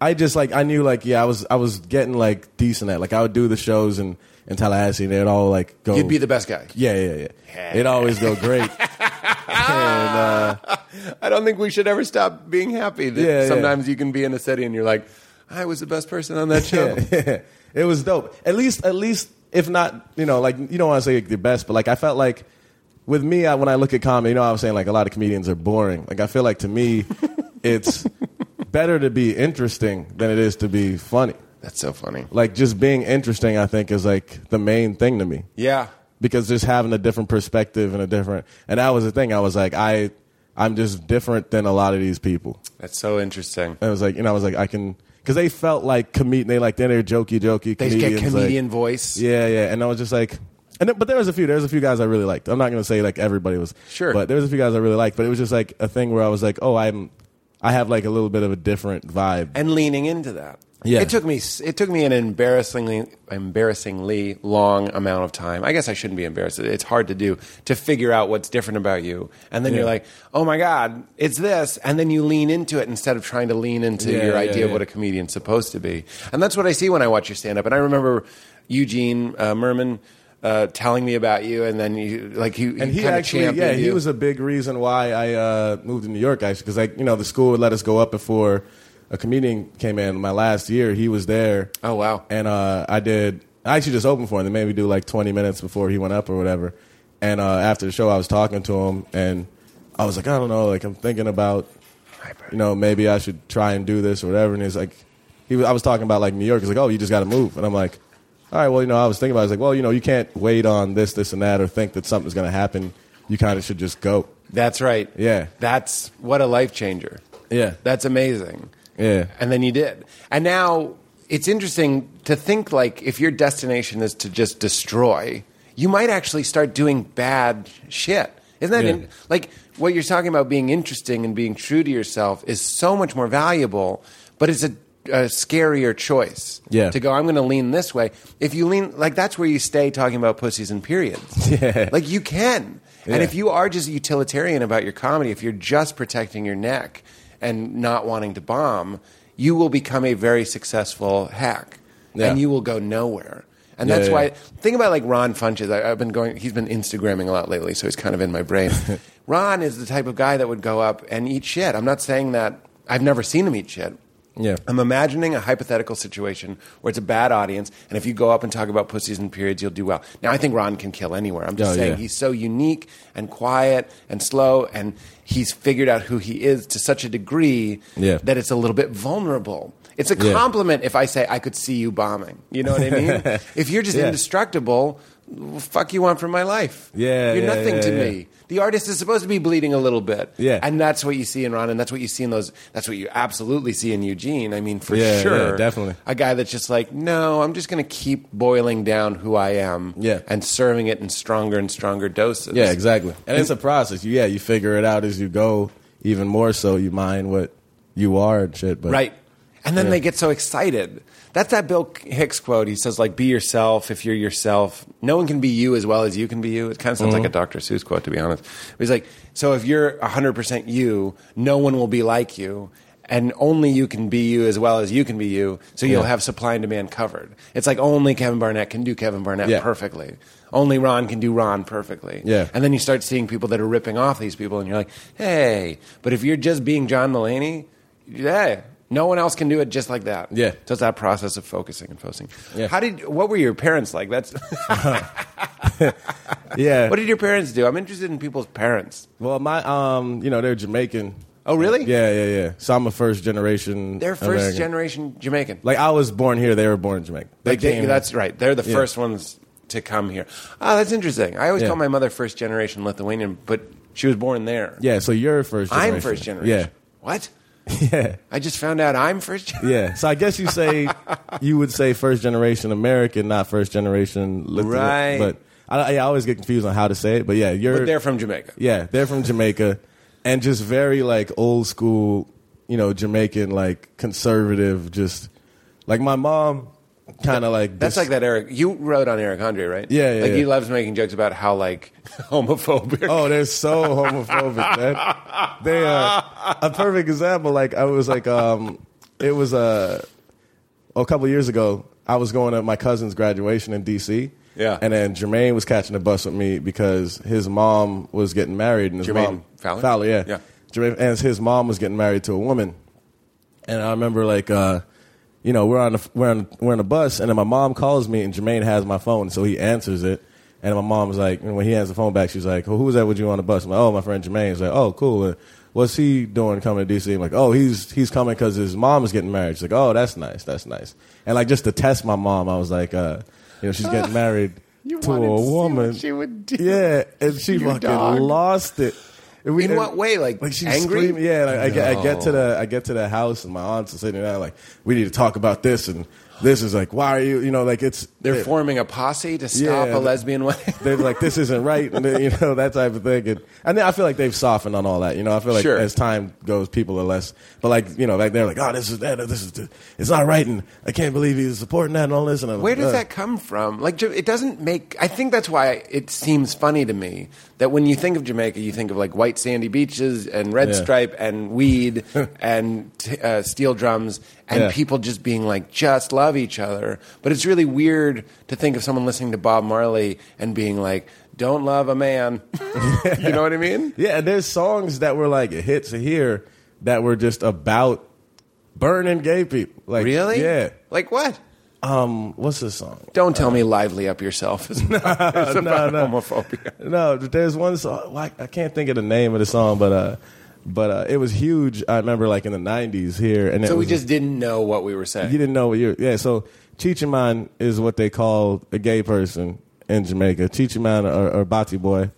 [SPEAKER 4] I just like I knew like yeah, I was I was getting like decent at like I would do the shows in in Tallahassee and they'd all like go
[SPEAKER 2] You'd be the best guy.
[SPEAKER 4] Yeah, yeah, yeah. It'd always go [LAUGHS] great.
[SPEAKER 2] I don't think we should ever stop being happy that
[SPEAKER 4] Yeah, yeah.
[SPEAKER 2] sometimes you can be in a city and you're like, I was the best person on that [LAUGHS] show.
[SPEAKER 4] [LAUGHS] it was dope. At least at least if not, you know, like you don't want to say like, the best, but like I felt like with me I, when I look at comedy, you know, I was saying like a lot of comedians are boring. Like I feel like to
[SPEAKER 2] [LAUGHS]
[SPEAKER 4] me it's better to be interesting than it is to be funny.
[SPEAKER 2] That's so funny.
[SPEAKER 4] Like just being interesting I think is like the main thing to me.
[SPEAKER 2] Yeah.
[SPEAKER 4] because just having a different perspective and a different and that was the thing i was like i i'm just different than a lot of these people
[SPEAKER 2] That's so interesting.
[SPEAKER 4] and i was like you know i was like i can because they felt like comedian they like they're jokey jokey
[SPEAKER 2] They
[SPEAKER 4] comedians,
[SPEAKER 2] get
[SPEAKER 4] like-
[SPEAKER 2] comedian voice.
[SPEAKER 4] yeah yeah and i was just like and then, but there was a few there was a few guys i really liked i'm not gonna say like everybody was
[SPEAKER 2] Sure.
[SPEAKER 4] but there was a few guys i really liked but it was just like a thing where i was like oh i'm i have like a little bit of a different vibe
[SPEAKER 2] And leaning into that.
[SPEAKER 4] Yeah.
[SPEAKER 2] It took me s- it took me an embarrassingly embarrassingly long amount of time. I guess I shouldn't be embarrassed. It's hard to do to figure out what's different about you. And then
[SPEAKER 4] Yeah.
[SPEAKER 2] you're like, "Oh my god, it's this." And then you lean into it instead of trying to lean into
[SPEAKER 4] Yeah,
[SPEAKER 2] your
[SPEAKER 4] yeah,
[SPEAKER 2] idea of
[SPEAKER 4] yeah.
[SPEAKER 2] what a comedian's supposed to be. And that's what I see when I watch your stand up. And I remember Eugene uh, Merman uh, telling me about you and then you like he,
[SPEAKER 4] and he
[SPEAKER 2] kinda
[SPEAKER 4] actually,
[SPEAKER 2] championed
[SPEAKER 4] yeah, he
[SPEAKER 2] you.
[SPEAKER 4] was a big reason why I uh, moved to New York actually because like you know the school would let us go up before a comedian came in. My last year, he was there.
[SPEAKER 2] Oh, wow.
[SPEAKER 4] And uh, I did. I actually just opened for him. They made me do like 20 minutes before he went up or whatever. And uh, after the show, I was talking to him, and I was like, I don't know, like I'm thinking about, you know, maybe I should try and do this or whatever. And he's like, he, was- I was talking about like New York. He's like, oh, you just got to move. And I'm like, all right, well, you know, I was thinking about. It. I was like, well, you know, you can't wait on this, this, and that, or think that something's going to happen. You kind of should just go.
[SPEAKER 2] That's right.
[SPEAKER 4] Yeah.
[SPEAKER 2] That's what a life changer.
[SPEAKER 4] Yeah.
[SPEAKER 2] That's amazing.
[SPEAKER 4] Yeah.
[SPEAKER 2] And then you did. And now it's interesting to think like if your destination is to just destroy, you might actually start doing bad shit. Isn't that
[SPEAKER 4] Yeah.
[SPEAKER 2] in, like what you're talking about being interesting and being true to yourself is so much more valuable, but it's a, a scarier choice
[SPEAKER 4] Yeah.
[SPEAKER 2] to go i'm going to lean this way if you lean like that's where you stay talking about pussies and periods
[SPEAKER 4] [LAUGHS] Yeah.
[SPEAKER 2] like you can
[SPEAKER 4] Yeah.
[SPEAKER 2] and if you are just utilitarian about your comedy, if you're just protecting your neck and not wanting to bomb, you will become a very successful hack
[SPEAKER 4] Yeah.
[SPEAKER 2] and you will go nowhere. And
[SPEAKER 4] Yeah,
[SPEAKER 2] that's
[SPEAKER 4] yeah,
[SPEAKER 2] why,
[SPEAKER 4] yeah.
[SPEAKER 2] think about like Ron Funches. I, I've been going, he's been Instagramming a lot lately, so he's kind of in my
[SPEAKER 4] [LAUGHS]
[SPEAKER 2] brain. Ron is the type of guy that would go up and eat shit. I'm not saying that, I've never seen him eat shit.
[SPEAKER 4] Yeah.
[SPEAKER 2] I'm imagining a hypothetical situation where it's a bad audience, and if you go up and talk about pussies and periods, you'll do well. Now, I think Ron can kill anywhere. I'm just
[SPEAKER 4] Oh,
[SPEAKER 2] saying
[SPEAKER 4] yeah.
[SPEAKER 2] he's so unique and quiet and slow, and he's figured out who he is to such a degree
[SPEAKER 4] Yeah.
[SPEAKER 2] that it's a little bit vulnerable. It's a
[SPEAKER 4] Yeah.
[SPEAKER 2] compliment if I say I could see you bombing. You know what
[SPEAKER 4] [LAUGHS]
[SPEAKER 2] I mean? if you're just
[SPEAKER 4] Yeah.
[SPEAKER 2] indestructible, what fuck you want from my life?
[SPEAKER 4] Yeah,
[SPEAKER 2] you're
[SPEAKER 4] yeah,
[SPEAKER 2] nothing
[SPEAKER 4] yeah,
[SPEAKER 2] to
[SPEAKER 4] yeah.
[SPEAKER 2] me. The artist is supposed to be bleeding a little bit.
[SPEAKER 4] Yeah.
[SPEAKER 2] and that's what you see in Ron, and that's what you see in those. That's what you absolutely see in Eugene. I mean, for
[SPEAKER 4] Yeah,
[SPEAKER 2] sure,
[SPEAKER 4] yeah, definitely.
[SPEAKER 2] a guy that's just like, no, I'm just going to keep boiling down who I am,
[SPEAKER 4] Yeah.
[SPEAKER 2] and serving it in stronger and stronger doses.
[SPEAKER 4] Yeah, exactly. And it's a process. Yeah, you figure it out as you go. Even more so, you mind what you are and shit. But
[SPEAKER 2] Right. And then
[SPEAKER 4] Yeah.
[SPEAKER 2] they get so excited. That's that Bill Hicks quote. He says, like, be yourself if you're yourself. No one can be you as well as you can be you. It kind of sounds
[SPEAKER 4] Mm-hmm.
[SPEAKER 2] like a Dr. Seuss quote, to be honest. But he's like, so if you're 100% you, no one will be like you. and only you can be you as well as you can be you. So you'll have supply and demand covered. It's like only Kevin Barnett can do Kevin Barnett
[SPEAKER 4] Yeah.
[SPEAKER 2] perfectly. Only Ron can do Ron perfectly.
[SPEAKER 4] Yeah.
[SPEAKER 2] And then you start seeing people that are ripping off these people, and you're like, hey. But if you're just being John Mulaney, yeah, no one else can do it just like that.
[SPEAKER 4] Yeah.
[SPEAKER 2] So it's that process of focusing and posting.
[SPEAKER 4] Yeah.
[SPEAKER 2] How did? What were your parents like? That's.
[SPEAKER 4] Yeah.
[SPEAKER 2] what did your parents do? I'm interested in people's parents.
[SPEAKER 4] well, my um, you know, they're Jamaican.
[SPEAKER 2] Oh, really?
[SPEAKER 4] Yeah, yeah, yeah. So I'm a first generation.
[SPEAKER 2] They're first
[SPEAKER 4] American.
[SPEAKER 2] generation Jamaican.
[SPEAKER 4] Like I was born here. They were born in Jamaica. They
[SPEAKER 2] Like, they-
[SPEAKER 4] came-
[SPEAKER 2] that's right. They're the
[SPEAKER 4] Yeah.
[SPEAKER 2] first ones to come here. Oh, that's interesting. I always
[SPEAKER 4] Yeah.
[SPEAKER 2] call my mother first generation Lithuanian, but she was born there.
[SPEAKER 4] Yeah. So you're first. generation.
[SPEAKER 2] I'm first generation. What?
[SPEAKER 4] Yeah. [LAUGHS] Yeah.
[SPEAKER 2] I just found out I'm first generation.
[SPEAKER 4] Yeah. So I guess you
[SPEAKER 2] [LAUGHS]
[SPEAKER 4] say you would say first generation American, not first generation. Lithuanian.
[SPEAKER 2] Right.
[SPEAKER 4] But I, I always get confused on how to say it. But yeah, you're.
[SPEAKER 2] But they're from Jamaica.
[SPEAKER 4] yeah, they're from Jamaica, and just very like old school, you know, Jamaican like conservative. Just like my mom, kind of like
[SPEAKER 2] That's
[SPEAKER 4] dis-
[SPEAKER 2] like that Eric. You wrote on Eric Andre, right?
[SPEAKER 4] Yeah, yeah,
[SPEAKER 2] Like he
[SPEAKER 4] yeah.
[SPEAKER 2] loves making jokes about how like [LAUGHS] homophobic.
[SPEAKER 4] [LAUGHS] Oh, they're so homophobic. Man. They are a perfect example. Like I was like, um, it was uh, a couple of years ago. I was going to my cousin's graduation in D.C.
[SPEAKER 2] Yeah.
[SPEAKER 4] and then Jermaine was catching the bus with me because his mom was getting married, and his
[SPEAKER 2] Jermaine
[SPEAKER 4] mom
[SPEAKER 2] Fowler?
[SPEAKER 4] Fowler, yeah,
[SPEAKER 2] Yeah.
[SPEAKER 4] Jermaine, and his mom was getting married to a woman, and I remember like. uh you know, we're on the we're on we're on the bus, and then my mom calls me, and Jermaine has my phone, so he answers it. And my mom was like, and when he has the phone back, she's like, well, "Who was that with you on the bus?" I'm like, "Oh, my friend Jermaine." She's like, "Oh, cool. And what's he doing coming to DC?" I'm like, "Oh, he's he's coming because his mom is getting married." She's like, "Oh, that's nice. That's nice." And like just to test my mom, I was like, uh, "You know, she's
[SPEAKER 2] [LAUGHS]
[SPEAKER 4] getting married to
[SPEAKER 2] wanted
[SPEAKER 4] a
[SPEAKER 2] to see what
[SPEAKER 4] woman."
[SPEAKER 2] she would do.
[SPEAKER 4] Yeah, and she
[SPEAKER 2] You
[SPEAKER 4] fucking
[SPEAKER 2] dog.
[SPEAKER 4] lost it. And we-
[SPEAKER 2] In
[SPEAKER 4] and-
[SPEAKER 2] what way? Like,
[SPEAKER 4] she was
[SPEAKER 2] angry?
[SPEAKER 4] screaming- Yeah, and I, I, get, I get to the I get to the house and my aunts are sitting there like, we need to talk about this and this is like, why are you? You know, like it's
[SPEAKER 2] They're
[SPEAKER 4] it-
[SPEAKER 2] forming a posse to stop
[SPEAKER 4] Yeah.
[SPEAKER 2] a lesbian wedding.
[SPEAKER 4] [LAUGHS] They're like, this isn't right, and they- you know that type of thing. And, and then I feel like they've softened on all that. You know, I feel like
[SPEAKER 2] Sure.
[SPEAKER 4] as time goes, people are less. But like, you know, like they're like, oh, this is that, this is the- it's not right, and I can't believe he's supporting that and all this. And I'm
[SPEAKER 2] Where
[SPEAKER 4] like,
[SPEAKER 2] does
[SPEAKER 4] "Ugh."
[SPEAKER 2] that come from? Like, Ja- it doesn't make. I think that's why it seems funny to me that when you think of Jamaica, you think of like white sandy beaches and red
[SPEAKER 4] Yeah.
[SPEAKER 2] stripe
[SPEAKER 4] [LAUGHS]
[SPEAKER 2] and weed and t- uh, steel drums and
[SPEAKER 4] Yeah.
[SPEAKER 2] people just being like, just love each other. But it's really weird to think of someone listening to Bob Marley and being like, don't love a man. [LAUGHS] you know what
[SPEAKER 4] [LAUGHS]
[SPEAKER 2] I mean?
[SPEAKER 4] Yeah, and there's songs that were like hits here that were just about burning gay people. Like
[SPEAKER 2] Really?
[SPEAKER 4] Yeah.
[SPEAKER 2] Like what?
[SPEAKER 4] Um, what's this song?
[SPEAKER 2] Don't tell
[SPEAKER 4] Uh.
[SPEAKER 2] me lively up
[SPEAKER 4] [LAUGHS]
[SPEAKER 2] yourself is about, [LAUGHS] is about
[SPEAKER 4] no.
[SPEAKER 2] homophobia.
[SPEAKER 4] No, there's one song. Like, I can't think of the name of the song, but uh, but uh, it was huge. I remember like in the '90s here, and it
[SPEAKER 2] So we
[SPEAKER 4] was-
[SPEAKER 2] just didn't know what we were saying.
[SPEAKER 4] you didn't know what you yeah. So Chichiman is what they call a gay person in Jamaica. Chichiman or, or Bati boy,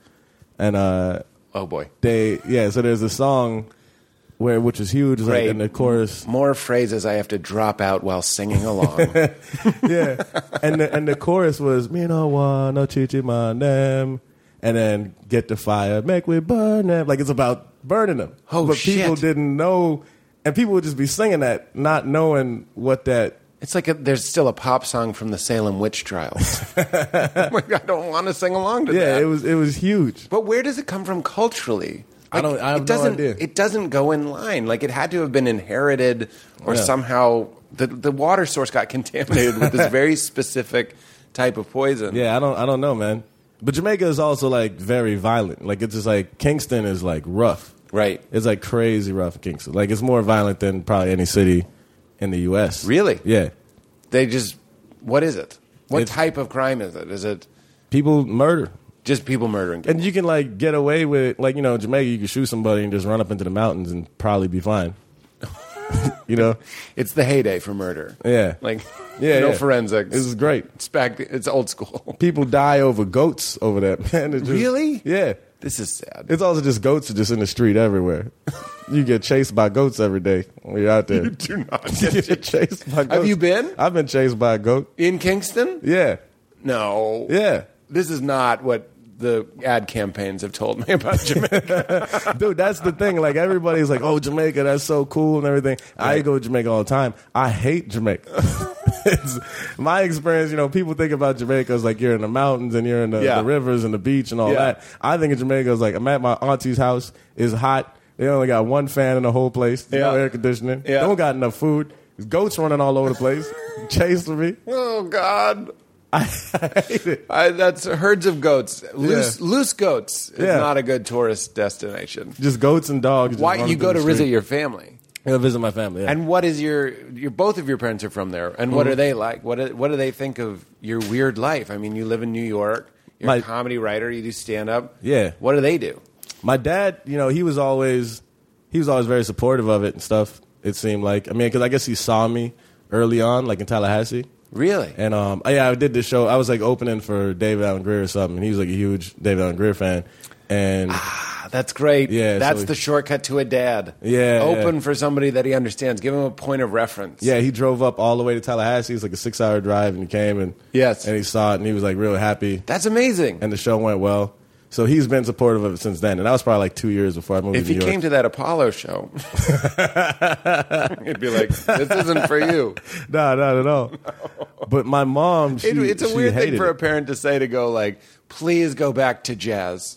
[SPEAKER 4] and uh,
[SPEAKER 2] oh boy.
[SPEAKER 4] they yeah. So there's a song where which is huge, like
[SPEAKER 2] Great.
[SPEAKER 4] in the chorus.
[SPEAKER 2] more phrases I have to drop out while
[SPEAKER 4] [LAUGHS]
[SPEAKER 2] singing along.
[SPEAKER 4] yeah. And the, and the chorus was me no one no chichi my name, and then get the fire, make we burn them. Like it's about burning them.
[SPEAKER 2] Oh,
[SPEAKER 4] but
[SPEAKER 2] shit.
[SPEAKER 4] people didn't know, and people would just be singing that, not knowing what that.
[SPEAKER 2] it's like a, there's still a pop song from the Salem
[SPEAKER 4] [LAUGHS]
[SPEAKER 2] witch trials. like, I don't want to sing along to
[SPEAKER 4] Yeah,
[SPEAKER 2] that.
[SPEAKER 4] it was it was huge.
[SPEAKER 2] but where does it come from culturally?
[SPEAKER 4] I don't- I have
[SPEAKER 2] it
[SPEAKER 4] no
[SPEAKER 2] doesn't,
[SPEAKER 4] idea.
[SPEAKER 2] It doesn't go in line. Like it had to have been inherited, or
[SPEAKER 4] Yeah.
[SPEAKER 2] somehow the the water source got [LAUGHS] contaminated with this
[SPEAKER 4] [LAUGHS]
[SPEAKER 2] very specific type of poison.
[SPEAKER 4] Yeah, I don't I don't know, man. But Jamaica is also like very violent. Like it's just like Kingston is like rough.
[SPEAKER 2] Right.
[SPEAKER 4] It's like crazy rough in Kingston. Like it's more violent than probably any city in the US.
[SPEAKER 2] Really?
[SPEAKER 4] Yeah.
[SPEAKER 2] They just what is it? What
[SPEAKER 4] It's-
[SPEAKER 2] type of crime is it? Is it
[SPEAKER 4] People murder.
[SPEAKER 2] just people murdering? people?
[SPEAKER 4] And you can like get away with it. Like, you know, in Jamaica you can shoot somebody and just run up into the mountains and probably be fine. [LAUGHS] you know?
[SPEAKER 2] It's the heyday for murder.
[SPEAKER 4] Yeah.
[SPEAKER 2] Like
[SPEAKER 4] Yeah,
[SPEAKER 2] [LAUGHS] no
[SPEAKER 4] yeah.
[SPEAKER 2] forensics.
[SPEAKER 4] This is great.
[SPEAKER 2] It's back it's old
[SPEAKER 4] [LAUGHS]
[SPEAKER 2] school.
[SPEAKER 4] People die over goats over that, [LAUGHS] man. It's just-
[SPEAKER 2] Really?
[SPEAKER 4] Yeah.
[SPEAKER 2] This is sad.
[SPEAKER 4] It's also just goats are just in the street everywhere. [LAUGHS] you get chased by goats every day when you're out there. [LAUGHS] You
[SPEAKER 2] [LAUGHS] do not
[SPEAKER 4] get
[SPEAKER 2] get it.
[SPEAKER 4] chased by goats.
[SPEAKER 2] Have you been?
[SPEAKER 4] I've been chased by a goat.
[SPEAKER 2] in Kingston?
[SPEAKER 4] Yeah.
[SPEAKER 2] No.
[SPEAKER 4] Yeah.
[SPEAKER 2] This is not what the ad campaigns have told me about
[SPEAKER 4] [LAUGHS]
[SPEAKER 2] Jamaica.
[SPEAKER 4] Dude, that's the thing. Like everybody's like, "Oh, Jamaica, that's so cool and everything." I go to Jamaica all the time. I hate
[SPEAKER 2] [LAUGHS]
[SPEAKER 4] Jamaica. it's my experience, you know, people think about Jamaica as like you're in the mountains and you're in the,
[SPEAKER 2] Yeah.
[SPEAKER 4] the rivers and the beach and all
[SPEAKER 2] Yeah.
[SPEAKER 4] that. I think of Jamaica as like I'm at my auntie's house, it's hot. They only got one fan in the whole place. There's No
[SPEAKER 2] Yeah.
[SPEAKER 4] air conditioning.
[SPEAKER 2] Yeah.
[SPEAKER 4] Don't got enough food. There's goats running all over the
[SPEAKER 2] [LAUGHS]
[SPEAKER 4] place, chasing me.
[SPEAKER 2] [LAUGHS] Oh God.
[SPEAKER 4] I hate it.
[SPEAKER 2] I, that's herds of goats. Loose
[SPEAKER 4] Yeah.
[SPEAKER 2] loose goats is
[SPEAKER 4] Yeah.
[SPEAKER 2] not a good tourist destination.
[SPEAKER 4] Just goats and dogs. just
[SPEAKER 2] Why
[SPEAKER 4] running
[SPEAKER 2] you
[SPEAKER 4] through
[SPEAKER 2] go
[SPEAKER 4] the
[SPEAKER 2] to visit
[SPEAKER 4] street.
[SPEAKER 2] your family?
[SPEAKER 4] I go visit my family. yeah. Mm-hmm.
[SPEAKER 2] And what is your your both of your parents are from there? And what are they like? What do- what do they think of your weird life? I mean, you live in New York. You're
[SPEAKER 4] My-
[SPEAKER 2] a comedy writer. You do stand up.
[SPEAKER 4] Yeah.
[SPEAKER 2] What do they do?
[SPEAKER 4] my dad, you know, he was always he was always very supportive of it and stuff. It seemed like I mean, because I guess he saw me early on, like in Tallahassee,
[SPEAKER 2] Really?
[SPEAKER 4] and um, yeah, I did this show. I was like opening for David Allen Greer or something, and he was like a huge David Allen Greer fan, and
[SPEAKER 2] Ah, that's great.
[SPEAKER 4] Yeah,
[SPEAKER 2] That's
[SPEAKER 4] so-
[SPEAKER 2] the shortcut to a dad.
[SPEAKER 4] Yeah,
[SPEAKER 2] Open
[SPEAKER 4] yeah.
[SPEAKER 2] for somebody that he understands. Give him a point of reference.
[SPEAKER 4] yeah, he drove up all the way to Tallahassee. It's like a six-hour drive, and he came and
[SPEAKER 2] Yes.
[SPEAKER 4] and he saw it, and he was like real happy,
[SPEAKER 2] That's amazing.
[SPEAKER 4] and the show went well. So he's been supportive of it since then, and that was probably like two years before I moved
[SPEAKER 2] if
[SPEAKER 4] to
[SPEAKER 2] he
[SPEAKER 4] New York. [LAUGHS]
[SPEAKER 2] came to that Apollo show, [LAUGHS] he'd be like, "This isn't for you."
[SPEAKER 4] no, not at
[SPEAKER 2] [LAUGHS]
[SPEAKER 4] all. But my mom, [LAUGHS] she,
[SPEAKER 2] It, it's a
[SPEAKER 4] she
[SPEAKER 2] weird thing
[SPEAKER 4] hated
[SPEAKER 2] for
[SPEAKER 4] it.
[SPEAKER 2] a parent to say to go like, "Please go back
[SPEAKER 4] [LAUGHS]
[SPEAKER 2] to jazz."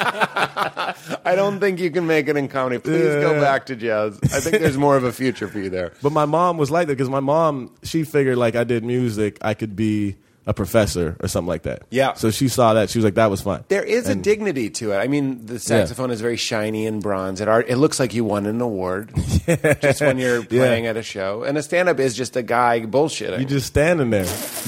[SPEAKER 2] I don't think you can make it in comedy. Please go
[SPEAKER 4] Yeah.
[SPEAKER 2] back to jazz. I think there's more of a future for you there.
[SPEAKER 4] But my mom was like that because my mom, she figured like I did music, I could be a professor or something like that.
[SPEAKER 2] Yeah.
[SPEAKER 4] So she saw that. She was like, that was fun.
[SPEAKER 2] There is a dignity to it. I mean, the saxophone is very shiny and bronze. It, are, it looks like you won an
[SPEAKER 4] [LAUGHS]
[SPEAKER 2] award just when you're playing at a show. And a stand-up is just a guy bullshitting.
[SPEAKER 4] You just standing there,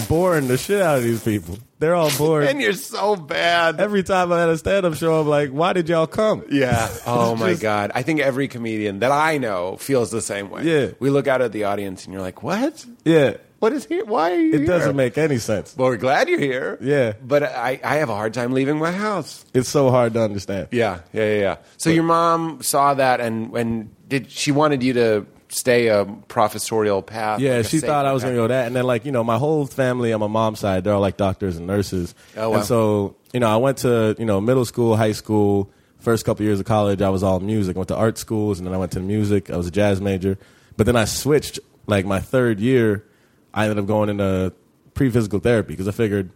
[SPEAKER 4] boring the shit out of these people. They're all bored.
[SPEAKER 2] and you're so bad.
[SPEAKER 4] Every time I had a stand up show, I'm like, why did y'all come?
[SPEAKER 2] Yeah. Oh my
[SPEAKER 4] just-
[SPEAKER 2] god. I think every comedian that I know feels the same way.
[SPEAKER 4] Yeah.
[SPEAKER 2] We look out at the audience and you're like, "What?
[SPEAKER 4] Yeah.
[SPEAKER 2] What is here? Why are you?"
[SPEAKER 4] It
[SPEAKER 2] here?"
[SPEAKER 4] doesn't make any sense.
[SPEAKER 2] Well, we're glad you're here.
[SPEAKER 4] Yeah.
[SPEAKER 2] But I, I have a hard time leaving my house.
[SPEAKER 4] It's so hard to understand.
[SPEAKER 2] Yeah. Yeah. Yeah. yeah. So your mom saw that and and did she wanted you to stay a professorial path?
[SPEAKER 4] Yeah,
[SPEAKER 2] like a
[SPEAKER 4] she thought
[SPEAKER 2] safe
[SPEAKER 4] I was going to
[SPEAKER 2] path.
[SPEAKER 4] go that. And then, like, you know, my whole family on my mom's side, they're all like doctors and nurses.
[SPEAKER 2] Oh, wow.
[SPEAKER 4] And so, you know, I went to, you know, middle school, high school, first couple years of college, I was all music. went to art schools and then I went to music. I was a jazz major. But then I switched, like, my third year, I ended up going into pre physical therapy because I figured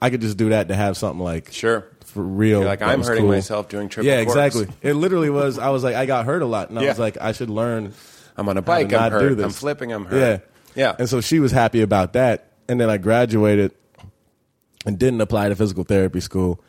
[SPEAKER 4] I could just do that to have something like
[SPEAKER 2] Sure.
[SPEAKER 4] for real.
[SPEAKER 2] You're like,
[SPEAKER 4] that
[SPEAKER 2] I'm
[SPEAKER 4] was
[SPEAKER 2] hurting
[SPEAKER 4] cool.
[SPEAKER 2] myself doing triple
[SPEAKER 4] Yeah,
[SPEAKER 2] corks.
[SPEAKER 4] exactly. It literally was. I was like, I got hurt a lot, and I
[SPEAKER 2] Yeah.
[SPEAKER 4] was like, I should learn.
[SPEAKER 2] I'm on a
[SPEAKER 4] how to
[SPEAKER 2] bike, I'm
[SPEAKER 4] not do
[SPEAKER 2] hurt,
[SPEAKER 4] this.
[SPEAKER 2] I'm flipping, I'm hurt.
[SPEAKER 4] Yeah,
[SPEAKER 2] Yeah.
[SPEAKER 4] And so she was happy about that, and then I graduated and didn't apply to physical therapy school,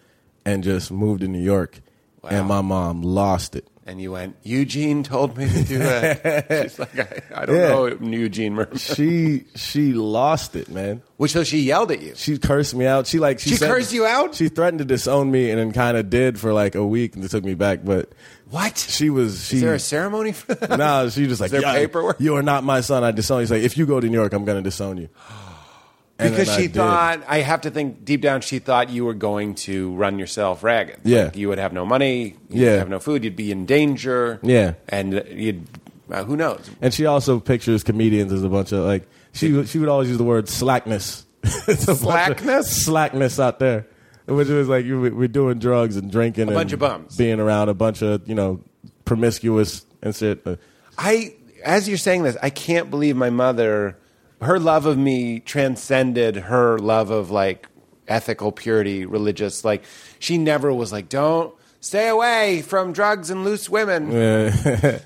[SPEAKER 4] and just moved to New York, and my mom lost it.
[SPEAKER 2] And you went. Eugene told me
[SPEAKER 4] [LAUGHS]
[SPEAKER 2] to do that. She's like, I, I don't
[SPEAKER 4] Yeah.
[SPEAKER 2] know, Eugene Murphy.
[SPEAKER 4] She [LAUGHS] she lost it, man.
[SPEAKER 2] Which so she yelled at you.
[SPEAKER 4] She cursed me out. She like she,
[SPEAKER 2] She
[SPEAKER 4] said-
[SPEAKER 2] cursed you out?
[SPEAKER 4] She threatened to disown me, and then kind of did for like a week, and took me back. But
[SPEAKER 2] What?
[SPEAKER 4] she was she
[SPEAKER 2] Is there
[SPEAKER 4] [LAUGHS]
[SPEAKER 2] a ceremony for that?
[SPEAKER 4] No,
[SPEAKER 2] [LAUGHS]
[SPEAKER 4] she just like
[SPEAKER 2] there
[SPEAKER 4] "Yeah,
[SPEAKER 2] paperwork?"
[SPEAKER 4] You are not my son. I disown you. She's like, if you go to New York, I'm going to disown
[SPEAKER 2] [GASPS]
[SPEAKER 4] you. And
[SPEAKER 2] Because
[SPEAKER 4] then I
[SPEAKER 2] she
[SPEAKER 4] did.
[SPEAKER 2] thought, I have to think deep down, she thought you were going to run yourself ragged.
[SPEAKER 4] Yeah.
[SPEAKER 2] Like, you would have no money. You'd
[SPEAKER 4] Yeah.
[SPEAKER 2] have no food. You'd be in danger.
[SPEAKER 4] Yeah.
[SPEAKER 2] And you'd, uh, who knows?
[SPEAKER 4] and she also pictures comedians as a bunch of like she would- she would always use the word slackness. [LAUGHS] It's a bunch of
[SPEAKER 2] Slackness?
[SPEAKER 4] slackness out there, which was like you, we're doing drugs and drinking, a
[SPEAKER 2] bunch of bums.
[SPEAKER 4] being around a bunch of you know promiscuous and
[SPEAKER 2] [LAUGHS]
[SPEAKER 4] shit. [LAUGHS] Uh,
[SPEAKER 2] I, as you're saying this, I can't believe my mother, her love of me transcended her love of like ethical purity, religious. Like, she never was like, don't stay away from drugs and loose women.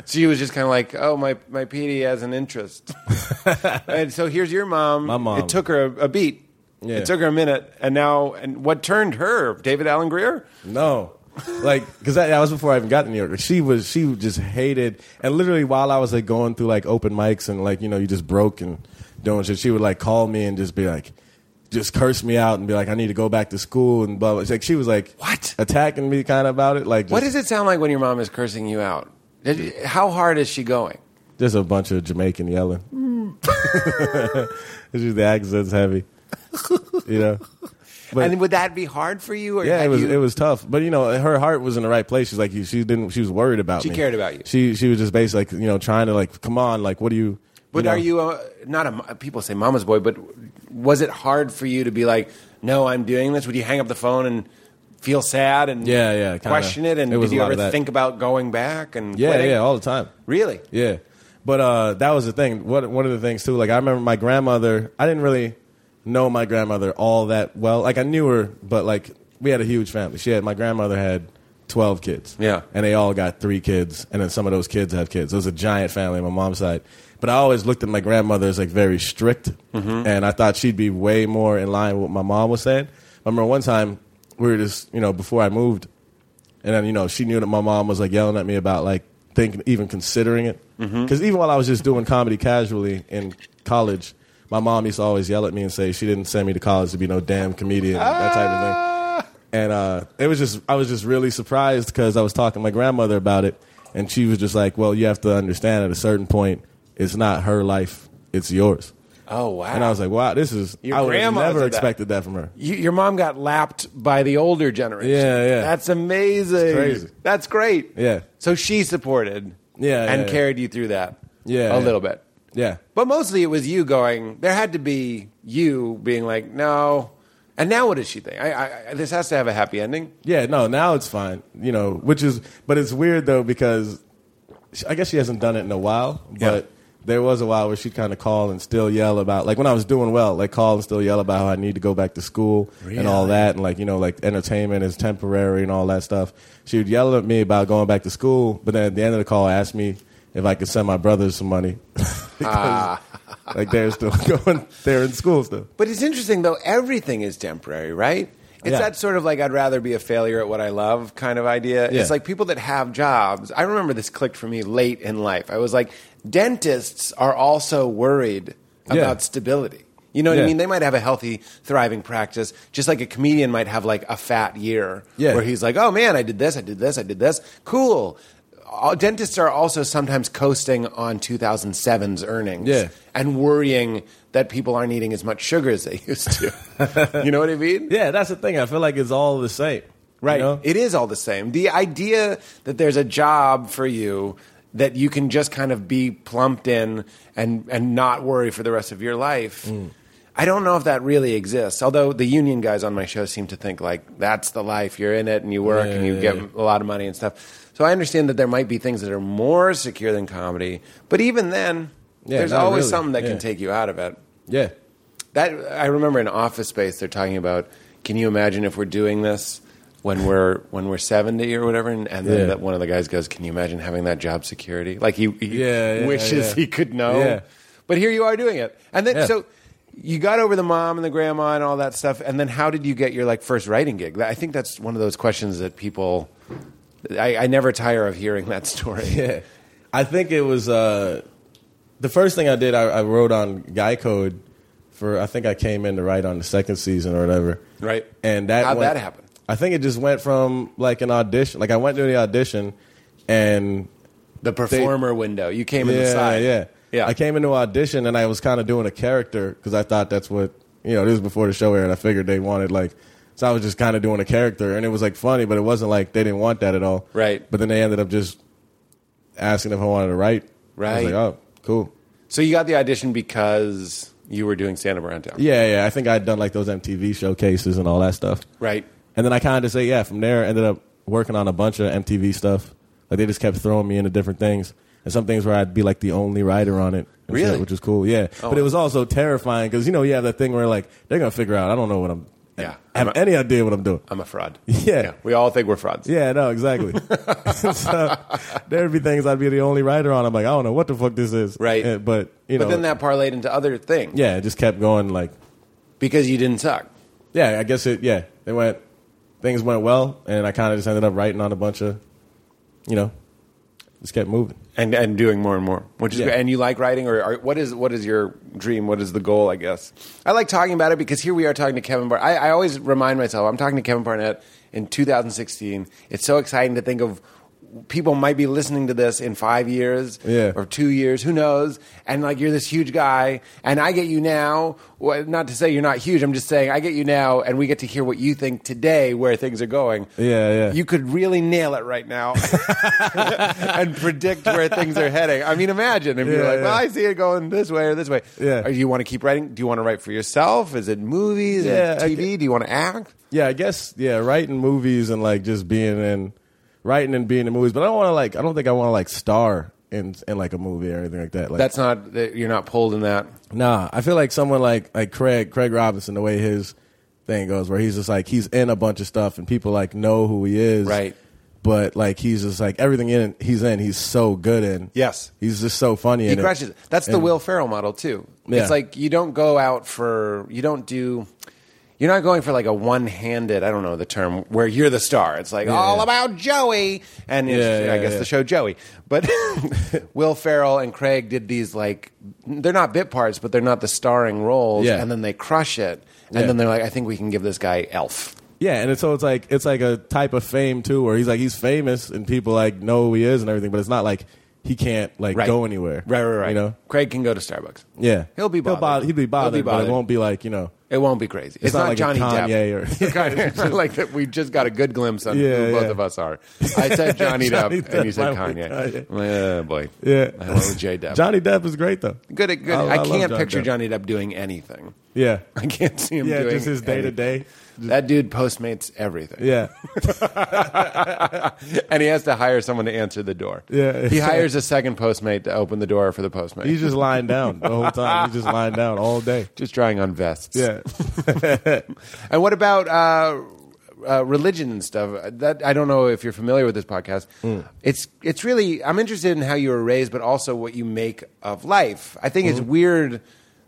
[SPEAKER 2] she was just kind of like, oh, my, my PD has an interest. [LAUGHS] and so here's your mom.
[SPEAKER 4] My mom.
[SPEAKER 2] It took her a, a beat.
[SPEAKER 4] Yeah.
[SPEAKER 2] It took her a minute, and now, and what turned her, David Allen Greer?
[SPEAKER 4] No. Like, because that, that was before I even got to New York. She was, she just hated, and literally while I was like going through like open mics and like, you know, you just broke and doing shit, she would like call me and just be like, just curse me out and be like, I need to go back to school and blah, blah. Like, she was like,
[SPEAKER 2] What?
[SPEAKER 4] Attacking me kind of about it. Like, just,
[SPEAKER 2] What does it sound like when your mom is cursing you out? Did- How hard is she going?
[SPEAKER 4] Just a bunch of Jamaican yelling.
[SPEAKER 2] Mm.
[SPEAKER 4] [LAUGHS] it's just the accent's heavy. You know? But-
[SPEAKER 2] and would that be hard for you? Or
[SPEAKER 4] Yeah,
[SPEAKER 2] had
[SPEAKER 4] it was
[SPEAKER 2] you-
[SPEAKER 4] it was tough, but you know her heart was in the right place. She's like she didn't she was worried about
[SPEAKER 2] She
[SPEAKER 4] me.
[SPEAKER 2] cared about you.
[SPEAKER 4] She she was just basically like you know trying to like come on like what do you?
[SPEAKER 2] But
[SPEAKER 4] know.
[SPEAKER 2] are you uh not a mo- people say mama's boy? But was it hard for you to be like, no, I'm doing this? Would you hang up the phone and feel sad and
[SPEAKER 4] Yeah, yeah, kinda.
[SPEAKER 2] question it? And
[SPEAKER 4] It was a
[SPEAKER 2] did you
[SPEAKER 4] lot of
[SPEAKER 2] ever
[SPEAKER 4] that.
[SPEAKER 2] think about going back and
[SPEAKER 4] Yeah,
[SPEAKER 2] quitting?
[SPEAKER 4] yeah, all the time. [LAUGHS]
[SPEAKER 2] really?
[SPEAKER 4] Yeah, but uh, that was the thing. What one of the things too? Like I remember my grandmother. I didn't really know my grandmother all that well. Like I knew her, but like we had a huge family. She had my grandmother had twelve kids.
[SPEAKER 2] Yeah.
[SPEAKER 4] and they all got three kids, and then some of those kids have kids. It was a giant family on my mom's side. But I always looked at my grandmother as like very strict, and I thought she'd be way more in line with what my mom was saying. I remember one time we were just you know before I moved, and then you know she knew that my mom was like yelling at me about like thinking even considering it because even while I was just doing comedy casually in college, my mom used to always yell at me and say she didn't send me to college to be no damn comedian that type of
[SPEAKER 2] Ah.
[SPEAKER 4] thing and uh, it was just I was just really surprised because I was talking to my grandmother about it, and she was just like, "Well, you have to understand at a certain point, it's not her life, it's yours."
[SPEAKER 2] Oh wow!
[SPEAKER 4] And I was like, "Wow, this is
[SPEAKER 2] Your
[SPEAKER 4] I would have
[SPEAKER 2] grandma
[SPEAKER 4] never
[SPEAKER 2] did that.
[SPEAKER 4] expected that from her."
[SPEAKER 2] You, your mom got lapped by the older generation.
[SPEAKER 4] Yeah, yeah.
[SPEAKER 2] That's amazing.
[SPEAKER 4] It's crazy.
[SPEAKER 2] That's great.
[SPEAKER 4] Yeah.
[SPEAKER 2] So she supported.
[SPEAKER 4] Yeah,
[SPEAKER 2] And
[SPEAKER 4] yeah, yeah.
[SPEAKER 2] carried you through that.
[SPEAKER 4] Yeah,
[SPEAKER 2] A
[SPEAKER 4] yeah.
[SPEAKER 2] little bit.
[SPEAKER 4] Yeah,
[SPEAKER 2] But mostly it was you going. There had to be you being like, no. And now what does she think? I, I, I this has to have a happy ending.
[SPEAKER 4] yeah. No, now it's fine, you know. Which is, but it's weird though because she- I guess she hasn't done it in a while, but. There was a while where she'd kind of call and still yell about, like when I was doing well, like call and still yell about how I need to go back to school and all that, and like you know, like entertainment is temporary and all that stuff. She would yell at me about going back to school, but then at the end of the call, ask me if I could send my brothers some money [LAUGHS] because Ah. like they're still [LAUGHS] going, they're in school still.
[SPEAKER 2] But it's interesting though. Everything is temporary, right? It's
[SPEAKER 4] Yeah.
[SPEAKER 2] that sort of like I'd rather be a failure at what I love kind of idea.
[SPEAKER 4] Yeah.
[SPEAKER 2] It's like people that have jobs. I remember this clicked for me late in life. I was like, dentists are also worried about
[SPEAKER 4] Yeah.
[SPEAKER 2] stability. You know what I
[SPEAKER 4] Yeah.
[SPEAKER 2] mean? They might have a healthy, thriving practice, just like a comedian might have like a fat year
[SPEAKER 4] Yeah.
[SPEAKER 2] where he's like, "Oh man, I did this, I did this, I did this. Cool." All, dentists are also sometimes coasting on 2007's earnings
[SPEAKER 4] Yeah.
[SPEAKER 2] and worrying that people aren't eating as much sugar as they [LAUGHS] used to. you know what I mean?
[SPEAKER 4] [LAUGHS] Yeah, that's the thing. I feel like it's all the same,
[SPEAKER 2] Right.
[SPEAKER 4] You know?
[SPEAKER 2] It is all the same. The idea that there's a job for you that you can just kind of be plumped in and, and not worry for the rest of your life.
[SPEAKER 4] Mm.
[SPEAKER 2] I don't know if that really exists. Although the union guys on my show seem to think like that's the life you're in it and you work and you
[SPEAKER 4] Yeah.
[SPEAKER 2] get a lot of money and stuff. So I understand that there might be things that are more secure than comedy, but even then,
[SPEAKER 4] Yeah,
[SPEAKER 2] there's
[SPEAKER 4] not
[SPEAKER 2] always
[SPEAKER 4] really.
[SPEAKER 2] something that
[SPEAKER 4] Yeah.
[SPEAKER 2] can take you out of it.
[SPEAKER 4] yeah.
[SPEAKER 2] That I remember in Office Space, they're talking about. Can you imagine if we're doing this when we're when we're seventy or whatever? And, and then
[SPEAKER 4] Yeah.
[SPEAKER 2] that one of the guys goes, "Can you imagine having that job security?" Like he, he
[SPEAKER 4] Yeah, yeah,
[SPEAKER 2] wishes
[SPEAKER 4] yeah.
[SPEAKER 2] he could know.
[SPEAKER 4] Yeah.
[SPEAKER 2] But here you are doing it, and then
[SPEAKER 4] Yeah.
[SPEAKER 2] so. You got over the mom and the grandma and all that stuff, and then how did you get your like first writing gig? That- I think that's one of those questions that people. I, I never tire of hearing that story.
[SPEAKER 4] Yeah. I think it was uh, the first thing I did. I, I wrote on Guy Code for. I think I came in to write on the second season or whatever.
[SPEAKER 2] Right.
[SPEAKER 4] And that
[SPEAKER 2] How'd
[SPEAKER 4] went-
[SPEAKER 2] that happen?
[SPEAKER 4] I think it just went from like an audition. Like I went to the audition, and
[SPEAKER 2] The performer window. You came in the
[SPEAKER 4] yeah,
[SPEAKER 2] side.
[SPEAKER 4] yeah,
[SPEAKER 2] yeah.
[SPEAKER 4] I came into audition and I was kind of doing a character because I thought that's what you know. This was before the show aired. I figured they wanted like, so I was just kind of doing a character, and it was like funny, but it wasn't like they didn't want that at all.
[SPEAKER 2] Right.
[SPEAKER 4] But then they ended up just asking if I wanted to write. I
[SPEAKER 2] Right.
[SPEAKER 4] was like, oh, cool.
[SPEAKER 2] So you got the audition because you were doing stand up around town.
[SPEAKER 4] Yeah, yeah. I think I'd done like those MTV showcases and all that stuff.
[SPEAKER 2] Right.
[SPEAKER 4] And then I kind of say, yeah, from there, I ended up working on a bunch of MTV stuff. Like they just kept throwing me into different things. And some things where I'd be like the only writer on it. and
[SPEAKER 2] Really? Oh,
[SPEAKER 4] Shit, which was cool, yeah. but it was also terrifying because, you know, you have that thing where like, they're going to figure out, I don't know what I'm,
[SPEAKER 2] Yeah.
[SPEAKER 4] I have any idea what I'm doing.
[SPEAKER 2] I'm a fraud.
[SPEAKER 4] Yeah.
[SPEAKER 2] We all think we're frauds.
[SPEAKER 4] Yeah, no,
[SPEAKER 2] [LAUGHS]
[SPEAKER 4] exactly. [LAUGHS] so, there'd be things I'd be the only writer on. I'm like, I don't know what the fuck this is.
[SPEAKER 2] Right.
[SPEAKER 4] Uh, But, you
[SPEAKER 2] but
[SPEAKER 4] know.
[SPEAKER 2] then that parlayed into other things.
[SPEAKER 4] Yeah, it just kept going like,
[SPEAKER 2] Because you didn't suck.
[SPEAKER 4] yeah, I guess it. Yeah, they went. Things went well, and I kind of just ended up writing on a bunch of, you know, just kept moving.
[SPEAKER 2] And and doing more and more. Which is
[SPEAKER 4] Yeah.
[SPEAKER 2] great. and you like writing or, or what is what is your dream? What is the goal, I guess? I like talking about it because here we are talking to Kevin Barnett. I, I always remind myself I'm talking to Kevin Barnett in 2016. It's so exciting to think of people might be listening to this in five years
[SPEAKER 4] Yeah.
[SPEAKER 2] or two years, who knows? And like you're this huge guy, and I get you now. Well, not to say you're not huge, I'm just saying I get you now, and we get to hear what you think today, where things are going.
[SPEAKER 4] Yeah, yeah.
[SPEAKER 2] You could really nail it right now [LAUGHS] and predict where things are heading. I mean, imagine if you're
[SPEAKER 4] Yeah,
[SPEAKER 2] like,
[SPEAKER 4] yeah.
[SPEAKER 2] well, I see it going this way or this way.
[SPEAKER 4] Yeah.
[SPEAKER 2] Or Do you want to keep writing? Do you want to write for yourself? Is it movies? Yeah,
[SPEAKER 4] Yeah, I
[SPEAKER 2] TV? Do you want to act?
[SPEAKER 4] Yeah, I guess. Yeah, writing movies and like just being in, writing and being in movies. But I don't want to like. I don't think I want to like star in in like a movie or anything like that. Like,
[SPEAKER 2] That's not, that- you're not pulled in that.
[SPEAKER 4] Nah, I feel like someone like like Craig Craig Robinson, the way his thing goes, where he's just like he's in a bunch of stuff and people like know who he is,
[SPEAKER 2] Right.
[SPEAKER 4] but like he's just like everything in it, he's in, he's so good in.
[SPEAKER 2] Yes.
[SPEAKER 4] he's just so funny.
[SPEAKER 2] He
[SPEAKER 4] in
[SPEAKER 2] crushes.
[SPEAKER 4] It.
[SPEAKER 2] It. That's the
[SPEAKER 4] And-
[SPEAKER 2] Will Ferrell model too.
[SPEAKER 4] Yeah.
[SPEAKER 2] It's like you don't go out for you don't do. You're not going for like a one-handed. I don't know the term where you're the star. It's like all
[SPEAKER 4] yeah.
[SPEAKER 2] about Joey, and it's-
[SPEAKER 4] Yeah, yeah,
[SPEAKER 2] I guess
[SPEAKER 4] yeah.
[SPEAKER 2] the show Joey. But [LAUGHS] Will Ferrell and Craig did these like they're not bit parts, but they're not the starring roles,
[SPEAKER 4] Yeah.
[SPEAKER 2] and then they crush it, and
[SPEAKER 4] Yeah.
[SPEAKER 2] then they're like, I think we can give this guy Elf.
[SPEAKER 4] Yeah, and it's, so it's like it's like a type of fame too, where he's like he's famous and people like know who he is and everything, but it's not like he can't like
[SPEAKER 2] Right.
[SPEAKER 4] go anywhere.
[SPEAKER 2] Right, right, right.
[SPEAKER 4] You know.
[SPEAKER 2] Craig can go to Starbucks.
[SPEAKER 4] Yeah,
[SPEAKER 2] He'll be bothered.
[SPEAKER 4] he'll be bothered,
[SPEAKER 2] He'll be
[SPEAKER 4] but
[SPEAKER 2] bothered.
[SPEAKER 4] it won't be like you know.
[SPEAKER 2] It won't be crazy. It's,
[SPEAKER 4] not
[SPEAKER 2] not,
[SPEAKER 4] like a
[SPEAKER 2] Johnny
[SPEAKER 4] Kanye
[SPEAKER 2] [LAUGHS] Depp.
[SPEAKER 4] or-
[SPEAKER 2] It's kind of-
[SPEAKER 4] [LAUGHS]
[SPEAKER 2] it's not like that. We just got a good glimpse on
[SPEAKER 4] Yeah,
[SPEAKER 2] who both
[SPEAKER 4] yeah.
[SPEAKER 2] of us are. I said Johnny,
[SPEAKER 4] [LAUGHS] Johnny
[SPEAKER 2] Depp, and you
[SPEAKER 4] Depp,
[SPEAKER 2] said
[SPEAKER 4] I went
[SPEAKER 2] Kanye.
[SPEAKER 4] Kanye.
[SPEAKER 2] I'm like, oh boy.
[SPEAKER 4] Yeah,
[SPEAKER 2] I went with J Depp.
[SPEAKER 4] Johnny Depp is great though.
[SPEAKER 2] good, at- good.
[SPEAKER 4] I- I
[SPEAKER 2] I,
[SPEAKER 4] love
[SPEAKER 2] can't
[SPEAKER 4] Johnny
[SPEAKER 2] picture
[SPEAKER 4] Depp.
[SPEAKER 2] Johnny Depp doing anything. [LAUGHS]
[SPEAKER 4] Yeah,
[SPEAKER 2] I can't see
[SPEAKER 4] [LAUGHS]
[SPEAKER 2] him.
[SPEAKER 4] yeah,
[SPEAKER 2] doing
[SPEAKER 4] just his day to
[SPEAKER 2] anything.
[SPEAKER 4] day.
[SPEAKER 2] That dude postmates everything.
[SPEAKER 4] Yeah,
[SPEAKER 2] [LAUGHS] and he has to hire someone to answer the door.
[SPEAKER 4] Yeah. [LAUGHS]
[SPEAKER 2] he hires a second postmate to open the door for the postmate.
[SPEAKER 4] he's just lying down the whole time. He's just lying down all day.
[SPEAKER 2] just trying on vests. [LAUGHS]
[SPEAKER 4] Yeah,
[SPEAKER 2] And what about uh, uh, religion and stuff? That I don't know if you're familiar with this podcast.
[SPEAKER 4] Hmm.
[SPEAKER 2] It's it's really I'm interested in how you were raised, but also what you make of life. I think
[SPEAKER 4] Mm-hmm.
[SPEAKER 2] it's weird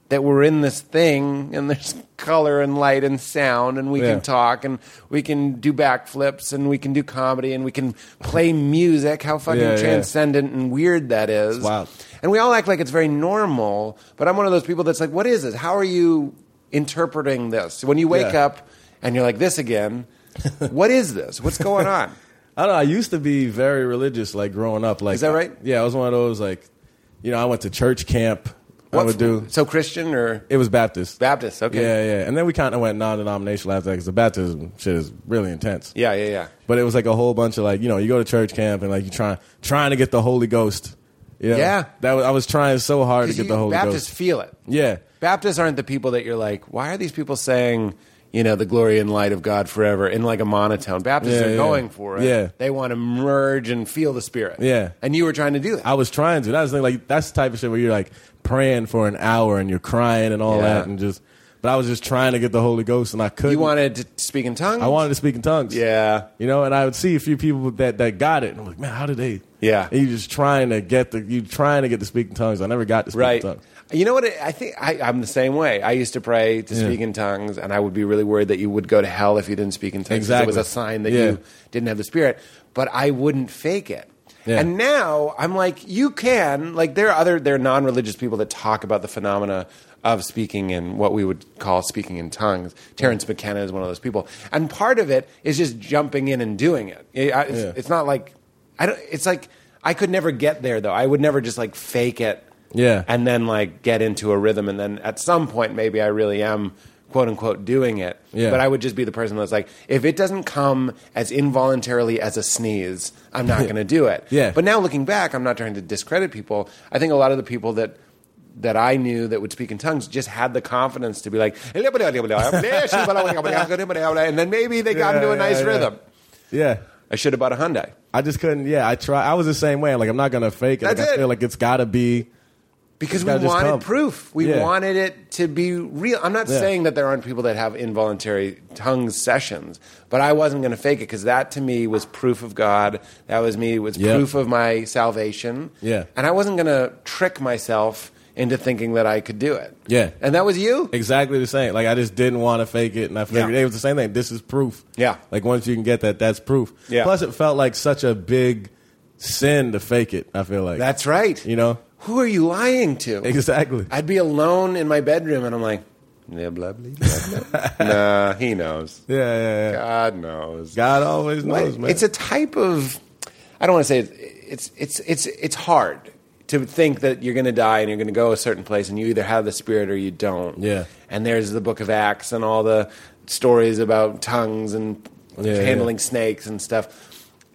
[SPEAKER 2] that we're in this thing and there's [LAUGHS] color and light and sound and we
[SPEAKER 4] Yeah.
[SPEAKER 2] can talk and we can do backflips and we can do comedy and we can play music how fucking
[SPEAKER 4] Yeah, yeah.
[SPEAKER 2] transcendent and weird that is
[SPEAKER 4] It's wild.
[SPEAKER 2] and we all act like it's very normal, but I'm one of those people that's like, what is this? How are you interpreting this? When you wake
[SPEAKER 4] Yeah.
[SPEAKER 2] up and you're like,
[SPEAKER 4] [LAUGHS]
[SPEAKER 2] this again, what is this? What's going on?
[SPEAKER 4] I don't know. I used to be very religious, like growing up. Like
[SPEAKER 2] Is that right?
[SPEAKER 4] yeah, I was one of those like, you know, I went to church camp. [LAUGHS] I
[SPEAKER 2] What-
[SPEAKER 4] would do.
[SPEAKER 2] So Christian or
[SPEAKER 4] It was Baptist.
[SPEAKER 2] Baptist? Okay.
[SPEAKER 4] Yeah, yeah. And then we kind of went non-denominational after that because the baptism shit is really intense.
[SPEAKER 2] Yeah, yeah, yeah.
[SPEAKER 4] But it was like a whole bunch of like, you know, you go to church camp and like you trying trying to get the Holy Ghost. You know?
[SPEAKER 2] Yeah.
[SPEAKER 4] That was, I was trying so hard to
[SPEAKER 2] 'Cause
[SPEAKER 4] get
[SPEAKER 2] you-
[SPEAKER 4] the Holy
[SPEAKER 2] Baptists
[SPEAKER 4] Ghost.
[SPEAKER 2] feel it.
[SPEAKER 4] Yeah.
[SPEAKER 2] Baptists aren't the people that you're like, why are these people saying, you know, the glory and light of God forever in like a monotone? Baptists
[SPEAKER 4] Yeah,
[SPEAKER 2] are
[SPEAKER 4] yeah.
[SPEAKER 2] going for it.
[SPEAKER 4] Yeah.
[SPEAKER 2] They want to merge and feel the spirit.
[SPEAKER 4] Yeah.
[SPEAKER 2] And you were trying to do that.
[SPEAKER 4] I was trying to. That was the thing, like that's the type of shit where you're like praying for an hour and you're crying and all
[SPEAKER 2] Yeah.
[SPEAKER 4] that and just but I was just trying to get the Holy Ghost and I couldn't
[SPEAKER 2] you wanted to speak in tongues?
[SPEAKER 4] I wanted to speak in tongues.
[SPEAKER 2] Yeah.
[SPEAKER 4] You know, and I would see a few people that, that got it. And I'm like, man, how did they?
[SPEAKER 2] Yeah.
[SPEAKER 4] And you're just trying to get the you trying to get to speak in tongues. I never got to speak
[SPEAKER 2] right.
[SPEAKER 4] in tongues.
[SPEAKER 2] You know what? I I think I, I'm the same way. I used to pray to
[SPEAKER 4] Yeah.
[SPEAKER 2] speak in tongues, and I would be really worried that you would go to hell if you didn't speak in tongues. 'cause It was
[SPEAKER 4] Exactly.
[SPEAKER 2] a sign that
[SPEAKER 4] Yeah.
[SPEAKER 2] you didn't have the spirit. But I wouldn't fake it.
[SPEAKER 4] Yeah.
[SPEAKER 2] And now I'm like, you can. Like there are other there are non-religious people that talk about the phenomena of speaking in what we would call speaking in tongues. Terrence McKenna is one of those people, and part of it is just jumping in and doing it. I- I- it's,
[SPEAKER 4] Yeah.
[SPEAKER 2] it's not like I don't. It's like I could never get there though. I would never just like fake it
[SPEAKER 4] Yeah.
[SPEAKER 2] and then like get into a rhythm and then at some point maybe i really am quote unquote doing it
[SPEAKER 4] Yeah.
[SPEAKER 2] but i would just be the person that's like if it doesn't come as involuntarily as a sneeze i'm not going to do it
[SPEAKER 4] Yeah.
[SPEAKER 2] but now looking back i'm not trying to discredit people i think a lot of the people that that I knew that would speak in tongues just had the confidence to be like, and then maybe they got
[SPEAKER 4] Yeah,
[SPEAKER 2] into a nice
[SPEAKER 4] yeah, yeah.
[SPEAKER 2] rhythm.
[SPEAKER 4] Yeah.
[SPEAKER 2] I should have bought a Hyundai.
[SPEAKER 4] I just couldn't. Yeah, I try. I was the same way. Like I'm not gonna fake it. Like,
[SPEAKER 2] That's
[SPEAKER 4] I
[SPEAKER 2] it.
[SPEAKER 4] feel like it's gotta be.
[SPEAKER 2] Because
[SPEAKER 4] It's
[SPEAKER 2] we
[SPEAKER 4] gotta just
[SPEAKER 2] wanted
[SPEAKER 4] come.
[SPEAKER 2] proof. We
[SPEAKER 4] Yeah.
[SPEAKER 2] wanted it to be real. I'm not
[SPEAKER 4] Yeah.
[SPEAKER 2] saying that there aren't people that have involuntary tongue sessions, but I wasn't going to fake it because that to me was proof of God. That was me. It was
[SPEAKER 4] Yeah.
[SPEAKER 2] proof of my salvation.
[SPEAKER 4] Yeah.
[SPEAKER 2] And I wasn't going to trick myself into thinking that I could do it.
[SPEAKER 4] Yeah.
[SPEAKER 2] And that was you.
[SPEAKER 4] Exactly the same. Like I just didn't want to fake it, and I figured
[SPEAKER 2] Yeah.
[SPEAKER 4] hey, it was the same thing. This is proof.
[SPEAKER 2] Yeah.
[SPEAKER 4] Like once you can get that, that's proof.
[SPEAKER 2] Yeah.
[SPEAKER 4] Plus, it felt like such a big sin to fake it. I feel like
[SPEAKER 2] That's right.
[SPEAKER 4] You
[SPEAKER 2] [LAUGHS]
[SPEAKER 4] know
[SPEAKER 2] Who are you lying to?
[SPEAKER 4] exactly.
[SPEAKER 2] I'd be alone in my bedroom and I'm like, nah, blah, blah, blah, blah. nah, he knows.
[SPEAKER 4] yeah, yeah, yeah.
[SPEAKER 2] God knows.
[SPEAKER 4] God always
[SPEAKER 2] What-
[SPEAKER 4] knows, man.
[SPEAKER 2] It's a type of I don't want to say it's it's it's it's, it's hard to think that you're going to die and you're going to go a certain place and you either have the spirit or you don't.
[SPEAKER 4] Yeah.
[SPEAKER 2] And there's the book of Acts and all the stories about tongues and
[SPEAKER 4] Yeah,
[SPEAKER 2] handling snakes and stuff.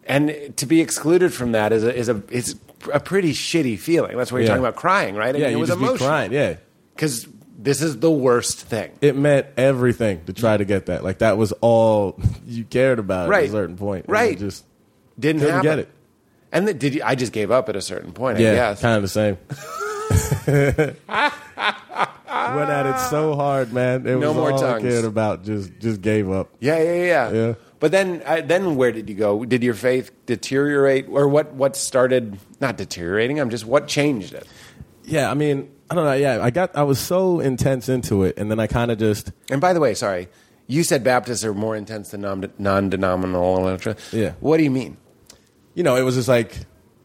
[SPEAKER 2] And to be excluded from that is a is a is a pretty shitty feeling. That's why you're
[SPEAKER 4] Yeah.
[SPEAKER 2] talking about crying, right? I
[SPEAKER 4] yeah,
[SPEAKER 2] mean, it
[SPEAKER 4] you
[SPEAKER 2] was
[SPEAKER 4] just be
[SPEAKER 2] emotional
[SPEAKER 4] crying. Yeah.
[SPEAKER 2] because this is the worst thing.
[SPEAKER 4] It meant everything to try to get that. Like that was all [LAUGHS] you cared about at
[SPEAKER 2] Right.
[SPEAKER 4] a certain point. And
[SPEAKER 2] Right.
[SPEAKER 4] it Just
[SPEAKER 2] Didn't
[SPEAKER 4] Couldn't
[SPEAKER 2] happen.
[SPEAKER 4] get it.
[SPEAKER 2] And the, did you, I just gave up at a certain point? I
[SPEAKER 4] Yeah,
[SPEAKER 2] guess.
[SPEAKER 4] kind of the same. [LAUGHS] Went at it so hard, man. It
[SPEAKER 2] No
[SPEAKER 4] was
[SPEAKER 2] more
[SPEAKER 4] all I
[SPEAKER 2] tongues.
[SPEAKER 4] cared about. Just just gave up.
[SPEAKER 2] Yeah, yeah, yeah.
[SPEAKER 4] Yeah.
[SPEAKER 2] But then, I, then where did you go? Did your faith deteriorate, or what? What started not deteriorating? I'm just what changed it.
[SPEAKER 4] Yeah, I mean, I don't know. Yeah, I got I was so intense into it, and then I kind of just
[SPEAKER 2] And by the way, sorry, you said Baptists are more intense than non- non-denominational.
[SPEAKER 4] Yeah.
[SPEAKER 2] What do you mean?
[SPEAKER 4] you know, it was just like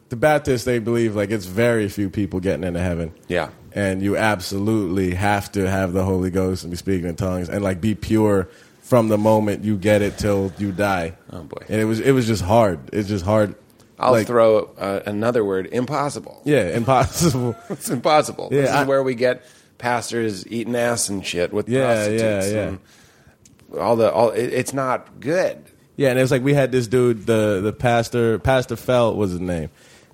[SPEAKER 4] the Baptists, they believe like it's very few people getting into heaven.
[SPEAKER 2] Yeah.
[SPEAKER 4] And you absolutely have to have the Holy Ghost and be speaking in tongues and like be pure from the moment you get it till you die.
[SPEAKER 2] Oh, boy.
[SPEAKER 4] And it was it was just hard. It's just hard.
[SPEAKER 2] I'll
[SPEAKER 4] Like,
[SPEAKER 2] throw uh, another word: impossible.
[SPEAKER 4] Yeah, impossible.
[SPEAKER 2] [LAUGHS] It's impossible.
[SPEAKER 4] Yeah,
[SPEAKER 2] this is
[SPEAKER 4] I-
[SPEAKER 2] where we get pastors eating ass and shit with
[SPEAKER 4] Yeah,
[SPEAKER 2] prostitutes
[SPEAKER 4] yeah, yeah.
[SPEAKER 2] and all the all. It, it's not good.
[SPEAKER 4] Yeah, and it was like we had this dude, the the pastor, Pastor Felt was his name,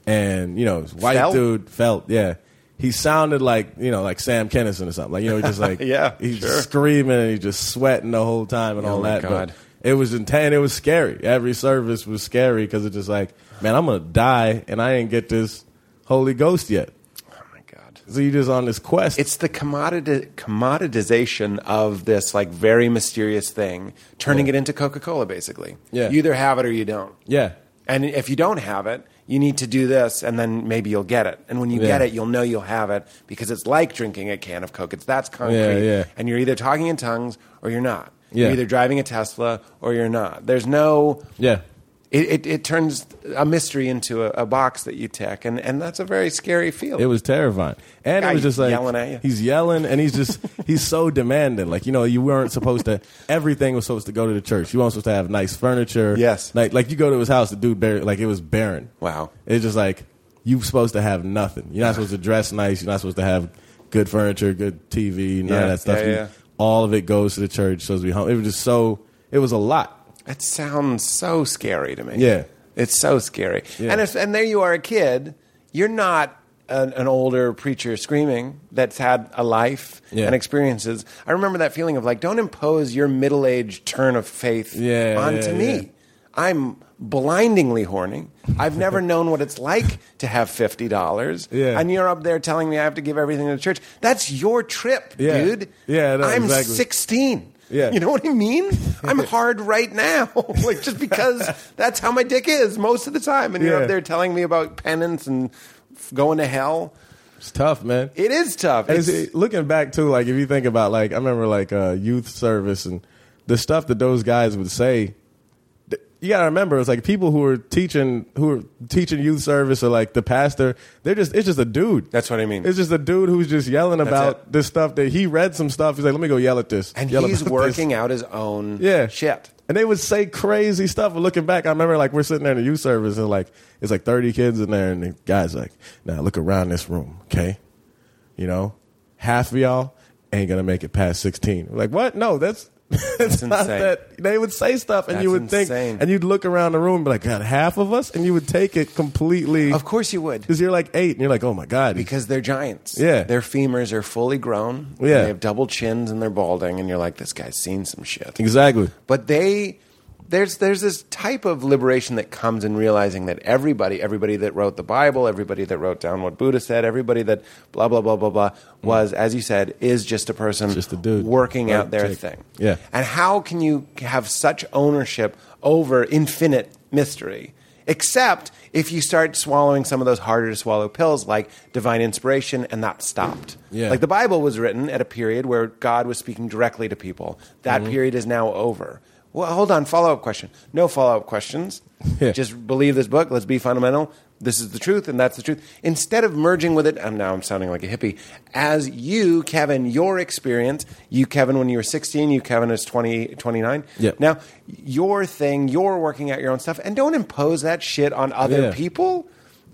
[SPEAKER 4] and you know, this white
[SPEAKER 2] Felt?
[SPEAKER 4] dude Felt, yeah. He sounded like you know, like Sam Kennison or something. Like you know, he just like
[SPEAKER 2] [LAUGHS] Yeah,
[SPEAKER 4] he's
[SPEAKER 2] sure.
[SPEAKER 4] screaming and he's just sweating the whole time and
[SPEAKER 2] Oh
[SPEAKER 4] all
[SPEAKER 2] my
[SPEAKER 4] that. But
[SPEAKER 2] God.
[SPEAKER 4] it was intense. It was scary. Every service was scary because it's just like, man, I'm gonna die and I ain't get this Holy Ghost yet.
[SPEAKER 2] Oh my god.
[SPEAKER 4] So you just on this quest.
[SPEAKER 2] It's the commoditi- commoditization of this like very mysterious thing, turning
[SPEAKER 4] Yeah.
[SPEAKER 2] it into Coca Cola, basically.
[SPEAKER 4] Yeah.
[SPEAKER 2] You either have it or you don't.
[SPEAKER 4] yeah,
[SPEAKER 2] And if you don't have it, you need to do this, and then maybe you'll get it. And when you
[SPEAKER 4] Yeah.
[SPEAKER 2] get it, you'll know you'll have it because it's like drinking a can of Coke. It's that's concrete.
[SPEAKER 4] Yeah, yeah.
[SPEAKER 2] And you're either talking in tongues or you're not.
[SPEAKER 4] Yeah.
[SPEAKER 2] You're either driving a Tesla or you're not. There's no.
[SPEAKER 4] yeah.
[SPEAKER 2] It, it, it turns a mystery into a, a box that you tick, and, and that's a very scary feeling.
[SPEAKER 4] It was terrifying, and
[SPEAKER 2] Guy
[SPEAKER 4] it was just like
[SPEAKER 2] yelling at you.
[SPEAKER 4] he's yelling, and he's
[SPEAKER 2] [LAUGHS]
[SPEAKER 4] just he's so demanding. Like you know, you weren't supposed to. Everything was supposed to go to the church. You weren't supposed to have nice furniture.
[SPEAKER 2] Yes.
[SPEAKER 4] like like you go to his house, the dude bar- like it was barren.
[SPEAKER 2] Wow.
[SPEAKER 4] it's just like you're supposed to have nothing. You're not supposed to dress nice. You're not supposed to have good furniture, good TV, none
[SPEAKER 2] Yeah,
[SPEAKER 4] of that stuff.
[SPEAKER 2] yeah,
[SPEAKER 4] You-
[SPEAKER 2] yeah.
[SPEAKER 4] All of it goes to the church. So we home. It was just so. It was a lot.
[SPEAKER 2] That sounds so scary to me.
[SPEAKER 4] Yeah.
[SPEAKER 2] It's so scary.
[SPEAKER 4] Yeah.
[SPEAKER 2] And, if, and there you are, a kid. You're not an, an older preacher screaming that's had a life
[SPEAKER 4] Yeah.
[SPEAKER 2] and experiences. I remember that feeling of like, don't impose your middle aged turn of faith
[SPEAKER 4] Yeah,
[SPEAKER 2] onto
[SPEAKER 4] yeah,
[SPEAKER 2] me.
[SPEAKER 4] yeah.
[SPEAKER 2] I'm blindingly horny. I've never [LAUGHS] known what it's like to have $50.
[SPEAKER 4] Yeah.
[SPEAKER 2] And you're up there telling me I have to give everything to the church. That's your trip,
[SPEAKER 4] Yeah.
[SPEAKER 2] dude.
[SPEAKER 4] Yeah, I know,
[SPEAKER 2] I'm
[SPEAKER 4] exactly.
[SPEAKER 2] 16.
[SPEAKER 4] Yeah.
[SPEAKER 2] You know what I mean?
[SPEAKER 4] [LAUGHS]
[SPEAKER 2] I'm hard right now. [LAUGHS] like just because that's how my dick is most of the time. And you're
[SPEAKER 4] Yeah.
[SPEAKER 2] up there telling me about penance and f- going to hell.
[SPEAKER 4] It's tough, man.
[SPEAKER 2] It is tough.
[SPEAKER 4] And
[SPEAKER 2] It's,
[SPEAKER 4] see, looking back too, like if you think about like I remember like uh, youth service and the stuff that those guys would say. th- You gotta remember, it's like people who are teaching who are teaching youth service or like the pastor. They're just it's just a dude.
[SPEAKER 2] That's what I mean.
[SPEAKER 4] It's just a dude who's just yelling about
[SPEAKER 2] it.
[SPEAKER 4] this stuff that he read some stuff. He's like, let me go yell at this.
[SPEAKER 2] and
[SPEAKER 4] yell
[SPEAKER 2] he's
[SPEAKER 4] about [LAUGHS] this."
[SPEAKER 2] working out his own
[SPEAKER 4] Yeah.
[SPEAKER 2] shit.
[SPEAKER 4] And they would say crazy stuff. But looking back, I remember like we're sitting there in the youth service and like it's like 30 kids in there and the guy's like, now look around this room, okay? You know, half of y'all ain't gonna make it past 16. We're like, what? No, that's [LAUGHS] that's, not
[SPEAKER 2] insane.
[SPEAKER 4] that they would say stuff and
[SPEAKER 2] That's
[SPEAKER 4] you would
[SPEAKER 2] insane.
[SPEAKER 4] think and you'd look around the room and be like, God, half of us? And you would take it completely
[SPEAKER 2] Of course you would.
[SPEAKER 4] because you're like eight and you're like, Oh my God.
[SPEAKER 2] Because they're giants.
[SPEAKER 4] Yeah.
[SPEAKER 2] Their femurs are fully grown. and
[SPEAKER 4] Yeah.
[SPEAKER 2] They have double chins and they're balding. And you're like, this guy's seen some shit.
[SPEAKER 4] Exactly.
[SPEAKER 2] but they there's there's this type of liberation that comes in realizing that everybody everybody that wrote the bible everybody that wrote down what buddha said everybody that blah blah blah blah blah was as you said is just a person
[SPEAKER 4] Just a dude.
[SPEAKER 2] working
[SPEAKER 4] Right,
[SPEAKER 2] out their
[SPEAKER 4] chick.
[SPEAKER 2] thing
[SPEAKER 4] Yeah.
[SPEAKER 2] and how can you have such ownership over infinite mystery except if you start swallowing some of those harder to swallow pills like divine inspiration and that stopped
[SPEAKER 4] Yeah.
[SPEAKER 2] like the bible was written at a period where god was speaking directly to people that
[SPEAKER 4] Mm-hmm.
[SPEAKER 2] period is now over well hold on follow-up question no follow-up questions
[SPEAKER 4] [LAUGHS] Yeah.
[SPEAKER 2] just believe this book let's be fundamental this is the truth and that's the truth instead of merging with it i'm now i'm sounding like a hippie as you kevin your experience you kevin when you were 16 you kevin is 20 29
[SPEAKER 4] Yeah.
[SPEAKER 2] now your thing you're working out your own stuff and don't impose that shit on other
[SPEAKER 4] Yeah.
[SPEAKER 2] people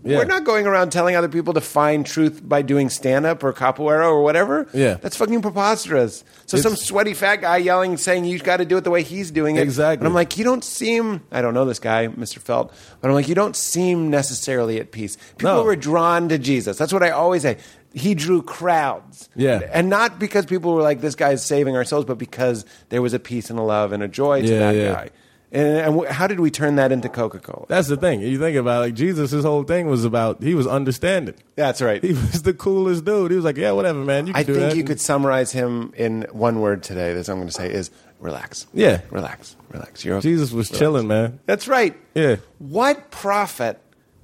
[SPEAKER 4] Yeah.
[SPEAKER 2] we're not going around telling other people to find truth by doing stand up or capoeira or whatever.
[SPEAKER 4] Yeah.
[SPEAKER 2] That's fucking preposterous. So some
[SPEAKER 4] It's-
[SPEAKER 2] sweaty fat guy yelling, saying you got to do it the way he's doing it.
[SPEAKER 4] Exactly.
[SPEAKER 2] And I'm like, you don't seem, I don't know this guy, Mr. Felt, but I'm like, you don't seem necessarily at peace. People
[SPEAKER 4] No.
[SPEAKER 2] were drawn to Jesus. That's what I always say. He drew crowds.
[SPEAKER 4] Yeah.
[SPEAKER 2] And not because people were like, this guy is saving our souls, but because there was a peace and a love and a joy to
[SPEAKER 4] Yeah,
[SPEAKER 2] that
[SPEAKER 4] yeah.
[SPEAKER 2] guy. And, and wh- how did we turn that into Coca Cola?
[SPEAKER 4] That's the thing. You think about it, like Jesus, his whole thing was about he was understanding.
[SPEAKER 2] That's right.
[SPEAKER 4] He was the coolest dude. He was like, yeah, whatever, man. You can
[SPEAKER 2] I
[SPEAKER 4] do
[SPEAKER 2] think
[SPEAKER 4] that.
[SPEAKER 2] you could summarize him in one word today. That's what I'm going to say is relax.
[SPEAKER 4] Yeah.
[SPEAKER 2] relax, relax. You're okay.
[SPEAKER 4] Jesus was
[SPEAKER 2] Relax.
[SPEAKER 4] chilling, man.
[SPEAKER 2] That's right.
[SPEAKER 4] Yeah.
[SPEAKER 2] What prophet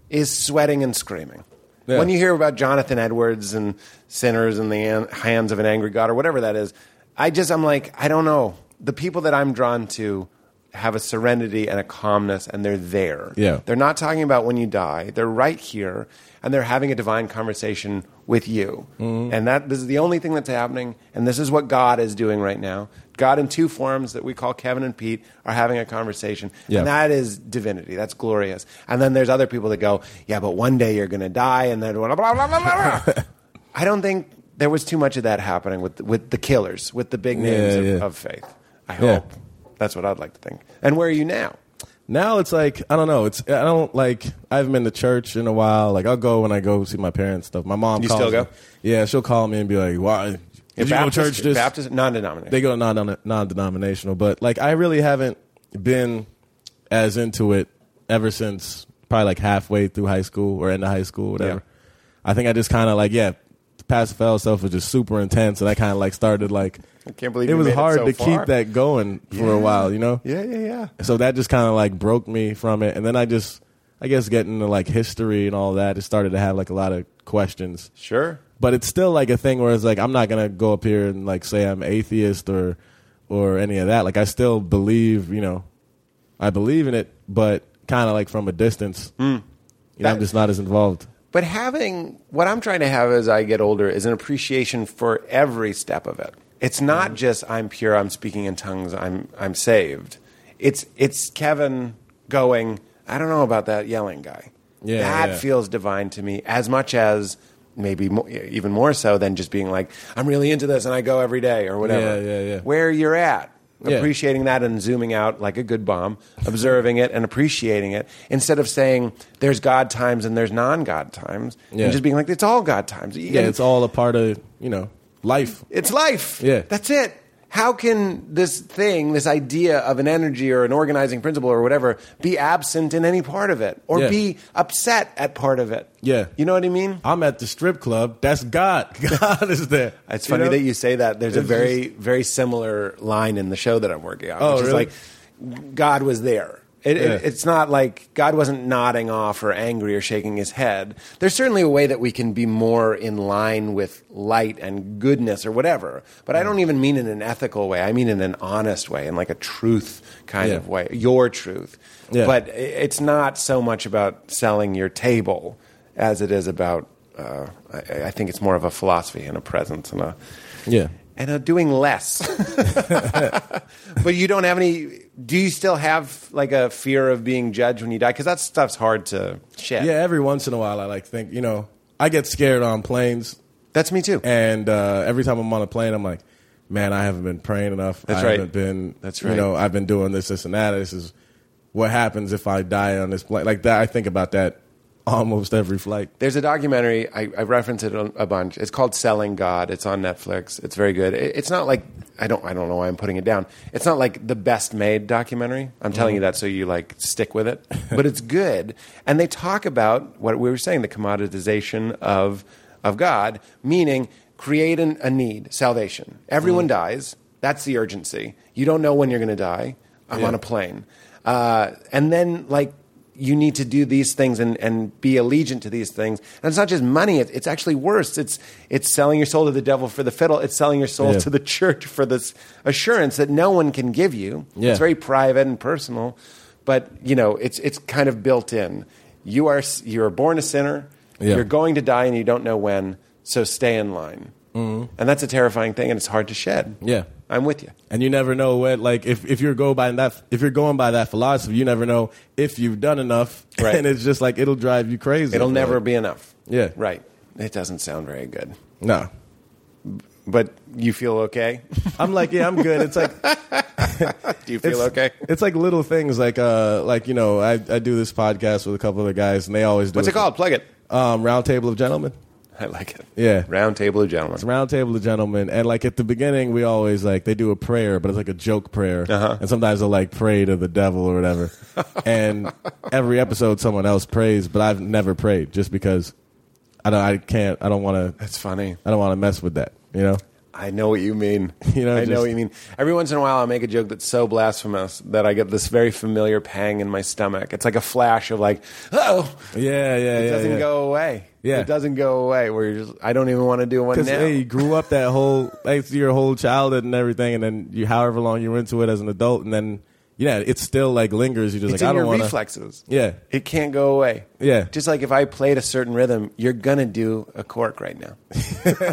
[SPEAKER 2] is sweating and screaming?
[SPEAKER 4] Yeah.
[SPEAKER 2] When you hear about Jonathan Edwards and sinners in the an- hands of an angry God or whatever that is, I just I'm like I don't know. The people that I'm drawn to have a serenity and a calmness, and they're there.
[SPEAKER 4] Yeah.
[SPEAKER 2] they're not talking about when you die. They're right here, and they're having a divine conversation with you.
[SPEAKER 4] Mm-hmm.
[SPEAKER 2] And that this is the only thing that's happening, and this is what God is doing right now. God in two forms that we call Kevin and Pete are having a conversation,
[SPEAKER 4] Yeah.
[SPEAKER 2] and that that is divinity. That's glorious. And then there's other people that go, yeah, but one day you're going to die, and then blah blah blah blah
[SPEAKER 4] [LAUGHS]
[SPEAKER 2] blah. I don't think there was too much of that happening with with the killers, with the big names
[SPEAKER 4] Yeah,
[SPEAKER 2] of,
[SPEAKER 4] yeah.
[SPEAKER 2] of faith. I
[SPEAKER 4] Yeah.
[SPEAKER 2] hope that's what I'd like to think. And where are you now?
[SPEAKER 4] Now it's like I don't know. It's I don't like I haven't been to church in a while. Like I'll go when I go see my parents and stuff. My mom.
[SPEAKER 2] You
[SPEAKER 4] calls
[SPEAKER 2] still go?
[SPEAKER 4] me. Yeah, she'll call me and be like, "Why did you go to church this?"
[SPEAKER 2] Baptist, non-denominational.
[SPEAKER 4] They go non non denominational, but like I really haven't been as into it ever since probably like halfway through high school or into high school, whatever. I think I just kind of like yeah. the Past fell stuff was just super intense, and I kind of like started like I
[SPEAKER 2] can't believe
[SPEAKER 4] it
[SPEAKER 2] you
[SPEAKER 4] was
[SPEAKER 2] made it
[SPEAKER 4] hard
[SPEAKER 2] so
[SPEAKER 4] to
[SPEAKER 2] far.
[SPEAKER 4] keep that going for a while, you know.
[SPEAKER 2] yeah, yeah, yeah.
[SPEAKER 4] So that just kind of like broke me from it, and then I just, I guess, getting into like history and all that, it started to have like a lot of questions.
[SPEAKER 2] Sure.
[SPEAKER 4] But it's still like a thing where it's like I'm not gonna go up here and like say I'm atheist or, or any of that. Like I still believe, you know, I believe in it, but kind of like from a distance. You know, I'm
[SPEAKER 2] That-
[SPEAKER 4] just not as involved.
[SPEAKER 2] But having what I'm trying to have as I get older is an appreciation for every step of it. It's not
[SPEAKER 4] Mm-hmm.
[SPEAKER 2] just I'm pure, I'm speaking in tongues, I'm I'm saved. It's it's Kevin going, I don't know about that yelling guy.
[SPEAKER 4] Yeah,
[SPEAKER 2] that
[SPEAKER 4] yeah.
[SPEAKER 2] feels divine to me as much as maybe mo- even more so than just being like I'm really into this and I go every day or
[SPEAKER 4] Yeah,
[SPEAKER 2] whatever.
[SPEAKER 4] yeah, yeah.
[SPEAKER 2] Where you're at.
[SPEAKER 4] Yeah.
[SPEAKER 2] Appreciating that and zooming out like a good bomb, observing it and appreciating it instead of saying there's God times and there's non God times
[SPEAKER 4] Yeah.
[SPEAKER 2] and just being like it's all God times.
[SPEAKER 4] Yeah, it's all a part of you know life.
[SPEAKER 2] It's life.
[SPEAKER 4] Yeah.
[SPEAKER 2] That's it. How can this thing, this idea of an energy or an organizing principle or whatever, be absent in any part of it or
[SPEAKER 4] Yeah.
[SPEAKER 2] be upset at part of it?
[SPEAKER 4] Yeah.
[SPEAKER 2] You know what I mean?
[SPEAKER 4] I'm at the strip club. That's God. [LAUGHS] God is there.
[SPEAKER 2] It's funny
[SPEAKER 4] know?
[SPEAKER 2] that you say that. There's a
[SPEAKER 4] It's
[SPEAKER 2] very, very similar line in the show that I'm working on,
[SPEAKER 4] Oh,
[SPEAKER 2] which
[SPEAKER 4] really?
[SPEAKER 2] is like God was there. It, it-
[SPEAKER 4] Yeah.
[SPEAKER 2] it's not like God wasn't nodding off or angry or shaking his head. There's certainly a way that we can be more in line with light and goodness or whatever. But I don't even mean in an ethical way. I mean in an honest way, in like a truth kind
[SPEAKER 4] Yeah.
[SPEAKER 2] of way, your truth.
[SPEAKER 4] Yeah.
[SPEAKER 2] But i- it's not so much about selling your table as it is about. Uh, I, I think it's more of a philosophy and a presence and a
[SPEAKER 4] Yeah.
[SPEAKER 2] and are doing
[SPEAKER 4] [LAUGHS]
[SPEAKER 2] less. but you don't have any. Do you still have like a fear of being judged when you die? Because that stuff's hard to shed.
[SPEAKER 4] Yeah, every once in a while, I like think you know I get scared on planes,
[SPEAKER 2] that's me too.
[SPEAKER 4] and uh, every time I'm on a plane, I'm like, man, I haven't been praying enough.
[SPEAKER 2] That's
[SPEAKER 4] I
[SPEAKER 2] right.
[SPEAKER 4] Haven't been.
[SPEAKER 2] That's
[SPEAKER 4] You
[SPEAKER 2] right.
[SPEAKER 4] know, I've been doing this, this, and that. This is what happens if I die on this plane. Like that, I think about that almost every flight.
[SPEAKER 2] There's a documentary I, I reference it on- a bunch. It's called Selling God. It's on Netflix. It's very good. It, it's not like I don't I don't know why I'm putting it down. It's not like the best made documentary. I'm telling you that so you like stick with it. but it's good, and they talk about what we were saying, the commoditization of of God, meaning create an, a need, salvation. Everyone dies. That's the urgency. You don't know when you're going to die. I'm
[SPEAKER 4] Yeah.
[SPEAKER 2] on a plane, uh, and then like you need to do these things and, and be allegiant to these things. And it's not just money; it, it's actually worse. It's it's selling your soul to the devil for the fiddle. It's selling your soul
[SPEAKER 4] Yeah.
[SPEAKER 2] to the church for this assurance that no one can give you.
[SPEAKER 4] Yeah.
[SPEAKER 2] It's very private and personal, but you know it's it's kind of built in. You are s- you're born a sinner.
[SPEAKER 4] Yeah.
[SPEAKER 2] You're going to die, and you don't know when. So stay in line. And that's a terrifying thing, and it's hard to shed.
[SPEAKER 4] Mm-hmm. Yeah.
[SPEAKER 2] I'm with you.
[SPEAKER 4] And you never know what, like, if, if you're go by that, if you're going by that philosophy, you never know if you've done enough, [LAUGHS]
[SPEAKER 2] Right.
[SPEAKER 4] and it's just like it'll drive you crazy.
[SPEAKER 2] It'll
[SPEAKER 4] Like,
[SPEAKER 2] never be enough.
[SPEAKER 4] Yeah.
[SPEAKER 2] Right. It doesn't sound very good.
[SPEAKER 4] no.
[SPEAKER 2] But you feel
[SPEAKER 4] [LAUGHS]
[SPEAKER 2] okay?
[SPEAKER 4] I'm like, yeah, I'm good. It's
[SPEAKER 2] [LAUGHS]
[SPEAKER 4] like
[SPEAKER 2] Do you feel
[SPEAKER 4] it's, [LAUGHS]
[SPEAKER 2] okay?
[SPEAKER 4] It's like little things like uh like you know I, I do this podcast with a couple other guys and they always do
[SPEAKER 2] What's it called? Plug it.
[SPEAKER 4] Um, Round Table of Gentlemen.
[SPEAKER 2] I like it.
[SPEAKER 4] Yeah.
[SPEAKER 2] Round table of gentlemen.
[SPEAKER 4] It's Round Table of Gentlemen and like at the beginning we always like they do a prayer but it's like a joke prayer
[SPEAKER 2] Uh-huh.
[SPEAKER 4] and sometimes they'll like pray to the devil or
[SPEAKER 2] [LAUGHS]
[SPEAKER 4] whatever and every episode someone else prays but I've never prayed just because I don't I can't I don't want to
[SPEAKER 2] That's funny.
[SPEAKER 4] I don't want to mess with that you know
[SPEAKER 2] I know what you mean.
[SPEAKER 4] [LAUGHS] You know,
[SPEAKER 2] I know
[SPEAKER 4] just-
[SPEAKER 2] what you mean. Every once in a while, I make a joke that's so blasphemous that I get this very familiar pang in my stomach. It's like a flash of like, oh,
[SPEAKER 4] Yeah, yeah, yeah.
[SPEAKER 2] it doesn't go away.
[SPEAKER 4] Yeah.
[SPEAKER 2] it doesn't go away. Where you're just, I don't even want to do one
[SPEAKER 4] Because
[SPEAKER 2] now.
[SPEAKER 4] hey, you grew up that whole like your whole childhood and everything, and then you however long you were into it as an adult, and then yeah, it still like lingers. You just
[SPEAKER 2] it's
[SPEAKER 4] like
[SPEAKER 2] in
[SPEAKER 4] I don't
[SPEAKER 2] your
[SPEAKER 4] want to.
[SPEAKER 2] reflexes.
[SPEAKER 4] Yeah.
[SPEAKER 2] it can't go away.
[SPEAKER 4] Yeah.
[SPEAKER 2] just like if I played a certain rhythm, you're gonna do a cork
[SPEAKER 4] [LAUGHS]
[SPEAKER 2] right now.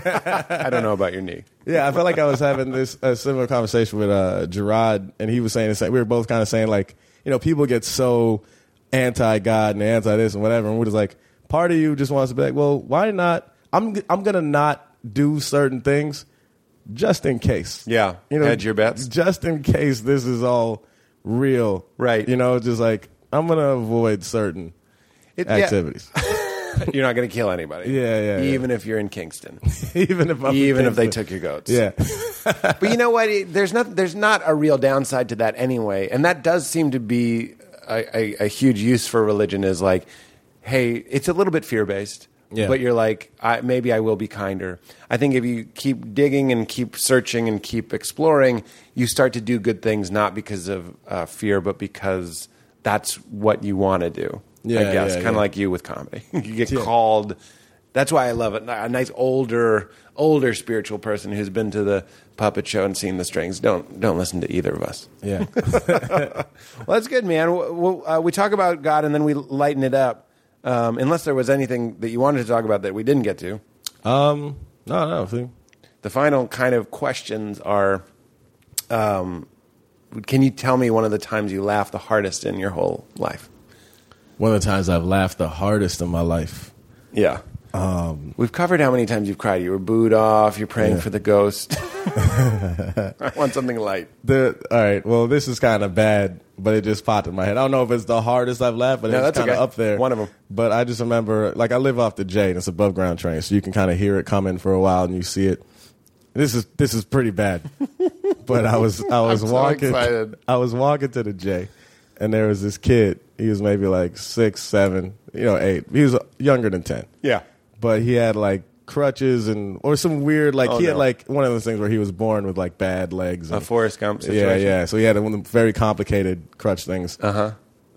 [SPEAKER 2] I don't know about your knee.
[SPEAKER 4] Yeah, I felt like I was having this a similar conversation with uh, Gerard, and he was saying the same. We were both kind of saying like, you know, people get so anti God and anti this and whatever, and we're just like, part of you just wants to be like, well, why not? I'm I'm gonna not do certain things just in case.
[SPEAKER 2] Yeah.
[SPEAKER 4] you know,
[SPEAKER 2] Hedge your bets.
[SPEAKER 4] just in case this is all real,
[SPEAKER 2] Right.
[SPEAKER 4] You know, just like I'm gonna avoid certain
[SPEAKER 2] It- yeah.
[SPEAKER 4] activities, [LAUGHS]
[SPEAKER 2] You're not going to kill anybody.
[SPEAKER 4] Yeah, yeah, yeah.
[SPEAKER 2] Even if you're in Kingston.
[SPEAKER 4] even if I'm
[SPEAKER 2] Even if they took your goats.
[SPEAKER 4] yeah.
[SPEAKER 2] [LAUGHS] But you know what? It- There's not there's not a real downside to that anyway, and that does seem to be a, a, a huge use for religion. Is like, hey, it's a little bit fear based,
[SPEAKER 4] Yeah.
[SPEAKER 2] but you're like, I, maybe I will be kinder. I think if you keep digging and keep searching and keep exploring, you start to do good things not because of uh, fear, but because that's what you want to do. I
[SPEAKER 4] Yeah,
[SPEAKER 2] guess
[SPEAKER 4] yeah,
[SPEAKER 2] kind of
[SPEAKER 4] yeah.
[SPEAKER 2] like you with comedy, [LAUGHS] you get
[SPEAKER 4] Yeah.
[SPEAKER 2] called. That's why I love it. A nice older, older spiritual person who's been to the puppet show and seen the strings. Don't don't listen to either of us.
[SPEAKER 4] Yeah.
[SPEAKER 2] Well, that's good, man. W- w- uh, We talk about God and then we lighten it up. Um, unless there was anything that you wanted to talk about that we didn't get to,
[SPEAKER 4] um. [LAUGHS] No. No. I think-
[SPEAKER 2] the final kind of questions are: um, Can you tell me one of the times you laughed the hardest in your whole life?
[SPEAKER 4] One of the times I've laughed the hardest in my life.
[SPEAKER 2] Yeah. Um, We've covered how many times you've cried. You were booed off. You're praying
[SPEAKER 4] Yeah.
[SPEAKER 2] for the ghost. [LAUGHS] I want something light.
[SPEAKER 4] The all right. Well, this is kind of bad, but it just popped in my head. I don't know if it's the hardest I've laughed, but
[SPEAKER 2] No,
[SPEAKER 4] it's
[SPEAKER 2] that's
[SPEAKER 4] kind of
[SPEAKER 2] okay.
[SPEAKER 4] up there.
[SPEAKER 2] One of 'em.
[SPEAKER 4] But I just remember, like, I live off the J, and it's above ground train, so you can kind of hear it coming for a while, and you see it. This is this is pretty
[SPEAKER 2] [LAUGHS]
[SPEAKER 4] bad. but I was I was
[SPEAKER 2] I'm so
[SPEAKER 4] walking.
[SPEAKER 2] excited.
[SPEAKER 4] [LAUGHS] I was walking to the J, and there was this kid. He was maybe like six, seven, you know, eight. He was younger than ten.
[SPEAKER 2] Yeah.
[SPEAKER 4] but he had like crutches and or some weird like
[SPEAKER 2] Oh,
[SPEAKER 4] he had
[SPEAKER 2] no.
[SPEAKER 4] like one of those things where he was born with like bad legs.
[SPEAKER 2] A
[SPEAKER 4] And,
[SPEAKER 2] Forrest Gump
[SPEAKER 4] yeah,
[SPEAKER 2] situation. Uh-huh.
[SPEAKER 4] yeah. So he had one of the very complicated crutch things. Uh huh.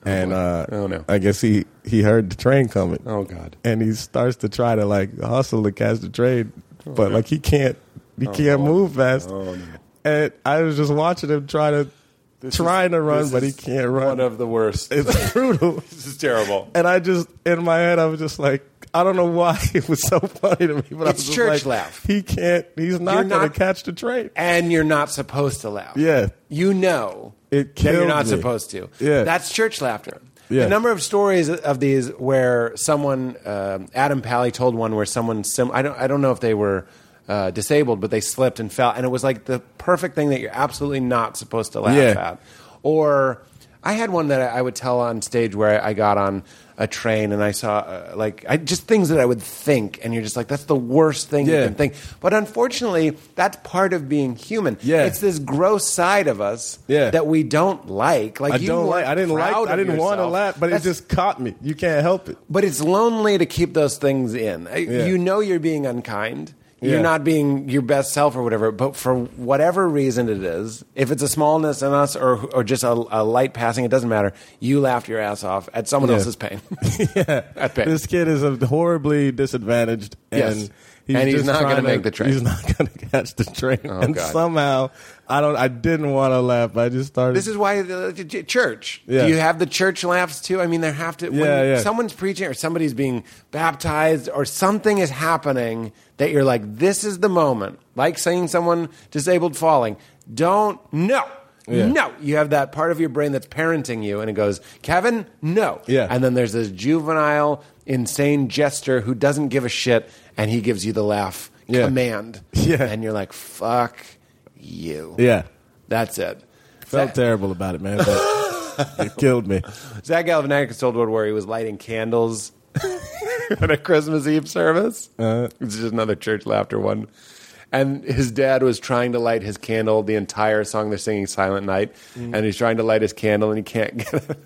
[SPEAKER 4] And uh,
[SPEAKER 2] Oh, no.
[SPEAKER 4] I guess he he heard the train coming.
[SPEAKER 2] Oh, God.
[SPEAKER 4] And he starts to try to like hustle to catch the train, but like he can't he can't move fast.
[SPEAKER 2] Oh, no.
[SPEAKER 4] And I was just watching him try to trying to run,
[SPEAKER 2] This
[SPEAKER 4] but he
[SPEAKER 2] is
[SPEAKER 4] can't run.
[SPEAKER 2] One of the worst. [LAUGHS]
[SPEAKER 4] it's brutal.
[SPEAKER 2] this is terrible.
[SPEAKER 4] And I just in my head, I was just like, I don't know why [LAUGHS] it was so funny to me, but I
[SPEAKER 2] It's
[SPEAKER 4] was just like,
[SPEAKER 2] church laugh.
[SPEAKER 4] He can't. He's not
[SPEAKER 2] You're
[SPEAKER 4] going to
[SPEAKER 2] not-
[SPEAKER 4] catch the train.
[SPEAKER 2] And you're not supposed to laugh.
[SPEAKER 4] Yeah.
[SPEAKER 2] You know
[SPEAKER 4] It
[SPEAKER 2] that you're
[SPEAKER 4] killed
[SPEAKER 2] not
[SPEAKER 4] me.
[SPEAKER 2] supposed to.
[SPEAKER 4] Yeah.
[SPEAKER 2] That's church laughter.
[SPEAKER 4] Yeah.
[SPEAKER 2] The number of stories of these where someone, um Adam Pally told one where someone, sim- I, don't, I don't know if they were uh, disabled, but they slipped and fell. And it was like the perfect thing that you're absolutely not supposed to laugh
[SPEAKER 4] Yeah.
[SPEAKER 2] at. Or I had one that I would tell on stage where I got on um, a train and I saw uh, like I, just things that I would think, and you're just like, that's the worst thing
[SPEAKER 4] Yeah.
[SPEAKER 2] you can think. But unfortunately, that's part of being human.
[SPEAKER 4] Yeah.
[SPEAKER 2] it's this gross side of us
[SPEAKER 4] Yeah.
[SPEAKER 2] that we don't like. Like
[SPEAKER 4] I
[SPEAKER 2] you
[SPEAKER 4] don't
[SPEAKER 2] weren't
[SPEAKER 4] like. I didn't like.
[SPEAKER 2] proud
[SPEAKER 4] I
[SPEAKER 2] of
[SPEAKER 4] didn't want to
[SPEAKER 2] yourself.
[SPEAKER 4] laugh, but
[SPEAKER 2] That's-
[SPEAKER 4] it just caught me. You can't help it.
[SPEAKER 2] But it's lonely to keep those things in. I-
[SPEAKER 4] Yeah.
[SPEAKER 2] You know you're being unkind.
[SPEAKER 4] Yeah.
[SPEAKER 2] You're not being your best self or whatever. But for whatever reason it is, if it's a smallness in us or or just a, a light passing, it doesn't matter. You laughed your ass off at someone
[SPEAKER 4] [LAUGHS] Yeah.
[SPEAKER 2] else's pain. yeah, at pain.
[SPEAKER 4] This kid is a horribly disadvantaged,
[SPEAKER 2] Yes.
[SPEAKER 4] and he's,
[SPEAKER 2] And he's
[SPEAKER 4] just
[SPEAKER 2] not gonna
[SPEAKER 4] trying
[SPEAKER 2] make the train. Oh,
[SPEAKER 4] He's not [LAUGHS] going to catch the train. and
[SPEAKER 2] God.
[SPEAKER 4] somehow, I don't. I didn't want to laugh. but I just started.
[SPEAKER 2] This is why the, the- the church.
[SPEAKER 4] Yeah.
[SPEAKER 2] Do you have the church laughs too? I mean, there have to.
[SPEAKER 4] Yeah, yeah.
[SPEAKER 2] Someone's preaching, or somebody's being baptized, or something is happening that you're like, "This is the moment." Like seeing someone disabled falling. Don't no.
[SPEAKER 4] Yeah.
[SPEAKER 2] No, you have that part of your brain that's parenting you, and it goes, Kevin, no.
[SPEAKER 4] Yeah.
[SPEAKER 2] And then there's this juvenile, insane jester who doesn't give a shit, and he gives you the laugh
[SPEAKER 4] Yeah.
[SPEAKER 2] command.
[SPEAKER 4] [LAUGHS] Yeah.
[SPEAKER 2] And you're like, fuck you.
[SPEAKER 4] yeah.
[SPEAKER 2] That's it.
[SPEAKER 4] Felt
[SPEAKER 2] That-
[SPEAKER 4] terrible about it, man.
[SPEAKER 2] [LAUGHS]
[SPEAKER 4] but it killed me.
[SPEAKER 2] Zach Galifianakis told one where he was lighting candles [LAUGHS] at a Christmas Eve service. it's just another church laughter one. And his dad was trying to light his candle the entire song they're singing, Silent Night. And he's trying to light his candle and he can't get it.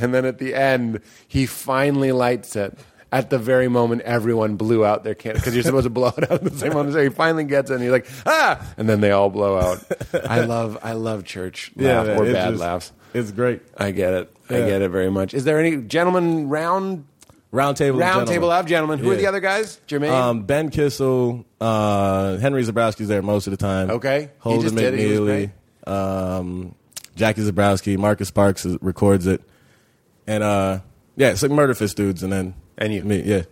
[SPEAKER 2] and then at the end, he finally lights it. at the very moment everyone blew out their candle because you're supposed to blow it out at the same moment. So he finally gets it, and he's like, ah, and then they all blow out. I love, I love church laugh or
[SPEAKER 4] it's
[SPEAKER 2] bad
[SPEAKER 4] just-
[SPEAKER 2] laughs.
[SPEAKER 4] It's great.
[SPEAKER 2] I get it. I
[SPEAKER 4] Yeah.
[SPEAKER 2] get it very much. Is there any gentlemen round
[SPEAKER 4] Round table. of
[SPEAKER 2] round
[SPEAKER 4] gentlemen.
[SPEAKER 2] table of gentlemen? Who are
[SPEAKER 4] Yeah.
[SPEAKER 2] the other guys? Jermaine.
[SPEAKER 4] Um, ben Kissel, uh, Henry Zabrowski's there most of the time.
[SPEAKER 2] Okay. He
[SPEAKER 4] Holden
[SPEAKER 2] just did it. He was
[SPEAKER 4] McNeely, um, Jackie Zabrowski, Marcus Parks is, records it, and uh, yeah, it's like Murderfist dudes, and then
[SPEAKER 2] And you.
[SPEAKER 4] me, yeah,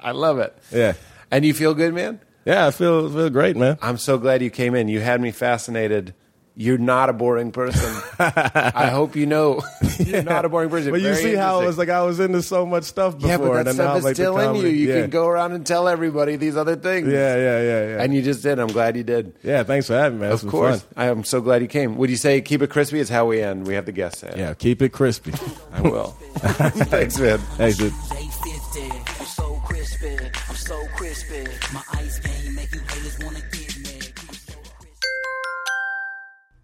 [SPEAKER 2] I love it.
[SPEAKER 4] yeah,
[SPEAKER 2] And you feel good, man?
[SPEAKER 4] yeah. I feel feel great, man.
[SPEAKER 2] I'm so glad you came in. You had me fascinated. You're not a boring person.
[SPEAKER 4] [LAUGHS]
[SPEAKER 2] I hope you know [LAUGHS] you're not a boring person.
[SPEAKER 4] But you
[SPEAKER 2] Very
[SPEAKER 4] see how it
[SPEAKER 2] interesting.
[SPEAKER 4] was like I was into so much stuff before,
[SPEAKER 2] yeah, but
[SPEAKER 4] and
[SPEAKER 2] that
[SPEAKER 4] then now
[SPEAKER 2] stuff is
[SPEAKER 4] like the
[SPEAKER 2] still in you.
[SPEAKER 4] comedy-
[SPEAKER 2] You
[SPEAKER 4] yeah.
[SPEAKER 2] can go around and tell everybody these other things.
[SPEAKER 4] Yeah, yeah, yeah, yeah.
[SPEAKER 2] and you just did. I'm glad you did.
[SPEAKER 4] yeah, thanks for having me. man. It's
[SPEAKER 2] of
[SPEAKER 4] been
[SPEAKER 2] course,
[SPEAKER 4] fun.
[SPEAKER 2] I am so glad you came. Would you say keep it crispy? Is how we end. We have the guests say. it.
[SPEAKER 4] Yeah, keep it crispy. [LAUGHS]
[SPEAKER 2] I will. [LAUGHS] Thanks, man.
[SPEAKER 4] hey, dude.
[SPEAKER 5] Day 50. I'm so crispy. I'm so crispy. My ice game make you haters wanna get me. I'm so crispy.